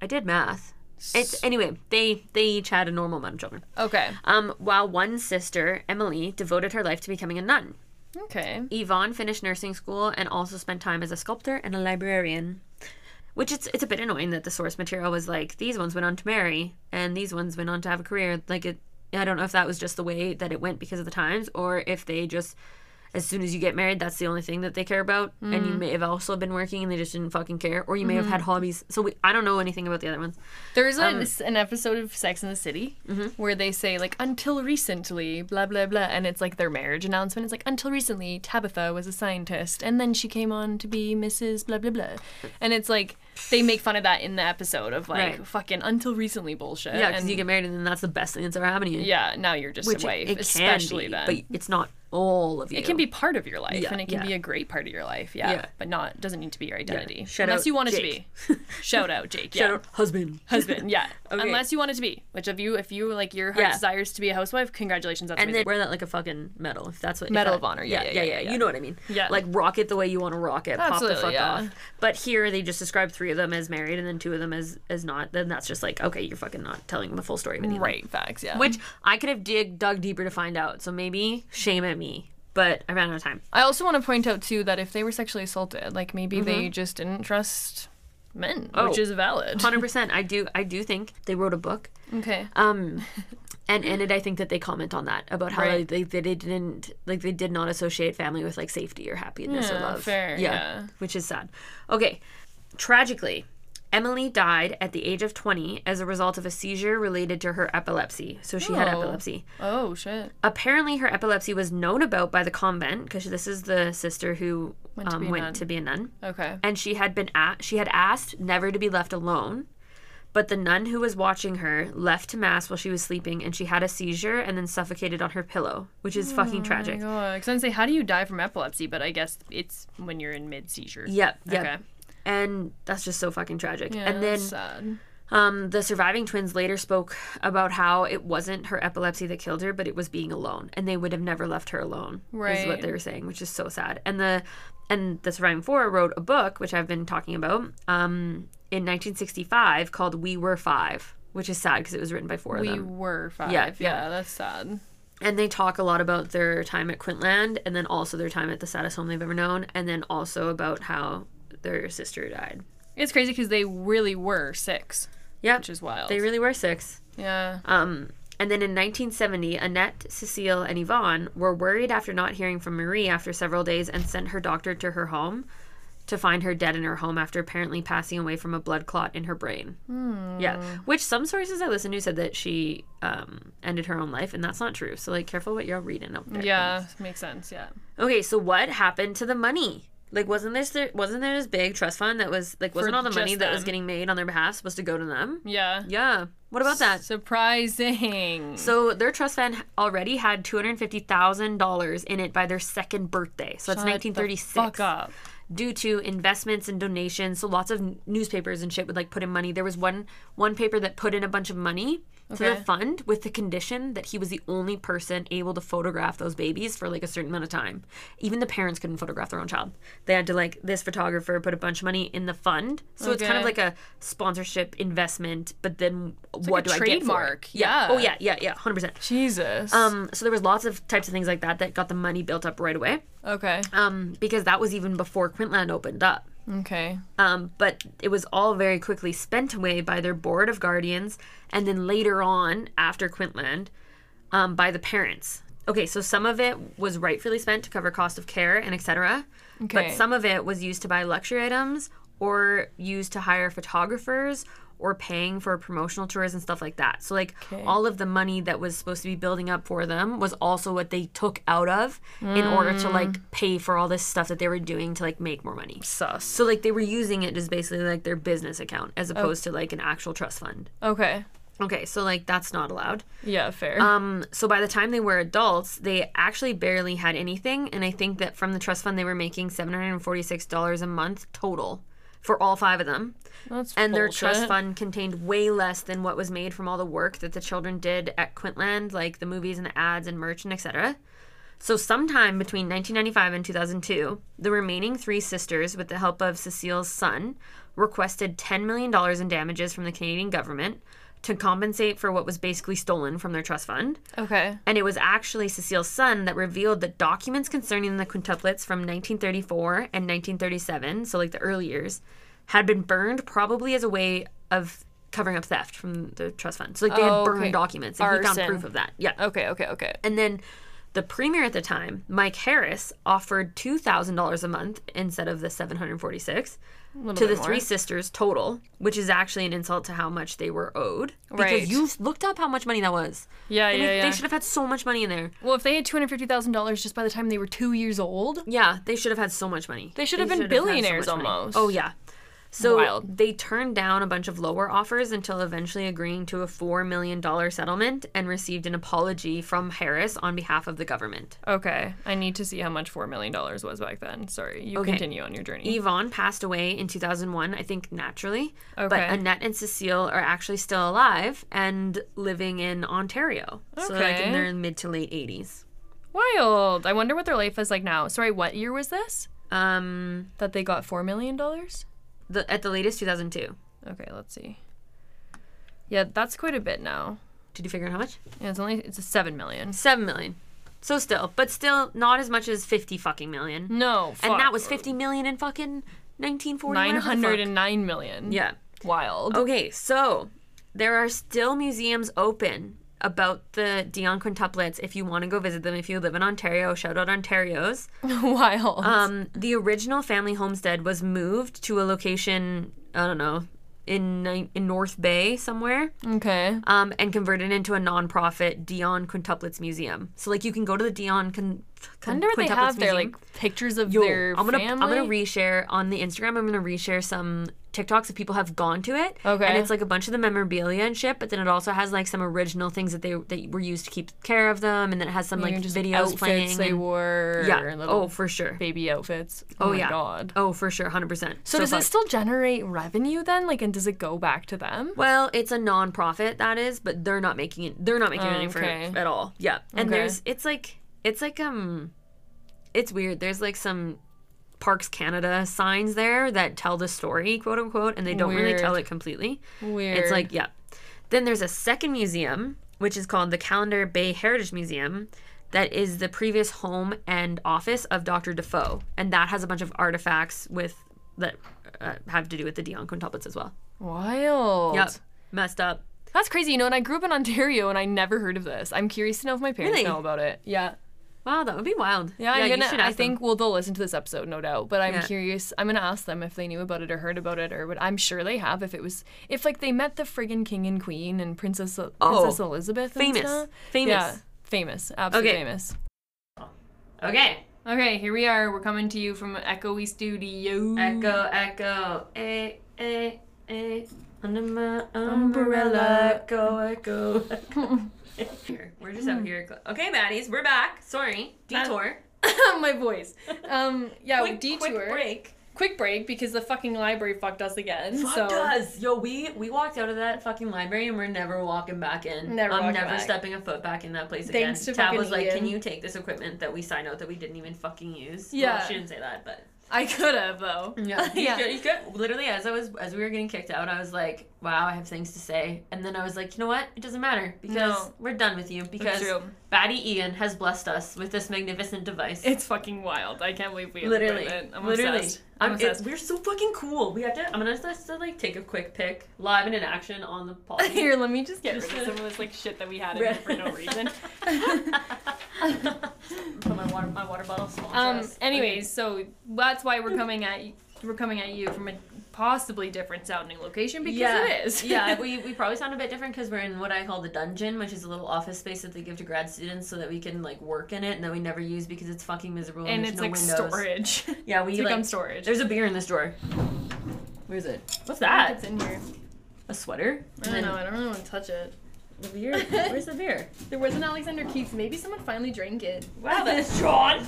Speaker 2: I did math. It's anyway. They they each had a normal amount of children.
Speaker 1: Okay.
Speaker 2: Um, while one sister, Emily, devoted her life to becoming a nun.
Speaker 1: Okay.
Speaker 2: Yvonne finished nursing school and also spent time as a sculptor and a librarian. Which it's it's a bit annoying that the source material was like these ones went on to marry and these ones went on to have a career. Like it, I don't know if that was just the way that it went because of the times, or if they just as soon as you get married, that's the only thing that they care about, and you
Speaker 1: Mm.
Speaker 2: may have also been working and they just didn't fucking care, or you may have had
Speaker 1: Mm-hmm.
Speaker 2: hobbies. So we, I don't know anything about the other ones.
Speaker 1: There's
Speaker 2: Um,
Speaker 1: an, an episode of Sex in the City
Speaker 2: Mm-hmm.
Speaker 1: where they say like until recently, blah blah blah, and it's like their marriage announcement. It's like until recently, Tabitha was a scientist, and then she came on to be Mrs. Blah blah blah, and it's like they make fun of that in the episode of like
Speaker 2: Right.
Speaker 1: fucking until recently bullshit.
Speaker 2: Yeah, because
Speaker 1: and-
Speaker 2: you get married and then that's the best thing that's ever happened to you.
Speaker 1: yeah, now you're just
Speaker 2: which
Speaker 1: a
Speaker 2: it-
Speaker 1: wife,
Speaker 2: it, can
Speaker 1: especially
Speaker 2: be,
Speaker 1: then.
Speaker 2: but it's not all of you.
Speaker 1: it can be part of your life,
Speaker 2: Yeah,
Speaker 1: and it can
Speaker 2: yeah.
Speaker 1: be a great part of your life. Yeah,
Speaker 2: Yeah.
Speaker 1: but not doesn't need to be your identity
Speaker 2: Shout
Speaker 1: unless
Speaker 2: out
Speaker 1: you want it
Speaker 2: Jake.
Speaker 1: to be. Shout out, Jake. Yeah.
Speaker 2: Shout out husband.
Speaker 1: husband. Yeah.
Speaker 2: Okay.
Speaker 1: Unless you want it to be, which of you, if you like your heart
Speaker 2: Yeah.
Speaker 1: desires to be a housewife, congratulations. That's
Speaker 2: and then
Speaker 1: amazing.
Speaker 2: wear that like a fucking medal if that's what if
Speaker 1: Medal
Speaker 2: that-
Speaker 1: of honor, yeah, yeah, yeah, yeah,
Speaker 2: you know what i mean
Speaker 1: Yeah.
Speaker 2: like rock it the way you want to rock it pop
Speaker 1: Absolutely,
Speaker 2: the fuck
Speaker 1: yeah.
Speaker 2: off but here they just describe three of them as married and then two of them as as not then that's just like okay you're fucking not telling the full story of anything.
Speaker 1: right facts. Yeah.
Speaker 2: which i could have dig dug deeper to find out so maybe shame at me but i ran out of time
Speaker 1: I also want to point out too that if they were sexually assaulted, like maybe they just didn't trust men, which
Speaker 2: Mm-hmm. Oh.
Speaker 1: is valid.
Speaker 2: 100% i do i do think they wrote a book
Speaker 1: Okay.
Speaker 2: um and in it i think that they comment on that about how
Speaker 1: Right.
Speaker 2: they, they, they didn't like they did not associate family with like safety or happiness or
Speaker 1: Yeah,
Speaker 2: love
Speaker 1: fair, yeah.
Speaker 2: which is sad okay tragically emily died at the age of 20 as a result of a seizure related to her epilepsy so she had
Speaker 1: Oh.
Speaker 2: epilepsy
Speaker 1: Oh shit.
Speaker 2: apparently her epilepsy was known about by the convent because this is the sister who
Speaker 1: Went to
Speaker 2: um,
Speaker 1: be a
Speaker 2: went
Speaker 1: nun.
Speaker 2: to be a nun
Speaker 1: Okay.
Speaker 2: and she had been a she had asked never to be left alone but the nun who was watching her left to mass while she was sleeping and she had a seizure and then suffocated on her pillow which is
Speaker 1: Oh
Speaker 2: fucking tragic
Speaker 1: Because I say, how do you die from epilepsy? But I guess it's when you're in mid seizure.
Speaker 2: yep yep
Speaker 1: Okay.
Speaker 2: and that's just so fucking tragic
Speaker 1: Yeah,
Speaker 2: and then
Speaker 1: that's sad.
Speaker 2: um, the surviving twins later spoke about how it wasn't her epilepsy that killed her but it was being alone and they would have never left her alone is what
Speaker 1: Right.
Speaker 2: they were saying which is so sad and the and the surviving four wrote a book which i've been talking about um, in 1965 called we were five which is sad because it was written by four of
Speaker 1: we
Speaker 2: them
Speaker 1: were five.
Speaker 2: Yeah,
Speaker 1: Yeah,
Speaker 2: yeah.
Speaker 1: that's sad.
Speaker 2: and they talk a lot about their time at Quintland and then also their time at the saddest home they've ever known and then also about how their sister died.
Speaker 1: It's crazy because they really were six,
Speaker 2: Yep.
Speaker 1: which is wild.
Speaker 2: They really were six.
Speaker 1: yeah.
Speaker 2: Um and then in 1970, Annette, Cecile, and Yvonne were worried after not hearing from Marie after several days and sent her doctor to her home to find her dead in her home after apparently passing away from a blood clot in her brain.
Speaker 1: Hmm.
Speaker 2: Yeah. Which some sources I listened to said that she um, ended her own life, and that's not true. So, like, careful what you're reading out there.
Speaker 1: Yeah, makes sense. Yeah.
Speaker 2: Okay, so what happened to the money? Like wasn't this there wasn't there this big trust fund that was like wasn't all the money
Speaker 1: just
Speaker 2: that was
Speaker 1: them.
Speaker 2: getting made on their behalf supposed to go to them?
Speaker 1: Yeah.
Speaker 2: Yeah. What about that?
Speaker 1: Surprising.
Speaker 2: So their trust fund already had two hundred fifty thousand dollars in it by their second birthday. So that's
Speaker 1: Shut the
Speaker 2: nineteen thirty six.
Speaker 1: Fuck up.
Speaker 2: due to investments and donations. So lots of n- newspapers and shit would like put in money. There was one one paper that put in a bunch of money to
Speaker 1: Okay.
Speaker 2: the fund with the condition that he was the only person able to photograph those babies for like a certain amount of time. Even the parents couldn't photograph their own child. They had to like this photographer put a bunch of money in the fund. So it's kind of like
Speaker 1: Okay.
Speaker 2: a sponsorship investment, but then what
Speaker 1: a
Speaker 2: do I get for
Speaker 1: trademark.
Speaker 2: it? Yeah.
Speaker 1: Yeah.
Speaker 2: Oh yeah, yeah, yeah, 100%.
Speaker 1: Jesus.
Speaker 2: Um, so there was lots of types of things like that that got the money built up right away.
Speaker 1: okay.
Speaker 2: Um, because that was even before Quintland opened up.
Speaker 1: Okay.
Speaker 2: Um, but it was all very quickly spent away by their board of guardians, and then later on, after Quintland, um, by the parents. Okay, so some of it was rightfully spent to cover cost of care and etc.
Speaker 1: Okay.
Speaker 2: But some of it was used to buy luxury items, or used to hire photographers, or paying for promotional tours and stuff like that. So like all of the money that was supposed to be building up for them was also what they took out of in order to
Speaker 1: Mm.
Speaker 2: like pay for all this stuff that they were doing to like make more money.
Speaker 1: Sus.
Speaker 2: So like they were using it as basically like their business account as opposed
Speaker 1: Oh.
Speaker 2: to like an actual trust fund.
Speaker 1: Okay.
Speaker 2: Okay, so like that's not allowed.
Speaker 1: Yeah, fair.
Speaker 2: Um so by the time they were adults, they actually barely had anything and I think that from the trust fund they were making $746 a month total for all five of them.
Speaker 1: That's
Speaker 2: And their trust
Speaker 1: bullshit.
Speaker 2: fund contained way less than what was made from all the work that the children did at Quintland, like the movies and the ads and merch and etc. So, sometime between 1995 and 2002, the remaining three sisters, with the help of Cecile's son, requested $10 million in damages from the Canadian government to compensate for what was basically stolen from their trust fund.
Speaker 1: Okay.
Speaker 2: And it was actually Cecile's son that revealed that documents concerning the quintuplets from 1934 and 1937, so like the early years, had been burned probably as a way of covering up theft from the trust fund. So like they had
Speaker 1: Oh,
Speaker 2: burned
Speaker 1: okay.
Speaker 2: documents and he
Speaker 1: Arson. Oh.
Speaker 2: found proof of that. Yeah.
Speaker 1: Okay, okay, okay.
Speaker 2: And then the premier at the time, Mike Harris, offered $2,000 a month instead of the 746 to
Speaker 1: little
Speaker 2: the
Speaker 1: bit
Speaker 2: three
Speaker 1: more.
Speaker 2: sisters total, which is actually an insult to how much they were owed because
Speaker 1: Right.
Speaker 2: you looked up how much money that was.
Speaker 1: Yeah,
Speaker 2: They-
Speaker 1: yeah, yeah.
Speaker 2: They should have had so much money in there.
Speaker 1: well, if they had two hundred fifty thousand dollars just by the time they were two years old,
Speaker 2: Yeah, they should have had so much money.
Speaker 1: They should have been
Speaker 2: had so much
Speaker 1: billionaires
Speaker 2: money.
Speaker 1: almost.
Speaker 2: Oh yeah. So
Speaker 1: Wild.
Speaker 2: they turned down a bunch of lower offers until eventually agreeing to a four million dollar settlement and received an apology from Harris on behalf of the government.
Speaker 1: okay. I need to see how much four million dollars was back then. Sorry, you
Speaker 2: Okay.
Speaker 1: continue on your journey.
Speaker 2: Yvonne passed away in 2001, I think naturally.
Speaker 1: Okay.
Speaker 2: But Annette and Cecile are actually still alive and living in Ontario. So like
Speaker 1: Okay.
Speaker 2: in their mid to late 80s.
Speaker 1: Wild. I wonder what their life is like now. Sorry, what year was this
Speaker 2: Um,
Speaker 1: that they got four million dollars?
Speaker 2: the, at the latest 2002.
Speaker 1: Okay, let's see. Yeah, that's quite a bit now.
Speaker 2: Did you figure out how much?
Speaker 1: Yeah, it's only it's a seven million.
Speaker 2: Seven million. So still, but still not as much as fifty fucking million.
Speaker 1: No, fuck.
Speaker 2: And that was fifty million in fucking nineteen forty.
Speaker 1: nine hundred and nine million.
Speaker 2: yeah.
Speaker 1: wild.
Speaker 2: Okay, so there are still museums open about the Dion quintuplets if you want to go visit them. If you live in Ontario, shout out Ontario's.
Speaker 1: Oh. wild.
Speaker 2: Um, the original family homestead was moved to a location I don't know in ni- in North Bay somewhere.
Speaker 1: okay.
Speaker 2: um, and converted into a nonprofit Dion Quintuplets Museum. So like you can go to the Dion Quin-
Speaker 1: I
Speaker 2: Quin-
Speaker 1: wonder what they
Speaker 2: Quintuplets
Speaker 1: have there,
Speaker 2: Museum.
Speaker 1: like pictures of
Speaker 2: Yo,
Speaker 1: their
Speaker 2: I'm gonna
Speaker 1: family.
Speaker 2: I'm gonna reshare on the Instagram. I'm gonna reshare some TikToks of people have gone to it.
Speaker 1: Okay.
Speaker 2: and it's like a bunch of the memorabilia and shit, but then it also has like some original things that they that were used to keep care of them, and then it has some like
Speaker 1: just
Speaker 2: videos
Speaker 1: outfits
Speaker 2: playing.
Speaker 1: they
Speaker 2: and-
Speaker 1: wore.
Speaker 2: yeah.
Speaker 1: Little
Speaker 2: Oh, for sure.
Speaker 1: baby outfits.
Speaker 2: Oh,
Speaker 1: Oh, my
Speaker 2: yeah.
Speaker 1: god.
Speaker 2: Oh, for sure. Hundred percent.
Speaker 1: So, does
Speaker 2: fun.
Speaker 1: it still generate revenue then? Like, and does it go back to them?
Speaker 2: Well, it's a non-profit that is, but they're not making it. They're not making
Speaker 1: Oh,
Speaker 2: any for
Speaker 1: okay.
Speaker 2: at all. Yeah, and
Speaker 1: Okay.
Speaker 2: there's it's like it's like um, it's weird. There's like some Parks Canada signs there that tell the story, quote unquote, and they don't really
Speaker 1: Weird.
Speaker 2: tell it completely.
Speaker 1: Weird.
Speaker 2: It's like yeah. Then there's a second museum which is called the Calendar Bay Heritage Museum. That is the previous home and office of Dr. Defoe, and that has a bunch of artifacts with that uh, have to do with the Dion quintuplets as well.
Speaker 1: wild.
Speaker 2: Yep, messed up.
Speaker 1: That's crazy. You know, and I grew up in Ontario, and I never heard of this. I'm curious to know if my parents
Speaker 2: Really?
Speaker 1: know about it. Yeah.
Speaker 2: Wow, that would be wild.
Speaker 1: Yeah, I'm
Speaker 2: you
Speaker 1: gonna.
Speaker 2: should
Speaker 1: I
Speaker 2: ask them.
Speaker 1: think well, they'll listen to this episode, no doubt. But I'm
Speaker 2: Yeah.
Speaker 1: curious. I'm gonna ask them if they knew about it or heard about it, or what. I'm sure they have. If it was, if like they met the friggin' king and queen and Princess Princess Elizabeth, and
Speaker 2: Oh, famous.
Speaker 1: stuff.
Speaker 2: Famous.
Speaker 1: yeah, famous, absolutely
Speaker 2: Okay.
Speaker 1: famous.
Speaker 2: Okay.
Speaker 1: Okay, here we are. We're coming to you from an echoey studio.
Speaker 2: Echo, echo, eh, eh, eh. Under my umbrella, echo, echo. echo. Here, we're just out here. Okay, baddies, we're back. Sorry, detour.
Speaker 1: My voice. Um, yeah,
Speaker 2: quick,
Speaker 1: detour.
Speaker 2: quick break.
Speaker 1: Quick break because the fucking library fucked us again.
Speaker 2: Fuck
Speaker 1: so
Speaker 2: us, yo. We we walked out of that fucking library and we're never walking back in.
Speaker 1: Never
Speaker 2: I'm
Speaker 1: walking
Speaker 2: never
Speaker 1: back.
Speaker 2: stepping a foot back in that place again.
Speaker 1: Thanks to
Speaker 2: Tab
Speaker 1: fucking
Speaker 2: was like,
Speaker 1: Ian.
Speaker 2: "Can you take this equipment that we signed out that we didn't even fucking use?" Well,
Speaker 1: Yeah.
Speaker 2: she didn't say that, but
Speaker 1: I could have though.
Speaker 2: Yeah, he's
Speaker 1: yeah.
Speaker 2: good. He's good. Literally, as I was as we were getting kicked out, I was like, "Wow, I have things to say." And then I was like, "You know what? It doesn't matter because
Speaker 1: No.
Speaker 2: we're done with you because
Speaker 1: true.
Speaker 2: Batty Ian has blessed us with this magnificent device."
Speaker 1: It's fucking wild. I can't believe we have
Speaker 2: literally,
Speaker 1: equipment. I'm
Speaker 2: literally,
Speaker 1: obsessed. I'm
Speaker 2: I'm, it-
Speaker 1: obsessed.
Speaker 2: we're so fucking cool. We have to. I'm gonna just to, like take a quick pic live and in action on the pod.
Speaker 1: Here, let me just get rid
Speaker 2: Just
Speaker 1: of
Speaker 2: gonna-
Speaker 1: some of this like shit that we had in here for no reason.
Speaker 2: Put my water, my water bottle. sponsor
Speaker 1: um.
Speaker 2: us.
Speaker 1: Anyways, so that's why we're coming at y- we're coming at you from a possibly different sounding location because
Speaker 2: yeah.
Speaker 1: it is.
Speaker 2: yeah, we, we probably sound a bit different because we're in what I call the dungeon, which is a little office space that they give to grad students so that we can like work in it and that we never use because it's fucking miserable and,
Speaker 1: and
Speaker 2: there's
Speaker 1: it's
Speaker 2: no
Speaker 1: like
Speaker 2: windows.
Speaker 1: storage.
Speaker 2: Yeah, we
Speaker 1: It's become
Speaker 2: like,
Speaker 1: storage.
Speaker 2: There's a beer in this drawer. Where is it? What's
Speaker 1: I
Speaker 2: that?
Speaker 1: think it's in here.
Speaker 2: A sweater?
Speaker 1: I don't know. I don't really want to touch it.
Speaker 2: The beer? Where's the beer?
Speaker 1: There was an Alexander Keith. Maybe someone finally drank it.
Speaker 2: Wow, that's John.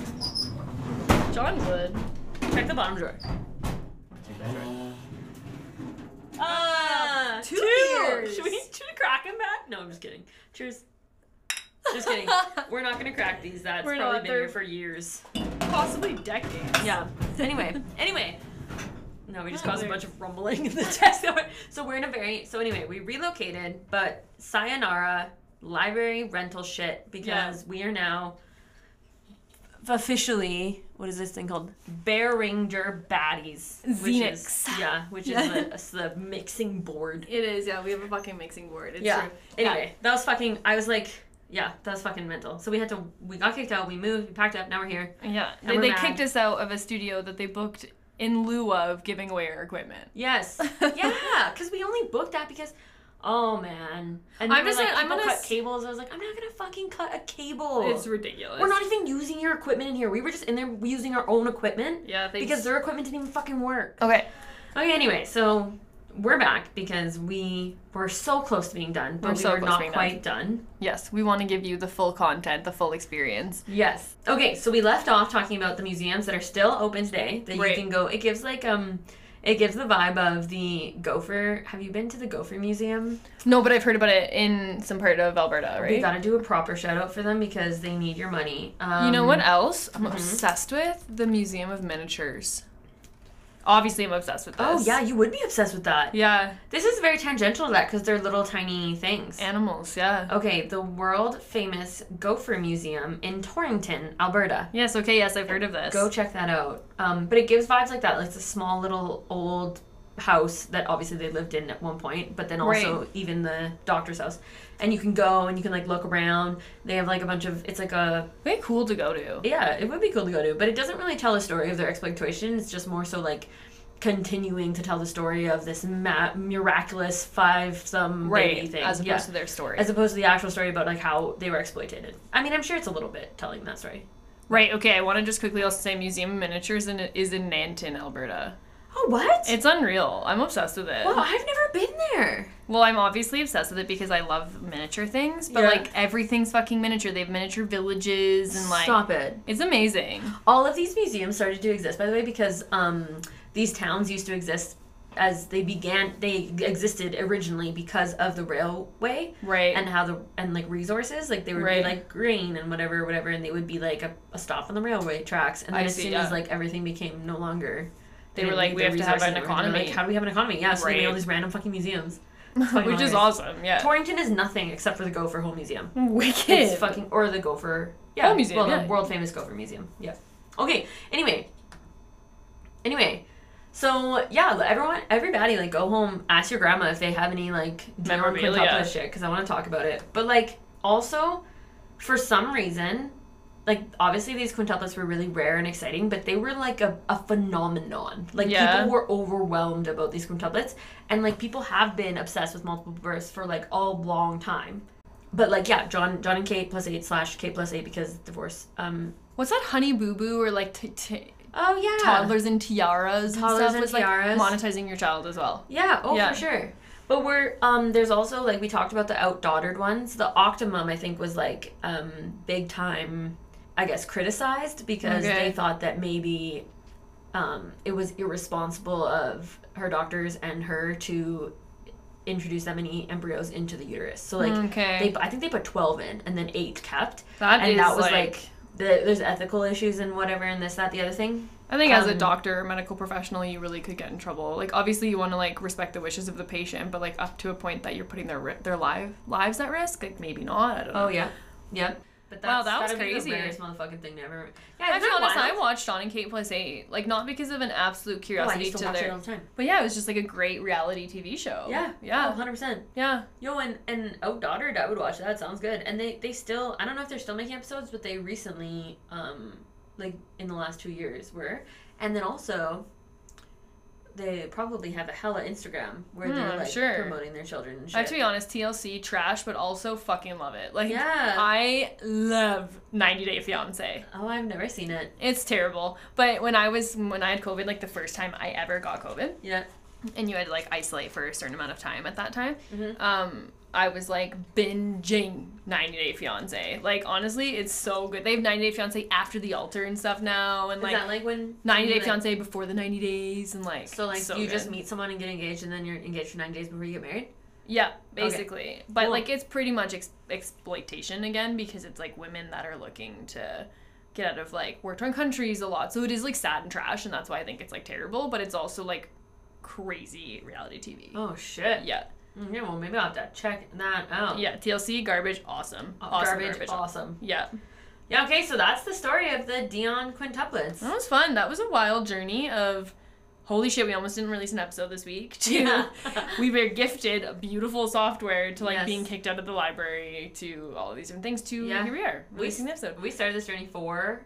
Speaker 1: John would.
Speaker 2: Check the bottom drawer. Ah,
Speaker 1: Two
Speaker 2: two.
Speaker 1: beers.
Speaker 2: Should we, should we crack them back? No, I'm just kidding. Cheers. Just kidding. We're not gonna crack these. That's
Speaker 1: We're
Speaker 2: probably
Speaker 1: not.
Speaker 2: been here
Speaker 1: They're-
Speaker 2: for years.
Speaker 1: Possibly decades.
Speaker 2: Yeah. Anyway, anyway. No, we just
Speaker 1: Oh,
Speaker 2: caused a
Speaker 1: there-
Speaker 2: bunch of rumbling in the text. So we're in a very so anyway, we relocated, but sayonara library rental shit because we are now officially what is this thing called Bear Ranger baddies which is
Speaker 1: Xenix.
Speaker 2: yeah which is
Speaker 1: Yeah.
Speaker 2: the, it's the mixing board
Speaker 1: It is. Yeah, we have a fucking mixing board. It's
Speaker 2: yeah
Speaker 1: true.
Speaker 2: anyway that was fucking I was like yeah that was fucking mental so we had to we got kicked out we moved we packed up now we're here
Speaker 1: Yeah,
Speaker 2: And
Speaker 1: they,
Speaker 2: we're
Speaker 1: they
Speaker 2: mad.
Speaker 1: kicked us out of a studio that they booked in lieu of giving away our equipment.
Speaker 2: Yes. yeah, because we only booked that because, oh man. And
Speaker 1: I'm
Speaker 2: I'm
Speaker 1: just
Speaker 2: just like,
Speaker 1: gonna- I'm
Speaker 2: people
Speaker 1: gonna
Speaker 2: cut
Speaker 1: s-
Speaker 2: cables. I was like, I'm not gonna fucking cut a cable.
Speaker 1: It's ridiculous.
Speaker 2: Oh. We're not even using your equipment in here. We were just in there using our own equipment.
Speaker 1: Yeah, they
Speaker 2: Because their equipment didn't even fucking work.
Speaker 1: okay.
Speaker 2: Okay, anyway, so we're back because we were so close to being done, but
Speaker 1: We're
Speaker 2: we
Speaker 1: so
Speaker 2: were
Speaker 1: close to
Speaker 2: not
Speaker 1: being
Speaker 2: quite done.
Speaker 1: Yes, we want to give you the full content, the full experience.
Speaker 2: Yes. Okay, so we left off talking about the museums that are still open today that
Speaker 1: Right.
Speaker 2: you can go. It gives like um it gives the vibe of the Gopher. Have you been to the Gopher Museum?
Speaker 1: No, but I've heard about it in some part of Alberta, right?
Speaker 2: We gotta do a proper shout out for them because they need your money. Um,
Speaker 1: you know what else? I'm obsessed with the Museum of Miniatures. Obviously, I'm obsessed with this.
Speaker 2: Oh yeah, you would be obsessed with that.
Speaker 1: Yeah,
Speaker 2: This is very tangential to that because they're little tiny things.
Speaker 1: animals. Yeah.
Speaker 2: okay, the world famous Gopher Museum in Torrington, Alberta.
Speaker 1: Yes. Okay. Yes, I've heard of this.
Speaker 2: Go check that out. Um, but it gives vibes like that. Like it's a small little old house that obviously they lived in at one point, but then also even the doctor's house. And you can go and you can like look around. They have like a bunch of it's like a
Speaker 1: Way cool to go to.
Speaker 2: Yeah, it would be cool to go to, but it doesn't really tell the story of their exploitation. It's just more so like continuing to tell the story of this ma- miraculous five some baby
Speaker 1: Right.
Speaker 2: thing,
Speaker 1: As opposed
Speaker 2: yeah.
Speaker 1: to their story.
Speaker 2: as opposed to the actual story about like how they were exploited. I mean, I'm sure it's a little bit telling that story.
Speaker 1: Right. Okay. I want to just quickly also say Museum of Miniatures in, is in Nanton, Alberta.
Speaker 2: Oh, what?
Speaker 1: It's unreal. I'm obsessed with it.
Speaker 2: wow, I've never been there.
Speaker 1: Well, I'm obviously obsessed with it because I love miniature things, but
Speaker 2: Yeah.
Speaker 1: like everything's fucking miniature. They have miniature villages and like
Speaker 2: Stop it.
Speaker 1: it's amazing.
Speaker 2: all of these museums started to exist by the way because um, these towns used to exist as they began they existed originally because of the railway
Speaker 1: Right.
Speaker 2: and how the and like resources like they would
Speaker 1: Right.
Speaker 2: be like grain and whatever whatever and they would be like a, a stop on the railway tracks and then
Speaker 1: I
Speaker 2: as
Speaker 1: see,
Speaker 2: soon as
Speaker 1: yeah.
Speaker 2: like everything became no longer
Speaker 1: They were
Speaker 2: didn't
Speaker 1: like,
Speaker 2: need
Speaker 1: "We
Speaker 2: the
Speaker 1: have to have
Speaker 2: resources
Speaker 1: an
Speaker 2: anymore," and they're
Speaker 1: economy.
Speaker 2: like how do we have an economy yeah so they made all
Speaker 1: Right.
Speaker 2: these random fucking museums
Speaker 1: Which is awesome. Yeah.
Speaker 2: Torrington is nothing except for the Gopher Hole Museum
Speaker 1: Wicked.
Speaker 2: it's fucking or the Gopher. Yeah,
Speaker 1: Hole Museum,
Speaker 2: Well,
Speaker 1: yeah.
Speaker 2: the world famous Gopher Museum. Yeah. Okay. Anyway. Anyway, so yeah, let everyone, everybody, like go home, ask your grandma if they have any like deal on
Speaker 1: Memorabilia.
Speaker 2: quintuplet shit because I want to talk about it. But like also, for some reason. Like obviously these quintuplets were really rare and exciting, but they were like a, a phenomenon. Like
Speaker 1: Yeah.
Speaker 2: people were overwhelmed about these quintuplets, and like people have been obsessed with multiple births for like a long time But like yeah, John John and Kate plus eight slash Kate plus eight because divorce. Um.
Speaker 1: What's that Honey Boo Boo or like t- t-
Speaker 2: Oh yeah.
Speaker 1: toddlers and tiaras and
Speaker 2: Toddlers
Speaker 1: stuff
Speaker 2: and
Speaker 1: was
Speaker 2: tiaras.
Speaker 1: like monetizing your child as well.
Speaker 2: Yeah, oh
Speaker 1: Yeah.
Speaker 2: for sure. But we're um there's also like we talked about the outdaughtered ones. The Octomum I think was like um big time I guess criticized because
Speaker 1: Okay.
Speaker 2: they thought that maybe um it was irresponsible of her doctors and her to introduce that many embryos into the uterus. So like
Speaker 1: Mm, Okay.
Speaker 2: they I think they put 12 in and then 8 kept.
Speaker 1: That
Speaker 2: and
Speaker 1: is,
Speaker 2: that was
Speaker 1: like,
Speaker 2: like, the, there's ethical issues and whatever and this that the other thing.
Speaker 1: I think as a
Speaker 2: um,
Speaker 1: doctor, or medical professional, you really could get in trouble. Like obviously you want to like respect the wishes of the patient, but like up to a point that you're putting their ri- their live lives at risk, like maybe not. I don't know.
Speaker 2: Oh yeah, yep. But
Speaker 1: Wow,
Speaker 2: that's,
Speaker 1: that was
Speaker 2: that'd be
Speaker 1: crazy.
Speaker 2: The rarest motherfucking thing to ever. Yeah,
Speaker 1: I
Speaker 2: isn't
Speaker 1: feel
Speaker 2: that
Speaker 1: honest,
Speaker 2: wild?
Speaker 1: I watched Dawn and Kate Plus Eight, like not because of an absolute
Speaker 2: Oh, I
Speaker 1: curiosity
Speaker 2: used to
Speaker 1: to
Speaker 2: watch it
Speaker 1: their,
Speaker 2: all the time.
Speaker 1: but yeah, it was just like a great reality TV show.
Speaker 2: Yeah,
Speaker 1: yeah,
Speaker 2: 100. Oh, percent
Speaker 1: yeah.
Speaker 2: Yo, and and Outdaughtered, I would watch that. Sounds good. And they they still, I don't know if they're still making episodes, but they recently, um, like in the last two years were, and then also. They probably have a hella Instagram where
Speaker 1: Hmm,
Speaker 2: they're
Speaker 1: I'm
Speaker 2: like
Speaker 1: sure.
Speaker 2: promoting their children and shit.
Speaker 1: I have to be honest, TLC trash, but also fucking love it. Like
Speaker 2: Yeah.
Speaker 1: I love 90 Day Fiance.
Speaker 2: oh, I've never seen it.
Speaker 1: It's terrible. But when I was when I had COVID, like the first time I ever got COVID,
Speaker 2: Yeah.
Speaker 1: and you had to like isolate for a certain amount of time at that time,
Speaker 2: Mhm.
Speaker 1: um, I was like binging 90 Day Fiance. Like honestly, it's so good. They have 90 Day Fiance after the altar and stuff now, and
Speaker 2: Is
Speaker 1: like
Speaker 2: that like when
Speaker 1: 90 Day
Speaker 2: like-
Speaker 1: Fiance before the 90 days, and like
Speaker 2: So like you
Speaker 1: good.
Speaker 2: just meet someone and get engaged, and then you're engaged for nine days before you get married.
Speaker 1: Yeah, basically. But
Speaker 2: Cool.
Speaker 1: like it's pretty much ex- exploitation again because it's like women that are looking to get out of like worked on countries a lot. So it is like sad and trash and that's why I think it's like terrible, but it's also like crazy reality TV.
Speaker 2: Oh shit.
Speaker 1: Yeah.
Speaker 2: Okay, Mm, well maybe I'll have to check that out.
Speaker 1: Yeah, TLC garbage awesome. Awesome
Speaker 2: Oh, Garbage,
Speaker 1: garbage.
Speaker 2: awesome.
Speaker 1: Yeah.
Speaker 2: Yeah, okay, so that's the story of the Dion quintuplets.
Speaker 1: That was fun. That was a wild journey of holy shit, we almost didn't release an episode this week. To
Speaker 2: Yeah.
Speaker 1: we were gifted beautiful software to like
Speaker 2: Yes.
Speaker 1: being kicked out of the library to all of these different things to
Speaker 2: Yeah.
Speaker 1: here we are
Speaker 2: We-
Speaker 1: releasing the episode.
Speaker 2: We started this journey four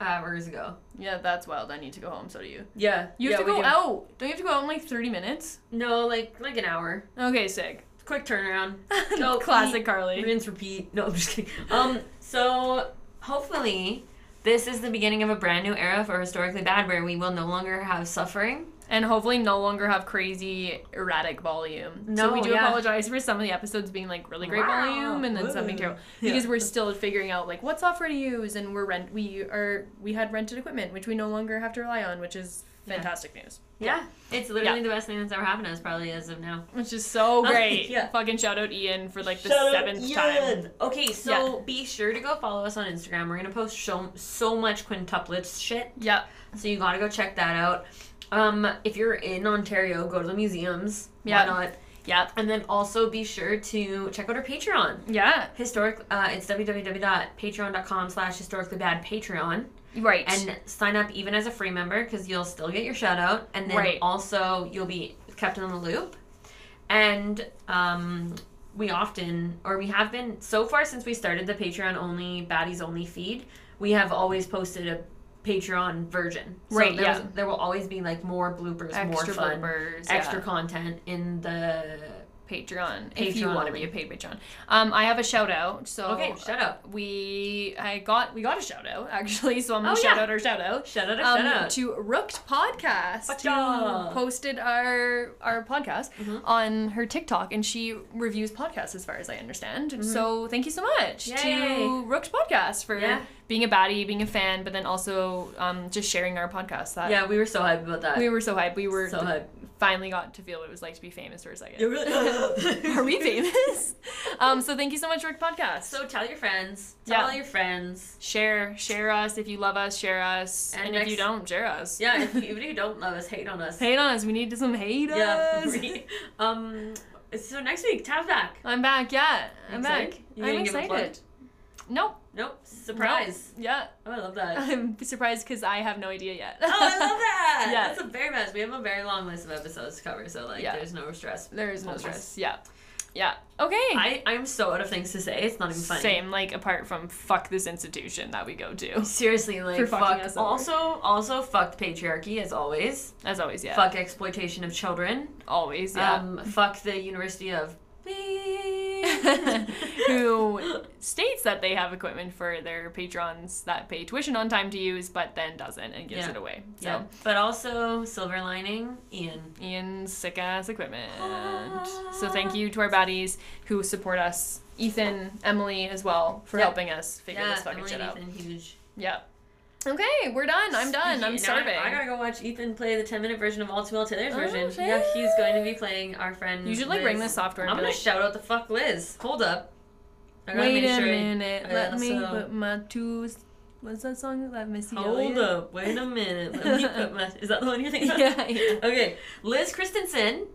Speaker 2: hours ago.
Speaker 1: Yeah, that's wild. I need to go home. So do you.
Speaker 2: Yeah.
Speaker 1: You have to go out. Don't you have to go out in like 30 minutes?
Speaker 2: No, like like an hour.
Speaker 1: Okay, sick.
Speaker 2: Quick turnaround. Go
Speaker 1: Classic
Speaker 2: eat,
Speaker 1: Carly.
Speaker 2: Rinse, repeat. No, I'm just kidding. Um, so hopefully this is the beginning of a brand new era for Historically Bad where we will no longer have suffering.
Speaker 1: And hopefully no longer have crazy erratic volume. so
Speaker 2: No,
Speaker 1: we do
Speaker 2: yeah.
Speaker 1: apologize for some of the episodes being like really great
Speaker 2: Wow.
Speaker 1: volume and then something
Speaker 2: Ooh.
Speaker 1: terrible.
Speaker 2: Yeah.
Speaker 1: Because we're still figuring out like what software to use and we're rent we are we had rented equipment, which we no longer have to rely on, which is
Speaker 2: Yeah.
Speaker 1: fantastic news.
Speaker 2: Yeah. It's literally the best thing that's ever happened to us probably as of now.
Speaker 1: Which is so
Speaker 2: Okay,
Speaker 1: great.
Speaker 2: yeah.
Speaker 1: Fucking shout out Ian for like the
Speaker 2: Shout out
Speaker 1: seventh time.
Speaker 2: Ian. Okay, so be sure to go follow us on Instagram. We're gonna post so, so much quintuplets shit,
Speaker 1: Yeah.
Speaker 2: so you gotta go check that out. Um, if you're in Ontario, go to the museums.
Speaker 1: Yeah.
Speaker 2: Why not?
Speaker 1: Yeah.
Speaker 2: And then also be sure to check out our Patreon.
Speaker 1: Yeah.
Speaker 2: Historic, uh, it's www.patreon.com slash historically bad Patreon.
Speaker 1: Right.
Speaker 2: And sign up even as a free member because you'll still get your shout out. And then
Speaker 1: Right.
Speaker 2: also you'll be kept in the loop. And um, we often, or we have been, so far since we started the Patreon only, baddies only feed, we have always posted a Patreon version. So
Speaker 1: Right,
Speaker 2: there, was-
Speaker 1: yeah.
Speaker 2: there will always be like more bloopers, more
Speaker 1: extra
Speaker 2: fun,
Speaker 1: bloopers.
Speaker 2: extra
Speaker 1: yeah.
Speaker 2: content in the.
Speaker 1: Patreon, if you
Speaker 2: Patreon
Speaker 1: want to be
Speaker 2: only.
Speaker 1: a paid Patreon. Um, I have a shout out. So
Speaker 2: Okay, shout out.
Speaker 1: we I got we got a shout out actually, so I'm gonna
Speaker 2: Oh,
Speaker 1: shout
Speaker 2: yeah.
Speaker 1: out our shout out.
Speaker 2: Shout out, a
Speaker 1: Um,
Speaker 2: shout out.
Speaker 1: to Rooked Podcast,
Speaker 2: Fuck Mm-hmm.
Speaker 1: who posted our our podcast on her TikTok, and she reviews podcasts as far as I understand. So thank you so much
Speaker 2: Mm-hmm. Yay.
Speaker 1: to Rooked Podcast for
Speaker 2: Yeah.
Speaker 1: being a baddie, being a fan, but then also um, just sharing our podcast. That
Speaker 2: yeah, we were so hyped about that.
Speaker 1: we were so hyped. We were
Speaker 2: so hyped.
Speaker 1: finally got to feel what it was like to be famous for a second.
Speaker 2: It really-
Speaker 1: Are we famous? um, so thank you so much, Rick Podcast.
Speaker 2: So tell your friends. Tell
Speaker 1: Yeah.
Speaker 2: all your friends.
Speaker 1: share, share us if you love us. Share us, and,
Speaker 2: And
Speaker 1: if you
Speaker 2: next-
Speaker 1: don't, share us.
Speaker 2: Yeah, if, even if you don't love us, hate on us.
Speaker 1: hate on us. We need some hate
Speaker 2: yeah.
Speaker 1: us.
Speaker 2: we- um. So next week, Tav's back.
Speaker 1: I'm back. Yeah, I'm
Speaker 2: excited?
Speaker 1: back.
Speaker 2: You
Speaker 1: I'm
Speaker 2: didn't give a plug?
Speaker 1: excited. Nope.
Speaker 2: Nope. Surprise.
Speaker 1: Nope. Yeah,
Speaker 2: Oh, I love that.
Speaker 1: I'm surprised because I have no idea yet.
Speaker 2: Oh, I love that.
Speaker 1: Yeah.
Speaker 2: That's a very much. We have a very long list of episodes to cover, so like,
Speaker 1: Yeah.
Speaker 2: there's no stress.
Speaker 1: There is no
Speaker 2: Almost.
Speaker 1: stress. Yeah, yeah. Okay.
Speaker 2: I I'm so out of things to say. It's not even funny.
Speaker 1: Same. Like apart from fuck this institution that we go to.
Speaker 2: Seriously, like
Speaker 1: For fucking
Speaker 2: fuck.
Speaker 1: us over.
Speaker 2: Also, also fucked patriarchy as always.
Speaker 1: As always, yeah.
Speaker 2: Fuck Um. exploitation of children.
Speaker 1: Always, yeah.
Speaker 2: Um, fuck the University of. Beep.
Speaker 1: who states that they have equipment for their patrons that pay tuition on time to use, but then doesn't and gives
Speaker 2: Yeah.
Speaker 1: it away. So
Speaker 2: Yeah. But also, silver lining, Ian.
Speaker 1: Ian's sick ass equipment. So thank you to our baddies who support us, Ethan, Emily as well for
Speaker 2: Yeah.
Speaker 1: helping us figure this fucking
Speaker 2: Emily
Speaker 1: shit
Speaker 2: and
Speaker 1: out.
Speaker 2: Ethan, huge.
Speaker 1: Yeah. Okay, we're done. I'm done.
Speaker 2: Now I-
Speaker 1: I'm starving.
Speaker 2: I, gotta go watch Ethan play the 10 minute version of All Too Well Taylor's
Speaker 1: Oh,
Speaker 2: version.
Speaker 1: shit.
Speaker 2: Yeah, he's going to be playing our friend.
Speaker 1: You should like
Speaker 2: Liz.
Speaker 1: bring this software.
Speaker 2: I'm
Speaker 1: And be
Speaker 2: gonna
Speaker 1: like,
Speaker 2: shout out the fuck Liz. Hold up. I gotta
Speaker 1: Wait
Speaker 2: make
Speaker 1: a
Speaker 2: sure I-
Speaker 1: minute.
Speaker 2: I
Speaker 1: Let me
Speaker 2: also-
Speaker 1: put my two. What's that song? Let me see.
Speaker 2: Hold up. Wait a minute. Let me put my. Is that the one you're thinking about?
Speaker 1: Yeah, yeah.
Speaker 2: Okay. Liz Christensen.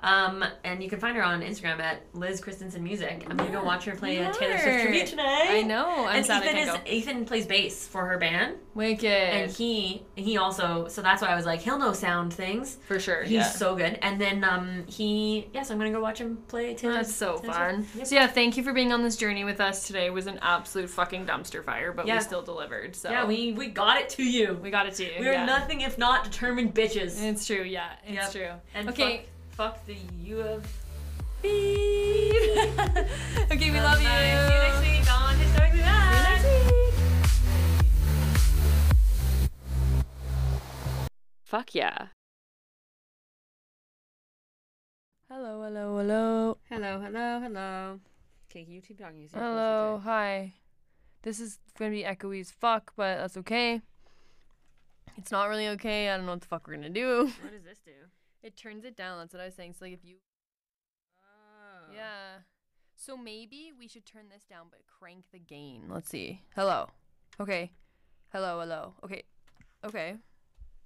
Speaker 2: Um, and you can find her on Instagram at Liz Christensen Music. I'm gonna go watch her play a Taylor Swift
Speaker 1: Smart.
Speaker 2: tribute tonight.
Speaker 1: I know. I'm
Speaker 2: and
Speaker 1: sad
Speaker 2: Ethan
Speaker 1: I
Speaker 2: is
Speaker 1: can't go.
Speaker 2: Ethan plays bass for her band,
Speaker 1: Wicked.
Speaker 2: and he he also so that's why I was like he'll know sound things.
Speaker 1: For sure.
Speaker 2: He's
Speaker 1: yeah.
Speaker 2: so good. And then um he yes I'm gonna go watch him play Taylor.
Speaker 1: That's so
Speaker 2: Taylor
Speaker 1: fun.
Speaker 2: Swift. Yep.
Speaker 1: So yeah, thank you for being on this journey with us today. It was an absolute fucking dumpster fire, but
Speaker 2: Yeah.
Speaker 1: we still delivered. So
Speaker 2: Yeah, we we got it to you.
Speaker 1: we got it to you.
Speaker 2: We are
Speaker 1: yeah.
Speaker 2: nothing if not determined bitches.
Speaker 1: It's true. Yeah, it's
Speaker 2: Yep.
Speaker 1: true.
Speaker 2: And
Speaker 1: okay.
Speaker 2: fuck, fuck the U of
Speaker 1: Beep. okay, we
Speaker 2: Bye.
Speaker 1: love you.
Speaker 2: See you next week on Historically Bad.
Speaker 1: See you next week. Fuck yeah. Hello, hello, hello.
Speaker 2: Hello, hello, hello. Okay, you keep talking. You
Speaker 1: Hello, hi. This is gonna be echoey as fuck, but that's okay. It's not really okay. I don't know what the fuck we're gonna do.
Speaker 2: What does this do?
Speaker 1: It turns it down. That's what I was saying. So like, if you,
Speaker 2: Oh.
Speaker 1: yeah. So maybe we should turn this down, but crank the gain. Let's see. Hello. Okay. Hello. Hello. Okay. Okay.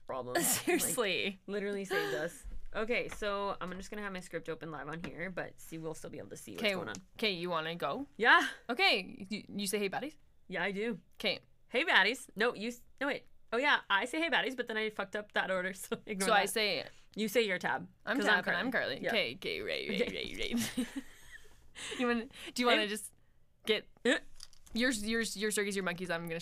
Speaker 2: Problem. Like,
Speaker 1: Seriously.
Speaker 2: literally saved us. Okay, so I'm just gonna have my script open live on here, but see, we'll still be able to see what's
Speaker 1: Okay.
Speaker 2: going on.
Speaker 1: Okay. You wanna go?
Speaker 2: Yeah,
Speaker 1: Okay. You, you say hey, buddies.
Speaker 2: yeah, I do.
Speaker 1: Okay.
Speaker 2: Hey, baddies. No, you. s- No, wait. Oh yeah, I say hey, baddies, but then I fucked up that order, so ignore
Speaker 1: So
Speaker 2: that.
Speaker 1: I say
Speaker 2: you say your tab.
Speaker 1: I'm
Speaker 2: 'cause
Speaker 1: Tab and I'm
Speaker 2: Carly.
Speaker 1: Carly.
Speaker 2: Yeah.
Speaker 1: Okay, okay, right, right,
Speaker 2: Okay.
Speaker 1: right, right. you want? Do you want to
Speaker 2: I'm-
Speaker 1: just get
Speaker 2: Eh.
Speaker 1: yours? Yours? Your circus, your monkeys. I'm gonna.